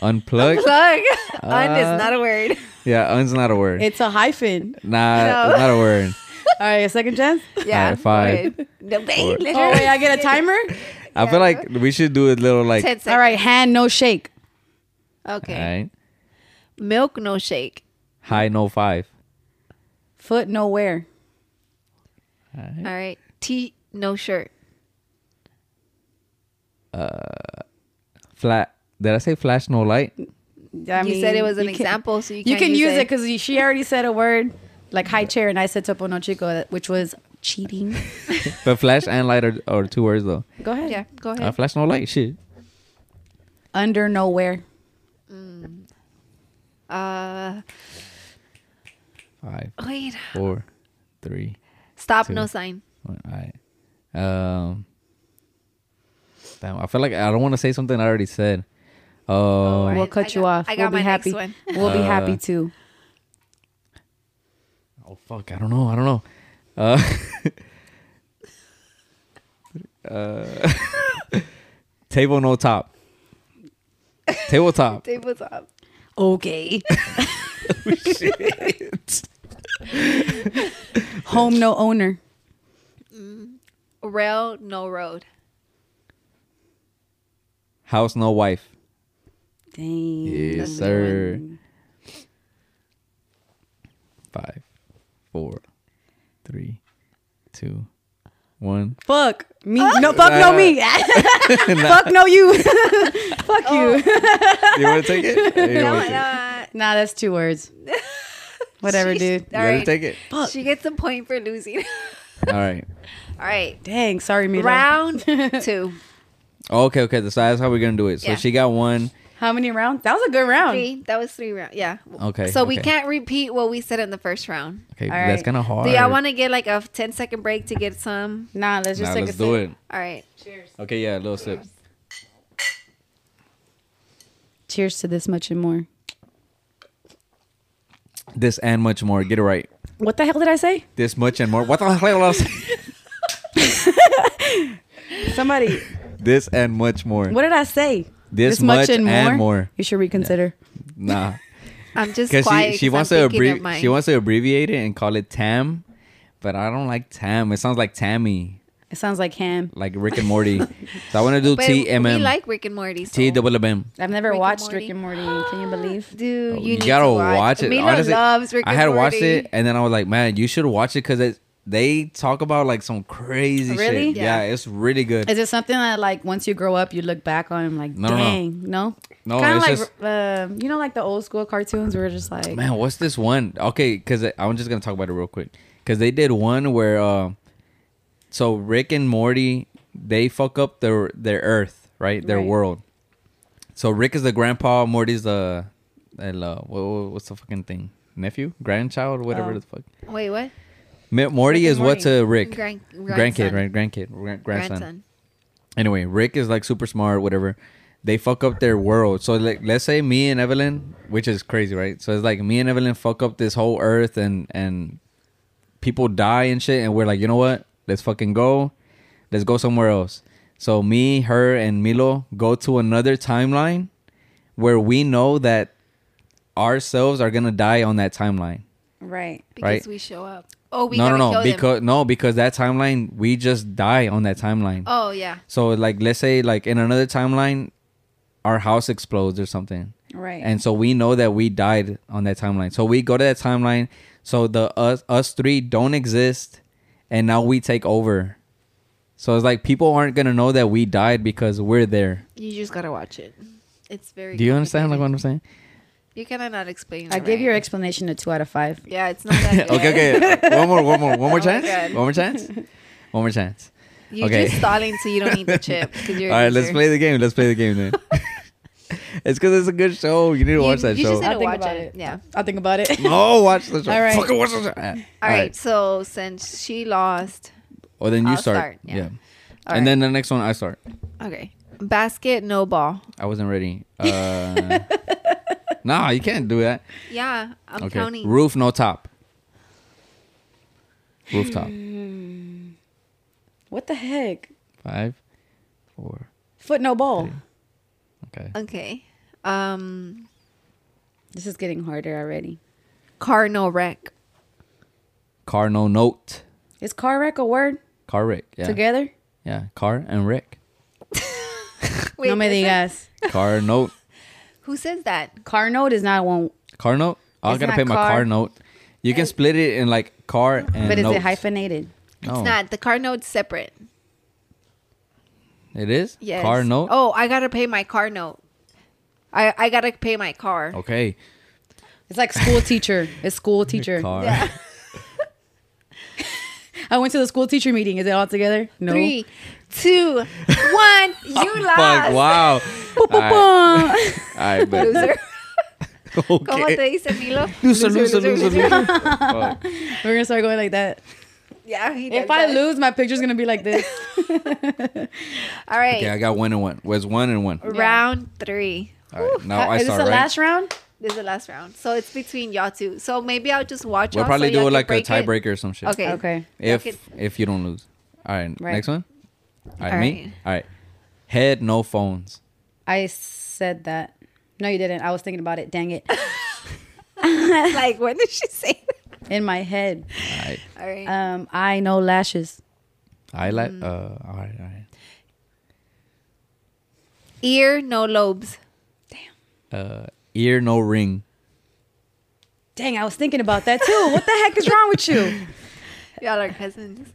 [SPEAKER 3] Unplug.
[SPEAKER 1] Plug. Un
[SPEAKER 3] Uh,
[SPEAKER 1] is not a word.
[SPEAKER 3] Yeah, un's not a word.
[SPEAKER 2] It's a hyphen.
[SPEAKER 3] nah,
[SPEAKER 1] No.
[SPEAKER 3] it's not a word.
[SPEAKER 2] All right, a second chance.
[SPEAKER 1] Yeah.
[SPEAKER 3] Alright, five.
[SPEAKER 1] word. No, babe,
[SPEAKER 3] Four.
[SPEAKER 1] literally.
[SPEAKER 2] Oh wait, I get a timer.
[SPEAKER 3] I feel like we should do a little like.
[SPEAKER 1] Ten seconds.
[SPEAKER 2] All right, hand no shake.
[SPEAKER 1] Okay.
[SPEAKER 3] All right.
[SPEAKER 1] Milk, no shake.
[SPEAKER 3] High no five.
[SPEAKER 2] Foot no wear.
[SPEAKER 1] All right. T, no shirt.
[SPEAKER 3] Flat. Did I say flash no light?
[SPEAKER 2] I
[SPEAKER 1] you said it was an
[SPEAKER 2] you can-
[SPEAKER 1] example, so you
[SPEAKER 2] You
[SPEAKER 1] can't
[SPEAKER 2] can use it
[SPEAKER 1] it.
[SPEAKER 2] because she already said a word like high chair, and I said topo no chico, that- which was cheating.
[SPEAKER 3] But flash and light are, are two words though.
[SPEAKER 2] Go ahead.
[SPEAKER 1] yeah. Go ahead.
[SPEAKER 3] Uh, flash no light. Shit.
[SPEAKER 2] Under nowhere.
[SPEAKER 1] Uh,
[SPEAKER 3] Five,
[SPEAKER 1] wait.
[SPEAKER 3] four, three,
[SPEAKER 1] Stop,
[SPEAKER 3] Two.
[SPEAKER 1] no sign.
[SPEAKER 3] one. All right. Um. Damn. I feel like I don't want to say something I already said. Uh,
[SPEAKER 1] All
[SPEAKER 2] We'll
[SPEAKER 1] right,
[SPEAKER 2] cut
[SPEAKER 1] I
[SPEAKER 2] you
[SPEAKER 1] got-
[SPEAKER 2] off.
[SPEAKER 1] I got
[SPEAKER 2] we'll
[SPEAKER 1] my
[SPEAKER 2] be
[SPEAKER 1] next
[SPEAKER 2] happy.
[SPEAKER 1] one.
[SPEAKER 2] We'll be happy
[SPEAKER 3] Uh,
[SPEAKER 2] too.
[SPEAKER 3] Oh fuck! I don't know. I don't know. Uh, uh, table no top. Tabletop.
[SPEAKER 1] Tabletop.
[SPEAKER 2] Okay.
[SPEAKER 1] Oh,
[SPEAKER 2] Home no owner.
[SPEAKER 1] Rail, no road.
[SPEAKER 3] House, no wife.
[SPEAKER 2] Dang.
[SPEAKER 3] Yes, sir. Five, four, three, two, one.
[SPEAKER 2] Fuck me.
[SPEAKER 1] Ah.
[SPEAKER 2] No, fuck no me. fuck no you. fuck you.
[SPEAKER 3] You want to take it? You
[SPEAKER 1] Oh, No,
[SPEAKER 3] wanna
[SPEAKER 1] no.
[SPEAKER 3] take it?
[SPEAKER 1] uh,
[SPEAKER 2] Nah, that's two words. Whatever,
[SPEAKER 1] she's-
[SPEAKER 2] dude.
[SPEAKER 3] You
[SPEAKER 1] all
[SPEAKER 3] gotta
[SPEAKER 1] right.
[SPEAKER 3] take it.
[SPEAKER 1] She gets a point for losing.
[SPEAKER 3] All right.
[SPEAKER 1] all right.
[SPEAKER 2] Dang. Sorry, Mila.
[SPEAKER 1] Round two.
[SPEAKER 3] Okay, okay. So that's how we're gonna do it. So
[SPEAKER 1] Yeah.
[SPEAKER 3] she got one.
[SPEAKER 2] How many rounds? That was a good round.
[SPEAKER 1] Three. That was three rounds. Yeah.
[SPEAKER 3] Okay,
[SPEAKER 1] So we
[SPEAKER 3] okay.
[SPEAKER 1] can't repeat what we said in the first round.
[SPEAKER 3] Okay,
[SPEAKER 2] All
[SPEAKER 3] that's
[SPEAKER 2] right.
[SPEAKER 3] kind of hard.
[SPEAKER 1] Do y'all want to get like a 10 second break to get some?
[SPEAKER 2] Nah, let's just
[SPEAKER 3] Nah,
[SPEAKER 2] take
[SPEAKER 3] let's
[SPEAKER 2] a
[SPEAKER 3] do
[SPEAKER 2] sip.
[SPEAKER 3] it.
[SPEAKER 1] All right.
[SPEAKER 3] Okay, yeah, a little sip.
[SPEAKER 2] Cheers to this much and more.
[SPEAKER 3] This and much more. Get it right.
[SPEAKER 2] What the hell did I say?
[SPEAKER 3] This much and more. What the hell else?
[SPEAKER 2] Somebody,
[SPEAKER 3] this and much more.
[SPEAKER 2] what did I say?
[SPEAKER 3] This, much, and, more.
[SPEAKER 2] You should reconsider.
[SPEAKER 3] Nah,
[SPEAKER 1] I'm just
[SPEAKER 3] because
[SPEAKER 1] quiet.
[SPEAKER 3] she, she wants to abbrevi- she wants to abbreviate it and call it Tam, but I don't like Tam. It sounds like Tammy,
[SPEAKER 2] It sounds like ham.
[SPEAKER 3] like Rick and Morty. so I want to do
[SPEAKER 1] But
[SPEAKER 3] T M
[SPEAKER 1] We
[SPEAKER 3] M
[SPEAKER 1] like Rick and Morty. So.
[SPEAKER 3] T double M M.
[SPEAKER 2] I've never
[SPEAKER 1] Rick and
[SPEAKER 2] watched
[SPEAKER 1] Morty.
[SPEAKER 2] Rick and Morty. Can you believe?
[SPEAKER 1] Dude, you,
[SPEAKER 3] Oh, You,
[SPEAKER 1] need
[SPEAKER 3] gotta
[SPEAKER 1] to
[SPEAKER 3] watch, it.
[SPEAKER 1] Milo
[SPEAKER 3] Honestly,
[SPEAKER 1] loves Rick
[SPEAKER 3] I
[SPEAKER 1] and
[SPEAKER 3] had
[SPEAKER 1] Morty.
[SPEAKER 3] watched it, and then I was like, man, you should watch it because they talk about like some crazy
[SPEAKER 2] Really?
[SPEAKER 3] shit. Yeah.
[SPEAKER 1] Yeah.
[SPEAKER 3] it's really good.
[SPEAKER 2] Is it something that like once you grow up, you look back on and like,
[SPEAKER 3] No, no, no.
[SPEAKER 2] dang, no,
[SPEAKER 3] No,
[SPEAKER 2] kind of
[SPEAKER 3] it's
[SPEAKER 2] like
[SPEAKER 3] just-
[SPEAKER 2] uh, you know, like the old school cartoons where just like,
[SPEAKER 3] Man, what's this one? Okay, because I'm just gonna talk about it real quick. Because they did one where, uh, so Rick and Morty they fuck up their their Earth, right? Their
[SPEAKER 2] Right.
[SPEAKER 3] world. So Rick is the grandpa, Morty's the, el, uh, wha- wha- what's the fucking thing? Nephew, grandchild, whatever
[SPEAKER 2] Oh.
[SPEAKER 3] the fuck.
[SPEAKER 1] Wait, what?
[SPEAKER 3] M- Morty
[SPEAKER 2] Rick
[SPEAKER 3] is
[SPEAKER 2] and
[SPEAKER 3] what
[SPEAKER 2] Morty.
[SPEAKER 3] to Rick?
[SPEAKER 1] Grand-
[SPEAKER 3] grandkid,
[SPEAKER 1] grandson.
[SPEAKER 3] right? Grandkid, gran- grandson anyway, Rick is like super smart, whatever. They fuck up their world. So like, let's say me and Evelyn, which is crazy, right? So it's like me and Evelyn fuck up this whole earth, and and people die and shit, and we're like, you know what? Let's fucking go. Let's go somewhere else. So me, her, and Milo go to another timeline where we know that ourselves are gonna die on that timeline.
[SPEAKER 2] right,
[SPEAKER 1] Because
[SPEAKER 3] Right.
[SPEAKER 1] we show up. Oh, we
[SPEAKER 3] no,
[SPEAKER 1] gotta
[SPEAKER 3] no, no,
[SPEAKER 1] kill them.
[SPEAKER 3] because no, because that timeline we just die on that timeline.
[SPEAKER 1] Oh, yeah.
[SPEAKER 3] So like let's say like in another timeline, our house explodes or something.
[SPEAKER 2] right,
[SPEAKER 3] And so we know that we died on that timeline. So we go to that timeline. So the us us three don't exist and now we take over. So it's like people aren't gonna know that we died because we're there.
[SPEAKER 1] You just gotta watch it. It's very
[SPEAKER 3] Do you understand like
[SPEAKER 1] complicated.
[SPEAKER 3] what I'm saying?
[SPEAKER 1] You cannot not explain it.
[SPEAKER 2] I give your
[SPEAKER 1] right.
[SPEAKER 2] explanation a two out of five.
[SPEAKER 1] Yeah, it's not that good.
[SPEAKER 3] Okay, okay. one more, one more, one more
[SPEAKER 1] my
[SPEAKER 3] chance.
[SPEAKER 1] God.
[SPEAKER 3] One more chance. One more chance.
[SPEAKER 1] You're
[SPEAKER 3] okay.
[SPEAKER 1] just stalling so you don't need the chip. 'cause you're
[SPEAKER 3] All right, let's
[SPEAKER 1] loser.
[SPEAKER 3] play the game. Let's play the game then. it's because it's a good show. You need to
[SPEAKER 1] You-
[SPEAKER 3] watch that
[SPEAKER 1] you
[SPEAKER 3] show.
[SPEAKER 1] just need
[SPEAKER 2] I'll
[SPEAKER 1] to
[SPEAKER 2] think
[SPEAKER 1] watch
[SPEAKER 2] about
[SPEAKER 1] it.
[SPEAKER 2] it.
[SPEAKER 1] Yeah.
[SPEAKER 2] I'll think about it.
[SPEAKER 3] No, watch the show.
[SPEAKER 2] All right.
[SPEAKER 3] Fucking watch the show. All
[SPEAKER 1] All right. So since she lost,
[SPEAKER 3] Well, then you
[SPEAKER 1] I'll
[SPEAKER 3] start.
[SPEAKER 1] start,
[SPEAKER 3] Yeah.
[SPEAKER 1] yeah.
[SPEAKER 3] and
[SPEAKER 1] All right.
[SPEAKER 3] then the next one, I start.
[SPEAKER 1] okay. Basket, no ball.
[SPEAKER 3] I wasn't ready. Uh, nah, you can't do that.
[SPEAKER 1] Yeah, I'm
[SPEAKER 3] okay.
[SPEAKER 1] counting.
[SPEAKER 3] Roof, no top. Rooftop.
[SPEAKER 2] What the heck?
[SPEAKER 3] Five, four.
[SPEAKER 2] Foot no ball.
[SPEAKER 3] Okay.
[SPEAKER 1] Okay. Um,
[SPEAKER 2] This is getting harder already.
[SPEAKER 1] car, no wreck.
[SPEAKER 3] Car, no note.
[SPEAKER 2] Is car wreck a word
[SPEAKER 3] Car, Rick. Yeah.
[SPEAKER 2] together?
[SPEAKER 3] Yeah. Car and Rick.
[SPEAKER 1] Wait,
[SPEAKER 2] no me
[SPEAKER 1] is that-
[SPEAKER 2] digas.
[SPEAKER 3] Car note.
[SPEAKER 1] Who says that?
[SPEAKER 2] Car note is not one,
[SPEAKER 3] Car note. I
[SPEAKER 2] It's
[SPEAKER 3] gotta
[SPEAKER 2] not
[SPEAKER 3] pay my
[SPEAKER 2] car.
[SPEAKER 3] car note. You can split it in like car and.
[SPEAKER 2] but is
[SPEAKER 3] note.
[SPEAKER 2] it hyphenated?
[SPEAKER 3] No.
[SPEAKER 1] It's not. The car note's separate.
[SPEAKER 3] It is.
[SPEAKER 1] Yes.
[SPEAKER 3] Car note.
[SPEAKER 1] Oh, I gotta pay my car note. I I gotta pay my car.
[SPEAKER 3] Okay.
[SPEAKER 2] It's like school teacher. It's school teacher.
[SPEAKER 3] Car.
[SPEAKER 2] I went to the school teacher meeting. Is it all together? No.
[SPEAKER 1] Three, two, one. You
[SPEAKER 3] Fuck,
[SPEAKER 1] lost.
[SPEAKER 3] wow. All right. All right, but
[SPEAKER 1] Loser. ¿Cómo te
[SPEAKER 3] okay.
[SPEAKER 1] dice Milo?
[SPEAKER 3] Loser, loser, loser, loser. Fuck.
[SPEAKER 2] We're gonna start going like that.
[SPEAKER 1] Yeah. he
[SPEAKER 2] If
[SPEAKER 1] does
[SPEAKER 2] I
[SPEAKER 1] that.
[SPEAKER 2] lose, my picture's gonna be like this.
[SPEAKER 1] All right.
[SPEAKER 3] Okay, I got one and one. Was one and one.
[SPEAKER 1] Round three.
[SPEAKER 3] All right, now
[SPEAKER 2] Uh, Is
[SPEAKER 3] Oh, I
[SPEAKER 2] this
[SPEAKER 3] start
[SPEAKER 2] the
[SPEAKER 3] right.
[SPEAKER 2] last round?
[SPEAKER 1] This is the last round. So it's between y'all two. So maybe I'll just watch.
[SPEAKER 3] we'll
[SPEAKER 1] y'all
[SPEAKER 3] probably
[SPEAKER 1] so y'all
[SPEAKER 3] do
[SPEAKER 1] can
[SPEAKER 3] like a
[SPEAKER 1] break it.
[SPEAKER 3] tiebreaker or some shit.
[SPEAKER 1] Okay.
[SPEAKER 2] Okay.
[SPEAKER 3] If
[SPEAKER 1] Okay.
[SPEAKER 3] if you don't lose. All right,
[SPEAKER 2] Right.
[SPEAKER 3] next one. All right,
[SPEAKER 1] All
[SPEAKER 3] me.
[SPEAKER 1] right.
[SPEAKER 3] All right. Head no phones.
[SPEAKER 2] I said that. No, you didn't. I was thinking about it. Dang it.
[SPEAKER 1] like when did she say that?
[SPEAKER 2] In my head.
[SPEAKER 3] All right.
[SPEAKER 1] Uh, All right.
[SPEAKER 2] Um, I know lashes.
[SPEAKER 3] I like. Uh, all right, all right.
[SPEAKER 1] Ear, no lobes.
[SPEAKER 3] Uh, ear no ring.
[SPEAKER 2] Dang, I was thinking about that too. What the heck is wrong with you?
[SPEAKER 1] Y'all are cousins.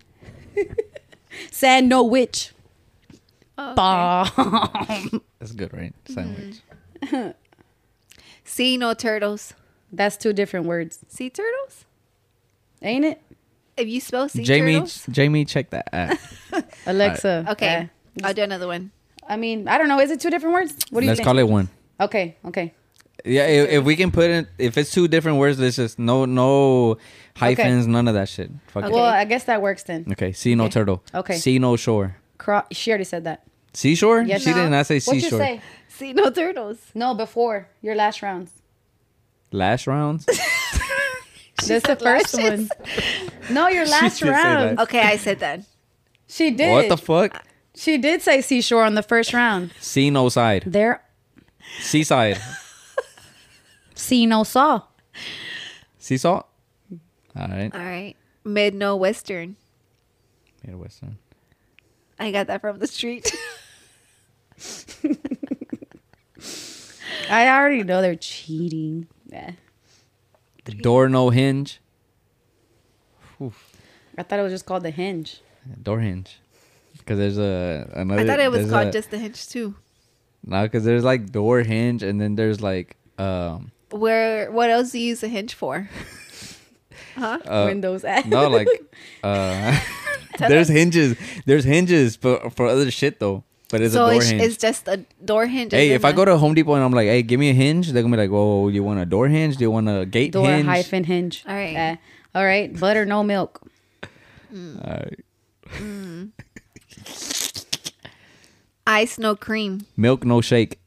[SPEAKER 2] Sad no witch.
[SPEAKER 1] Oh, okay.
[SPEAKER 2] Bomb.
[SPEAKER 3] That's good, right? Sandwich.
[SPEAKER 1] See, no turtles.
[SPEAKER 2] That's two different words,
[SPEAKER 1] Sea turtles?
[SPEAKER 2] ain't it?
[SPEAKER 1] If you spell sea
[SPEAKER 3] Jamie,
[SPEAKER 1] turtles.
[SPEAKER 3] Jamie, check that. Out.
[SPEAKER 2] Alexa.
[SPEAKER 1] Okay.
[SPEAKER 2] uh,
[SPEAKER 1] I'll do another one.
[SPEAKER 2] I mean, I don't know. Is it two different words? What do you
[SPEAKER 3] Let's
[SPEAKER 2] think?
[SPEAKER 3] call it one.
[SPEAKER 2] Okay. Okay.
[SPEAKER 3] Yeah, if, if we can put in, if it's two different words, let's just no, no hyphens, none of that shit. Fuck
[SPEAKER 2] Well,
[SPEAKER 3] it.
[SPEAKER 2] I guess that works then.
[SPEAKER 3] Okay. Sea no turtle.
[SPEAKER 2] Okay.
[SPEAKER 3] Sea no shore.
[SPEAKER 2] Cro- she already said that.
[SPEAKER 3] Seashore?
[SPEAKER 2] Yes.
[SPEAKER 3] She
[SPEAKER 2] No.
[SPEAKER 3] did not say
[SPEAKER 2] What'd you
[SPEAKER 3] seashore.
[SPEAKER 2] say?
[SPEAKER 1] See, no turtles.
[SPEAKER 2] No, before your last rounds.
[SPEAKER 3] Lash rounds.
[SPEAKER 2] That's the first
[SPEAKER 1] lashes.
[SPEAKER 2] one. No, your last
[SPEAKER 3] did say
[SPEAKER 2] round.
[SPEAKER 3] that.
[SPEAKER 1] Okay, I said that.
[SPEAKER 2] She did.
[SPEAKER 3] what the fuck?
[SPEAKER 2] she did say seashore on the first round.
[SPEAKER 3] Sea no side.
[SPEAKER 2] There,
[SPEAKER 3] Seaside.
[SPEAKER 2] see no saw.
[SPEAKER 3] Sea salt. All right.
[SPEAKER 1] All right. Mid, no western.
[SPEAKER 3] Midwestern.
[SPEAKER 1] I got that from the street.
[SPEAKER 2] I already know they're cheating. Yeah.
[SPEAKER 3] Door no hinge.
[SPEAKER 2] I thought it was just called the hinge.
[SPEAKER 3] Door hinge. Because there's a another.
[SPEAKER 1] I thought it was
[SPEAKER 3] there's
[SPEAKER 1] called
[SPEAKER 3] a-
[SPEAKER 1] just the hinge too.
[SPEAKER 3] No, because there's like door hinge, and then there's like um
[SPEAKER 1] Where? What else do you use a hinge for?
[SPEAKER 3] uh,
[SPEAKER 2] Windows. app.
[SPEAKER 3] no like uh there's hinges, there's hinges for for other shit though. But it's
[SPEAKER 1] so
[SPEAKER 3] a door
[SPEAKER 1] it's,
[SPEAKER 3] hinge.
[SPEAKER 1] it's just a door hinge.
[SPEAKER 3] hey,
[SPEAKER 1] isn't
[SPEAKER 3] if I
[SPEAKER 1] it?
[SPEAKER 3] go to Home Depot and I'm like, hey, give me a hinge, they're gonna be like, whoa, you want a door hinge? Do you want a gate
[SPEAKER 2] Door
[SPEAKER 3] hinge?
[SPEAKER 2] hyphen hinge.
[SPEAKER 1] All right.
[SPEAKER 2] Yeah. all right. Butter, no milk.
[SPEAKER 3] Alright.
[SPEAKER 1] ice, no cream.
[SPEAKER 3] Milk no shake.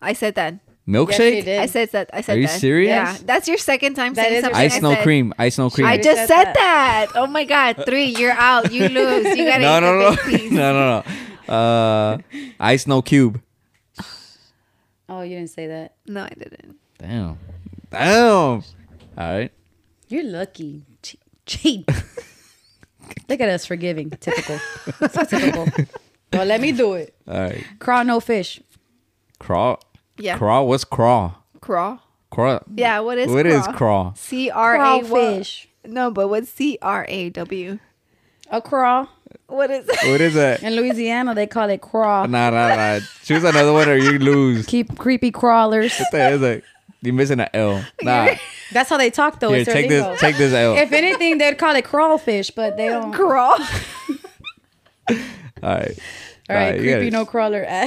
[SPEAKER 1] I said that.
[SPEAKER 3] Milkshake.
[SPEAKER 2] Yes, you did.
[SPEAKER 1] I said that. I said.
[SPEAKER 3] Are you
[SPEAKER 1] that.
[SPEAKER 3] serious?
[SPEAKER 1] Yeah, that's your second time
[SPEAKER 2] That
[SPEAKER 1] saying
[SPEAKER 2] is your
[SPEAKER 1] something.
[SPEAKER 3] Ice
[SPEAKER 1] I
[SPEAKER 3] no
[SPEAKER 1] said.
[SPEAKER 3] cream. Ice no cream.
[SPEAKER 1] I
[SPEAKER 2] You
[SPEAKER 1] just
[SPEAKER 2] said
[SPEAKER 1] said,
[SPEAKER 2] that.
[SPEAKER 1] that. Oh my god! Three, you're out. You lose. You gotta.
[SPEAKER 3] no,
[SPEAKER 1] eat the
[SPEAKER 3] no, no,
[SPEAKER 1] big
[SPEAKER 3] no,
[SPEAKER 1] piece.
[SPEAKER 3] no, no. Uh, ice no cube.
[SPEAKER 2] Oh, you didn't say that.
[SPEAKER 1] No, I didn't.
[SPEAKER 3] Damn, damn. All right.
[SPEAKER 2] You're lucky. Che- Cheat. Look at us forgiving. Typical. So typical. Well, let me do it.
[SPEAKER 3] All right.
[SPEAKER 2] Craw no fish.
[SPEAKER 3] Crawl.
[SPEAKER 1] Yeah.
[SPEAKER 3] Crawl. What's crawl?
[SPEAKER 1] Crawl.
[SPEAKER 3] Crawl.
[SPEAKER 1] Yeah. What is?
[SPEAKER 3] What
[SPEAKER 1] crawl?
[SPEAKER 3] is crawl?
[SPEAKER 1] C R
[SPEAKER 2] Craw
[SPEAKER 1] A what?
[SPEAKER 2] fish.
[SPEAKER 1] No, but what's C R A W?
[SPEAKER 2] A craw.
[SPEAKER 1] What is?
[SPEAKER 3] What is that?
[SPEAKER 2] In Louisiana, they call it craw.
[SPEAKER 3] nah, nah, nah. Choose another one or you lose.
[SPEAKER 2] Keep creepy crawlers.
[SPEAKER 3] What the- it's like, you're missing an L. Nah.
[SPEAKER 2] That's how they talk though.
[SPEAKER 3] Here,
[SPEAKER 2] it's their
[SPEAKER 3] take
[SPEAKER 2] lingo.
[SPEAKER 3] this. Take this L.
[SPEAKER 2] if anything, they'd call it crawfish, but they don't. All
[SPEAKER 1] Crawl.
[SPEAKER 3] All right.
[SPEAKER 2] right,
[SPEAKER 3] Nah, you
[SPEAKER 2] creepy
[SPEAKER 3] gotta-
[SPEAKER 2] no crawler.
[SPEAKER 1] All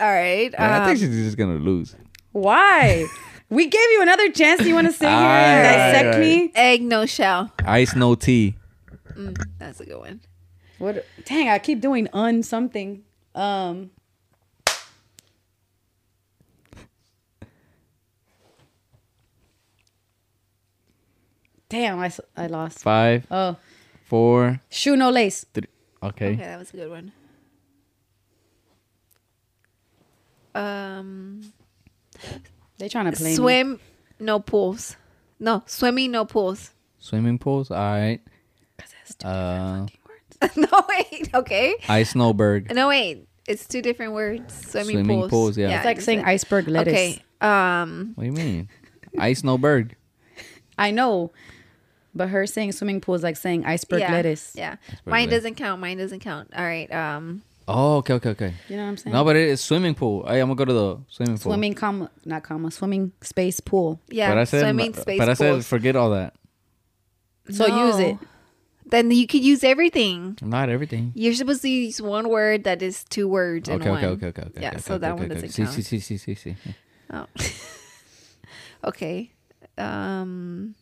[SPEAKER 1] right.
[SPEAKER 3] Nah, I
[SPEAKER 1] um,
[SPEAKER 3] think she's just gonna lose.
[SPEAKER 2] Why? We gave you another chance. Do you want to sit here
[SPEAKER 3] Aye,
[SPEAKER 2] and
[SPEAKER 3] aye,
[SPEAKER 2] dissect
[SPEAKER 3] aye.
[SPEAKER 2] me?
[SPEAKER 1] Egg no shell.
[SPEAKER 3] Ice no tea.
[SPEAKER 1] That's a good one.
[SPEAKER 2] What? Dang, I keep doing un something. Um, damn, I, s- I lost.
[SPEAKER 3] Five,
[SPEAKER 2] Oh,
[SPEAKER 3] four,
[SPEAKER 2] shoe no lace.
[SPEAKER 3] three. Okay.
[SPEAKER 1] Okay, that was a good one. Um,
[SPEAKER 2] They trying to play me.
[SPEAKER 1] swim no pools. No, swimming no pools.
[SPEAKER 3] Swimming pools. All right. Uh,
[SPEAKER 1] no wait. Okay.
[SPEAKER 3] ice snowberg.
[SPEAKER 1] No wait. It's two different words. Swimming,
[SPEAKER 3] Swimming
[SPEAKER 1] pools.
[SPEAKER 3] pools, yeah.
[SPEAKER 2] It's like saying iceberg lettuce.
[SPEAKER 1] Okay. Um,
[SPEAKER 3] What do you mean? Ice snowberg.
[SPEAKER 2] I know, but her saying swimming pool is like saying iceberg
[SPEAKER 1] yeah.
[SPEAKER 2] lettuce.
[SPEAKER 1] Yeah. Mine
[SPEAKER 3] lettuce.
[SPEAKER 1] doesn't count. Mine doesn't count. All right. Um,
[SPEAKER 3] Oh, okay, okay, okay.
[SPEAKER 2] You know what I'm saying?
[SPEAKER 3] No, but it is swimming pool. Hey, I'm gonna go to the swimming pool.
[SPEAKER 2] Swimming comma, not comma, swimming space pool.
[SPEAKER 1] yeah.
[SPEAKER 3] But I said,
[SPEAKER 1] swimming space
[SPEAKER 3] but I said,
[SPEAKER 1] pools.
[SPEAKER 3] forget all that.
[SPEAKER 2] So
[SPEAKER 1] No.
[SPEAKER 2] use it.
[SPEAKER 1] Then you could use everything.
[SPEAKER 3] Not everything.
[SPEAKER 1] You're supposed to use one word that is two words in
[SPEAKER 3] Okay,
[SPEAKER 1] one.
[SPEAKER 3] okay, okay, okay, okay.
[SPEAKER 1] Yeah,
[SPEAKER 3] okay,
[SPEAKER 1] so
[SPEAKER 3] okay,
[SPEAKER 1] that
[SPEAKER 3] okay,
[SPEAKER 1] one
[SPEAKER 3] okay.
[SPEAKER 1] doesn't
[SPEAKER 3] see,
[SPEAKER 1] count.
[SPEAKER 3] See, see, see, see, see.
[SPEAKER 1] Oh. okay. Um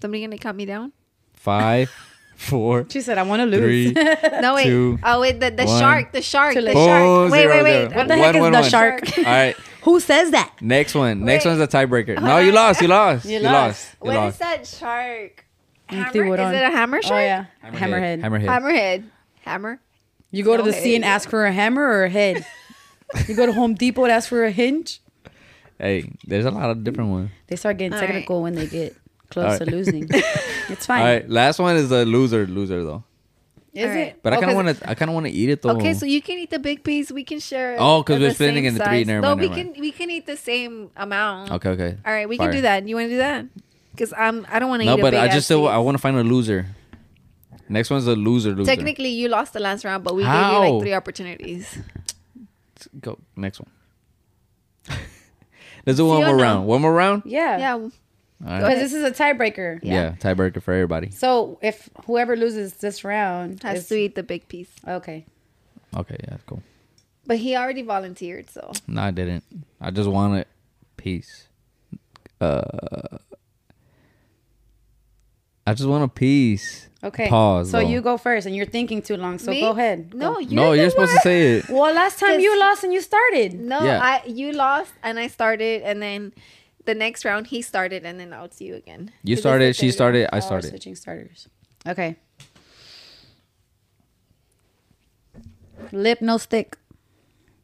[SPEAKER 1] somebody gonna count me down?
[SPEAKER 3] Five, four,
[SPEAKER 2] She said, I want to
[SPEAKER 3] three.
[SPEAKER 2] lose.
[SPEAKER 1] No wait.
[SPEAKER 3] Two,
[SPEAKER 1] oh wait, the, the
[SPEAKER 3] one.
[SPEAKER 1] shark, the shark,
[SPEAKER 2] Too
[SPEAKER 1] the
[SPEAKER 2] late.
[SPEAKER 3] Oh,
[SPEAKER 1] shark. Wait,
[SPEAKER 3] zero,
[SPEAKER 1] wait, wait.
[SPEAKER 3] zero.
[SPEAKER 2] What the
[SPEAKER 3] One,
[SPEAKER 2] heck is
[SPEAKER 3] one,
[SPEAKER 2] the
[SPEAKER 3] one.
[SPEAKER 2] shark?
[SPEAKER 3] All right,
[SPEAKER 2] Who says that?
[SPEAKER 3] next one. Next
[SPEAKER 1] Wait.
[SPEAKER 3] one's a tiebreaker. No,
[SPEAKER 1] on.
[SPEAKER 3] you lost. You lost.
[SPEAKER 2] You
[SPEAKER 3] You
[SPEAKER 2] lost.
[SPEAKER 3] lost. You
[SPEAKER 1] What is
[SPEAKER 3] lost.
[SPEAKER 1] that shark?
[SPEAKER 2] You
[SPEAKER 1] Hammer? Is it
[SPEAKER 2] threw it on.
[SPEAKER 1] a hammer shark?
[SPEAKER 2] Oh, yeah. Hammerhead.
[SPEAKER 3] Hammerhead.
[SPEAKER 1] Hammerhead. Hammer.
[SPEAKER 2] You go to the
[SPEAKER 1] Okay.
[SPEAKER 2] sea and ask for a hammer or a head. you go to Home Depot and ask for a hinge.
[SPEAKER 3] Hey, there's a lot of different ones.
[SPEAKER 2] They start getting
[SPEAKER 1] All right.
[SPEAKER 2] technical when they get close
[SPEAKER 3] All
[SPEAKER 2] to
[SPEAKER 3] right.
[SPEAKER 2] losing. it's
[SPEAKER 3] All
[SPEAKER 2] fine.
[SPEAKER 3] right, last one is a loser. Loser though.
[SPEAKER 2] Is
[SPEAKER 1] All right.
[SPEAKER 2] it?
[SPEAKER 3] But I
[SPEAKER 2] Oh,
[SPEAKER 3] kind of
[SPEAKER 2] 'cause
[SPEAKER 3] want to. I kind of want to eat it though.
[SPEAKER 1] Okay, so you can eat the big piece. We can share.
[SPEAKER 3] Oh, 'cause
[SPEAKER 1] the
[SPEAKER 3] we're splitting
[SPEAKER 1] same
[SPEAKER 3] in the three.
[SPEAKER 1] size.
[SPEAKER 3] Never
[SPEAKER 1] No,
[SPEAKER 3] mind,
[SPEAKER 1] we
[SPEAKER 3] never mind.
[SPEAKER 1] can we can eat the same amount.
[SPEAKER 3] okay, okay.
[SPEAKER 1] All right, we
[SPEAKER 3] Fire.
[SPEAKER 1] can do that. You want to do that? Because I'm I don't want to
[SPEAKER 3] No,
[SPEAKER 1] eat. a
[SPEAKER 3] but
[SPEAKER 1] big
[SPEAKER 3] I
[SPEAKER 1] ass
[SPEAKER 3] just still I
[SPEAKER 1] piece.
[SPEAKER 3] want to find a loser. Next one's a loser. Loser.
[SPEAKER 1] Technically, you lost the last round, but we gave you
[SPEAKER 3] How?
[SPEAKER 1] like three opportunities.
[SPEAKER 3] Go next one. Let's do one
[SPEAKER 1] See, I
[SPEAKER 3] more
[SPEAKER 1] know.
[SPEAKER 3] round. One more round.
[SPEAKER 2] Yeah.
[SPEAKER 1] Yeah,
[SPEAKER 3] All right.
[SPEAKER 2] Because this is a tiebreaker.
[SPEAKER 3] Yeah, tiebreaker for everybody.
[SPEAKER 2] So if whoever loses this round
[SPEAKER 1] has
[SPEAKER 2] is-
[SPEAKER 1] to eat the big piece.
[SPEAKER 2] okay.
[SPEAKER 3] Okay, yeah, cool.
[SPEAKER 1] But he already volunteered, so
[SPEAKER 3] No, I didn't. I just wanted peace. Uh, I just want a piece.
[SPEAKER 2] Okay.
[SPEAKER 3] Pause.
[SPEAKER 2] So
[SPEAKER 3] though.
[SPEAKER 2] you go first, and you're thinking too long. So
[SPEAKER 1] Me?
[SPEAKER 2] go ahead.
[SPEAKER 1] No,
[SPEAKER 2] Go.
[SPEAKER 1] you're
[SPEAKER 3] No, you're supposed to say it.
[SPEAKER 2] Well, last time
[SPEAKER 1] Yes.
[SPEAKER 2] you lost and you started.
[SPEAKER 1] No,
[SPEAKER 3] Yeah.
[SPEAKER 1] I you lost and I started, and then the next round he started, and then now it's you again.
[SPEAKER 3] You
[SPEAKER 2] Is this
[SPEAKER 3] started.
[SPEAKER 2] the
[SPEAKER 3] She
[SPEAKER 2] third
[SPEAKER 3] started.
[SPEAKER 2] round? Oh,
[SPEAKER 3] I
[SPEAKER 2] we're
[SPEAKER 3] started.
[SPEAKER 2] Switching starters. Okay. Lip no stick.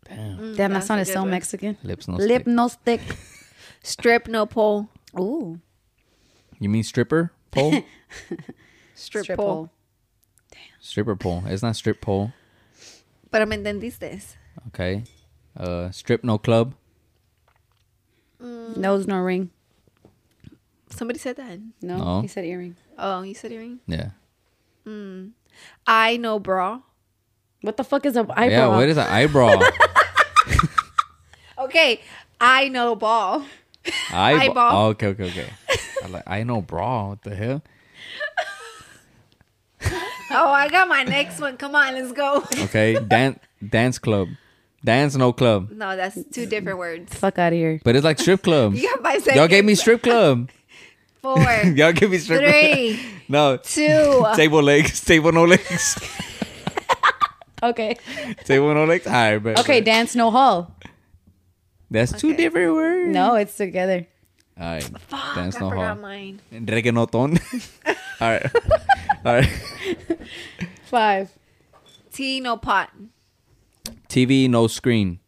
[SPEAKER 3] Damn.
[SPEAKER 2] Damn, that
[SPEAKER 1] Mm, that's a
[SPEAKER 2] sounded
[SPEAKER 1] good
[SPEAKER 2] so
[SPEAKER 1] one.
[SPEAKER 2] Mexican.
[SPEAKER 3] Lips no
[SPEAKER 2] Lip
[SPEAKER 3] stick.
[SPEAKER 2] no stick.
[SPEAKER 1] Strip no pole,
[SPEAKER 2] Ooh.
[SPEAKER 3] You mean stripper pole?
[SPEAKER 1] strip,
[SPEAKER 2] Strip
[SPEAKER 1] pole.
[SPEAKER 2] hole.
[SPEAKER 3] stripper pole. It's not strip pole.
[SPEAKER 1] Pero me entendiste?
[SPEAKER 3] Okay. Uh, strip no club.
[SPEAKER 2] Nose no ring.
[SPEAKER 1] Somebody said that.
[SPEAKER 2] No,
[SPEAKER 3] No.
[SPEAKER 2] he said earring.
[SPEAKER 1] Oh, you said earring.
[SPEAKER 3] Yeah.
[SPEAKER 1] I no bra.
[SPEAKER 2] What the fuck is a eyebrow?
[SPEAKER 3] Yeah. What is an eyebrow?
[SPEAKER 1] Okay, I no ball.
[SPEAKER 3] Eyeball.
[SPEAKER 1] Eyeball.
[SPEAKER 3] Oh, okay. Okay. Okay. I like. I know bra. What the hell?
[SPEAKER 1] Oh, I got my next one. Come on, let's go.
[SPEAKER 3] Okay. Dance. dance club. Dance no club.
[SPEAKER 1] No, that's two different words.
[SPEAKER 2] fuck out of here.
[SPEAKER 3] But it's like strip club.
[SPEAKER 1] You got five seconds.
[SPEAKER 3] Y'all gave me strip club.
[SPEAKER 1] four,
[SPEAKER 3] Y'all give me strip.
[SPEAKER 1] three,
[SPEAKER 3] No.
[SPEAKER 1] two.
[SPEAKER 3] Table legs. Table no legs.
[SPEAKER 2] Okay.
[SPEAKER 3] table no legs. All right, but
[SPEAKER 2] Okay, dance no hall.
[SPEAKER 3] That's two different words.
[SPEAKER 2] No, it's together.
[SPEAKER 3] All right.
[SPEAKER 1] Fuck,
[SPEAKER 3] dance
[SPEAKER 1] I
[SPEAKER 3] no
[SPEAKER 1] forgot
[SPEAKER 3] hall.
[SPEAKER 1] mine.
[SPEAKER 3] Reggaeton. All right. All right.
[SPEAKER 2] Five.
[SPEAKER 1] Tea no pot.
[SPEAKER 3] TV no screen.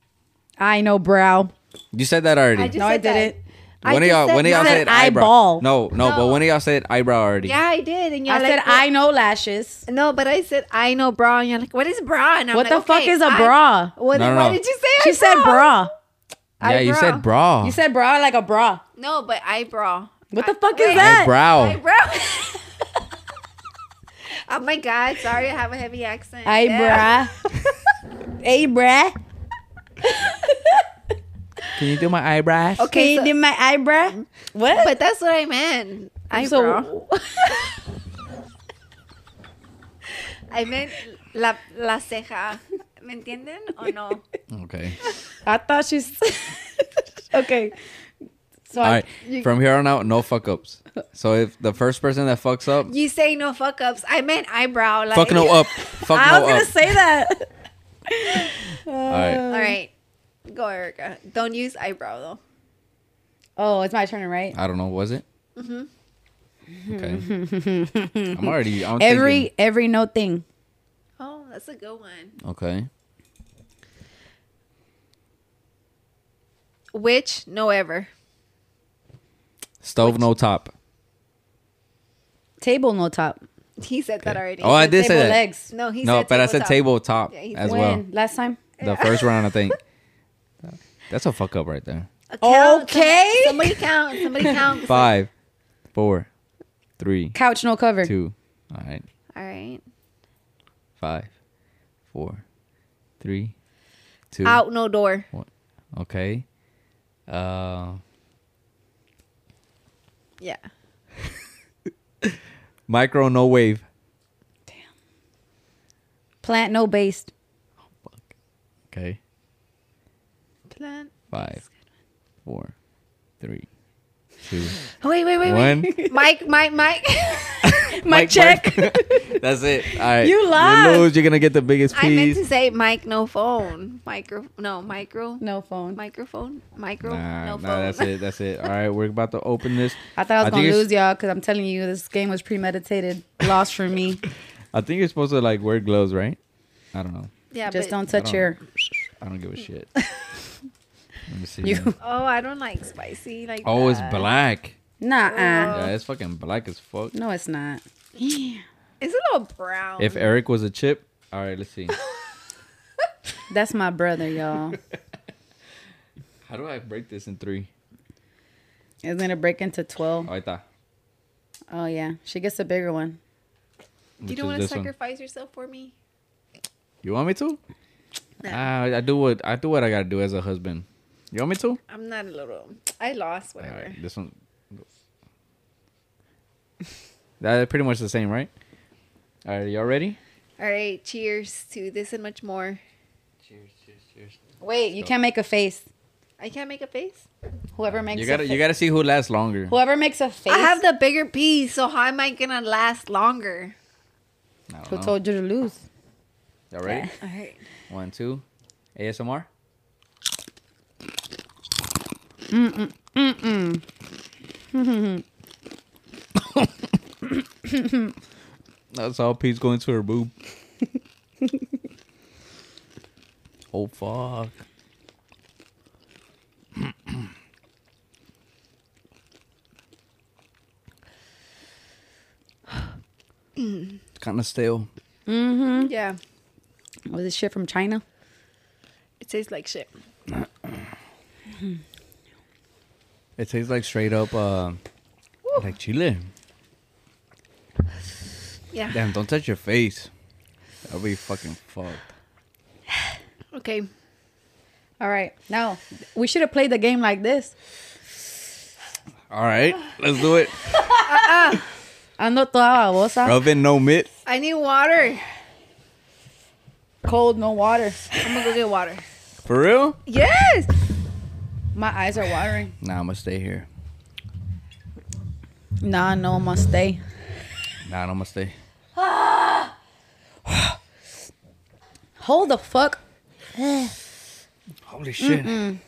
[SPEAKER 2] I no brow.
[SPEAKER 3] You said that already.
[SPEAKER 1] I just
[SPEAKER 2] No, I
[SPEAKER 1] said that.
[SPEAKER 2] didn't.
[SPEAKER 1] I
[SPEAKER 3] One of
[SPEAKER 1] just
[SPEAKER 3] y'all,
[SPEAKER 1] said
[SPEAKER 3] one of y'all
[SPEAKER 1] no.
[SPEAKER 3] said
[SPEAKER 2] said
[SPEAKER 3] eyebrow.
[SPEAKER 2] eyeball.
[SPEAKER 3] No, no, but
[SPEAKER 1] No.
[SPEAKER 3] one of y'all said eyebrow already.
[SPEAKER 1] Yeah, I did, and y'all
[SPEAKER 2] I
[SPEAKER 1] like,
[SPEAKER 2] said I no lashes.
[SPEAKER 1] No, but I said I know bra, and you're like, what is bra? And I'm
[SPEAKER 2] What
[SPEAKER 1] like,
[SPEAKER 2] the fuck
[SPEAKER 1] okay,
[SPEAKER 2] is a
[SPEAKER 1] I-
[SPEAKER 2] bra?
[SPEAKER 1] What,
[SPEAKER 3] No, no,
[SPEAKER 1] why
[SPEAKER 3] no.
[SPEAKER 1] did you say?
[SPEAKER 2] She
[SPEAKER 1] eyebrow?
[SPEAKER 2] said bra.
[SPEAKER 3] Yeah, you
[SPEAKER 1] Eyebrow.
[SPEAKER 3] said bra.
[SPEAKER 2] You said bra like a bra.
[SPEAKER 1] No, but eyebrow.
[SPEAKER 2] What
[SPEAKER 1] I-
[SPEAKER 2] the fuck
[SPEAKER 1] wait,
[SPEAKER 2] is that?
[SPEAKER 3] eyebrow.
[SPEAKER 1] Eyebrow. oh my god! Sorry, I have a heavy accent. Yeah.
[SPEAKER 2] Eyebrow. Eyebrow.
[SPEAKER 3] Can you do my eyebrows?
[SPEAKER 2] Can
[SPEAKER 1] Okay,
[SPEAKER 2] you
[SPEAKER 1] so-
[SPEAKER 2] do my eyebrow? What?
[SPEAKER 1] but that's what I meant. Eyebrow. I meant la la ceja. ¿Me entienden o no?
[SPEAKER 3] Okay.
[SPEAKER 2] I thought she's okay. So
[SPEAKER 3] All
[SPEAKER 2] I,
[SPEAKER 3] right. From here on out, no fuck ups. So if the first person that fucks up,
[SPEAKER 1] You say no fuck ups. I meant eyebrow. Like,
[SPEAKER 3] fuck no uh. up. Fuck
[SPEAKER 2] I
[SPEAKER 3] no
[SPEAKER 2] was gonna
[SPEAKER 3] up.
[SPEAKER 2] say that.
[SPEAKER 3] All right.
[SPEAKER 1] All right, go Erica. Don't use eyebrow though.
[SPEAKER 2] Oh, it's my turn, right?
[SPEAKER 3] I don't know. Was it?
[SPEAKER 1] Mm-hmm.
[SPEAKER 3] Okay. I'm already. I'm
[SPEAKER 2] Every every no thing.
[SPEAKER 1] Oh, that's a good one.
[SPEAKER 3] thinking. Okay.
[SPEAKER 1] Which no ever.
[SPEAKER 3] Stove no top.
[SPEAKER 2] Table no top.
[SPEAKER 1] He said that already.
[SPEAKER 3] Oh, I did say
[SPEAKER 2] Table
[SPEAKER 3] that.
[SPEAKER 2] legs.
[SPEAKER 1] No, Oh, he
[SPEAKER 3] no,
[SPEAKER 1] said
[SPEAKER 3] but I said
[SPEAKER 1] tabletop.
[SPEAKER 3] table top
[SPEAKER 1] Yeah, he
[SPEAKER 3] as
[SPEAKER 1] said-
[SPEAKER 3] well.
[SPEAKER 2] When? Last time?
[SPEAKER 3] The first round, I think. That's a fuck up right there.
[SPEAKER 1] A count.
[SPEAKER 2] Okay.
[SPEAKER 1] Some- Somebody count. Somebody count.
[SPEAKER 3] Five, four, three,
[SPEAKER 2] Couch no cover.
[SPEAKER 3] two. All right.
[SPEAKER 1] All right.
[SPEAKER 3] Five, four, three, two.
[SPEAKER 1] Out no door.
[SPEAKER 3] One. Okay. Uh,
[SPEAKER 1] Yeah.
[SPEAKER 3] micro no wave.
[SPEAKER 2] Plant no based.
[SPEAKER 3] Okay.
[SPEAKER 1] Plan.
[SPEAKER 3] Five, four, three, two,
[SPEAKER 1] Wait, wait, wait,
[SPEAKER 3] one.
[SPEAKER 1] wait. Mike, Mike, Mike.
[SPEAKER 2] My check.
[SPEAKER 3] That's it. All right.
[SPEAKER 2] You lost.
[SPEAKER 3] lose. You're gonna get the biggest
[SPEAKER 1] I meant to
[SPEAKER 3] piece.
[SPEAKER 1] say Mike, no phone. Micro, no micro,
[SPEAKER 2] no phone.
[SPEAKER 1] microphone, micro,
[SPEAKER 3] Nah,
[SPEAKER 1] no
[SPEAKER 3] nah,
[SPEAKER 1] phone.
[SPEAKER 3] that's it. That's it. All right, we're about to open this.
[SPEAKER 2] I thought I was
[SPEAKER 3] think
[SPEAKER 2] gonna
[SPEAKER 3] it's-
[SPEAKER 2] lose y'all because I'm telling you this game was premeditated. Lost for me.
[SPEAKER 3] I think you're supposed to like wear gloves, right? I don't know.
[SPEAKER 1] Yeah,
[SPEAKER 2] Just
[SPEAKER 1] but,
[SPEAKER 2] don't
[SPEAKER 3] I
[SPEAKER 2] touch
[SPEAKER 3] don't-
[SPEAKER 2] your
[SPEAKER 3] I don't give a shit. Let me see.
[SPEAKER 2] you.
[SPEAKER 1] Oh, I don't like spicy like.
[SPEAKER 3] Oh, it's
[SPEAKER 1] that.
[SPEAKER 3] black.
[SPEAKER 2] Nah.
[SPEAKER 3] Yeah, it's fucking black as fuck.
[SPEAKER 2] No, it's not.
[SPEAKER 1] It's a little brown.
[SPEAKER 3] If Eric was a chip, all right, let's see.
[SPEAKER 2] That's my brother, y'all.
[SPEAKER 3] How do I break this in three?
[SPEAKER 2] It's gonna break into twelve.
[SPEAKER 3] Ahí está.
[SPEAKER 2] Oh yeah, she gets a bigger one.
[SPEAKER 1] you
[SPEAKER 3] Which
[SPEAKER 1] don't
[SPEAKER 3] is
[SPEAKER 1] want to
[SPEAKER 3] this one.
[SPEAKER 1] sacrifice yourself for me.
[SPEAKER 3] You want me to?
[SPEAKER 1] No.
[SPEAKER 3] Ah, I do what I do what I gotta do as a husband. You want me to?
[SPEAKER 1] I'm not a little. I lost
[SPEAKER 3] All
[SPEAKER 1] whatever.
[SPEAKER 3] right, this one. That's pretty much the same, right? All right, y'all ready?
[SPEAKER 1] All right. Cheers to this and much more.
[SPEAKER 3] Cheers, cheers, cheers.
[SPEAKER 2] Wait, you can't make a face.
[SPEAKER 1] I can't make a face.
[SPEAKER 2] Whoever makes
[SPEAKER 3] You gotta,
[SPEAKER 2] a
[SPEAKER 3] you
[SPEAKER 2] fa-
[SPEAKER 3] gotta see who lasts longer.
[SPEAKER 2] whoever makes a face.
[SPEAKER 1] I have the bigger piece, so how am I gonna last longer?
[SPEAKER 3] I don't
[SPEAKER 2] Who
[SPEAKER 3] know.
[SPEAKER 2] told you to lose?
[SPEAKER 3] Y'all ready?
[SPEAKER 1] All right.
[SPEAKER 3] One, two. ASMR. That's all Pete's going to her boob. oh fuck. kind of stale.
[SPEAKER 1] Yeah.
[SPEAKER 2] Was this shit from China?
[SPEAKER 1] It tastes like shit.
[SPEAKER 3] It tastes like straight up uh, like chile.
[SPEAKER 1] Yeah.
[SPEAKER 3] Damn, don't touch your face. That'll be fucking fucked.
[SPEAKER 1] Okay.
[SPEAKER 2] All right, now we should have played the game like this.
[SPEAKER 3] All right, let's do it.
[SPEAKER 2] Ando toda babosa.
[SPEAKER 3] Rub in no mitt.
[SPEAKER 1] I need water.
[SPEAKER 2] Cold, no water.
[SPEAKER 1] I'm gonna go get water.
[SPEAKER 3] For real?
[SPEAKER 1] Yes.
[SPEAKER 2] My eyes are watering.
[SPEAKER 3] Nah, I'm gonna stay here.
[SPEAKER 2] Nah, no, I'm gonna stay.
[SPEAKER 3] Nah, I'm gonna stay.
[SPEAKER 2] Hold the fuck.
[SPEAKER 3] Holy shit. I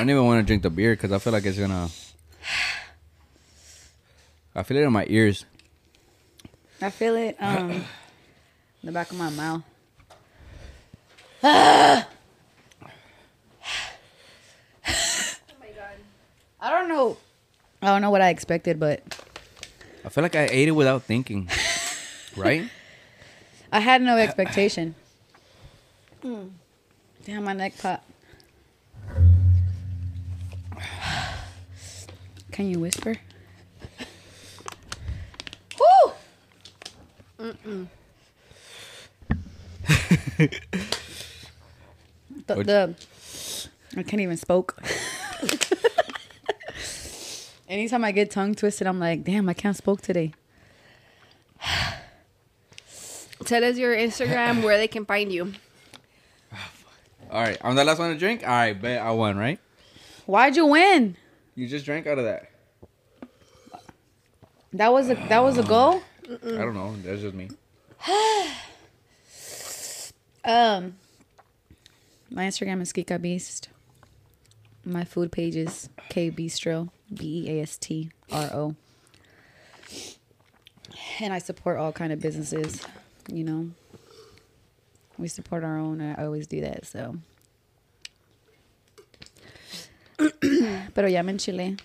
[SPEAKER 3] don't even want to drink the beer because I feel like it's gonna. I feel it in my ears.
[SPEAKER 2] I feel it um in the back of my mouth.
[SPEAKER 1] Oh my god.
[SPEAKER 2] I don't know. I don't know what I expected, but
[SPEAKER 3] I feel like I ate it without thinking. right?
[SPEAKER 2] I had no expectation. Damn, my neck pop. Can you whisper? Woo! the,
[SPEAKER 3] Would-
[SPEAKER 2] the I can't even spoke. Anytime I get tongue twisted, I'm like, damn, I can't spoke today.
[SPEAKER 1] Tell us your Instagram where they can find you.
[SPEAKER 3] All right, I'm the last one to drink. All right, bet I won, right?
[SPEAKER 2] Why'd you win?
[SPEAKER 3] You just drank out of that.
[SPEAKER 2] That was a that was a goal.
[SPEAKER 3] I don't know. That's just me.
[SPEAKER 2] Um, my Instagram is Kika Beast. My food page is K Bistro B E A S T R O. And I support all kind of businesses. You know, we support our own. And I always do that. So, pero ya me enchilé.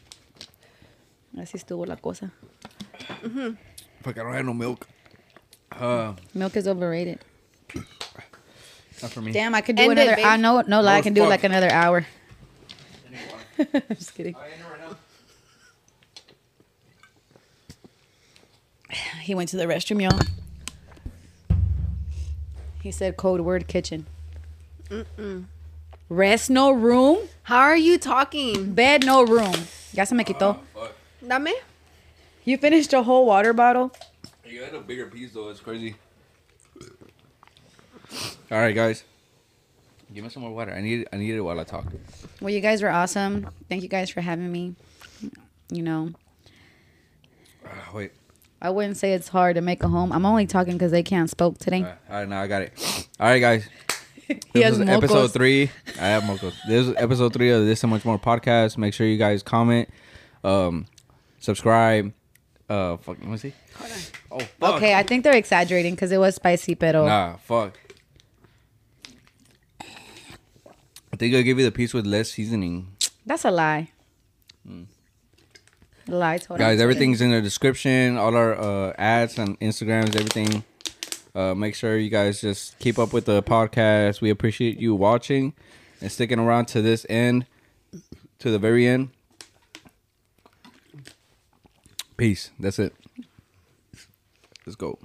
[SPEAKER 2] Así estuvo la cosa.
[SPEAKER 3] Fuck, I don't have no milk. Uh,
[SPEAKER 2] Milk is overrated.
[SPEAKER 3] not for me.
[SPEAKER 2] Damn, I could do
[SPEAKER 1] End it,
[SPEAKER 2] another. I
[SPEAKER 1] babe.
[SPEAKER 2] know, no, like, I
[SPEAKER 3] Oh,
[SPEAKER 2] can do
[SPEAKER 3] fuck.
[SPEAKER 2] like another hour. Just kidding. He went to the restroom, y'all. He said code word kitchen. Rest no room,
[SPEAKER 1] How are you talking?
[SPEAKER 2] bed no room. Ya se me
[SPEAKER 3] Oh,
[SPEAKER 2] quitó.
[SPEAKER 1] Dame.
[SPEAKER 2] You finished a whole water bottle.
[SPEAKER 3] You had a bigger piece though. It's crazy. All right, guys. Give me some more water. I need. I need it while I talk.
[SPEAKER 2] Well, you guys were awesome. Thank you guys for having me. You know,
[SPEAKER 3] Uh, wait.
[SPEAKER 2] I wouldn't say it's hard to make a home. I'm only talking because they can't spoke today.
[SPEAKER 3] All right, Uh, all right, now I got it. All right, guys.
[SPEAKER 2] He
[SPEAKER 3] This
[SPEAKER 2] has
[SPEAKER 3] is
[SPEAKER 2] mocos.
[SPEAKER 3] episode three. I have mocos. This is episode three of this and much more podcast. Make sure you guys comment, um, subscribe. Uh, fuck. Let me see. Oh, fuck.
[SPEAKER 2] Okay, I think they're exaggerating because it was spicy, pero
[SPEAKER 3] Nah, fuck. I think I'll give you the piece with less seasoning.
[SPEAKER 2] that's a lie.
[SPEAKER 4] Lie told
[SPEAKER 3] Mm. guys everything's in the description all our uh, ads and instagrams everything uh, make sure you guys just keep up with the podcast we appreciate you watching and sticking around to this end to the very end peace that's it let's go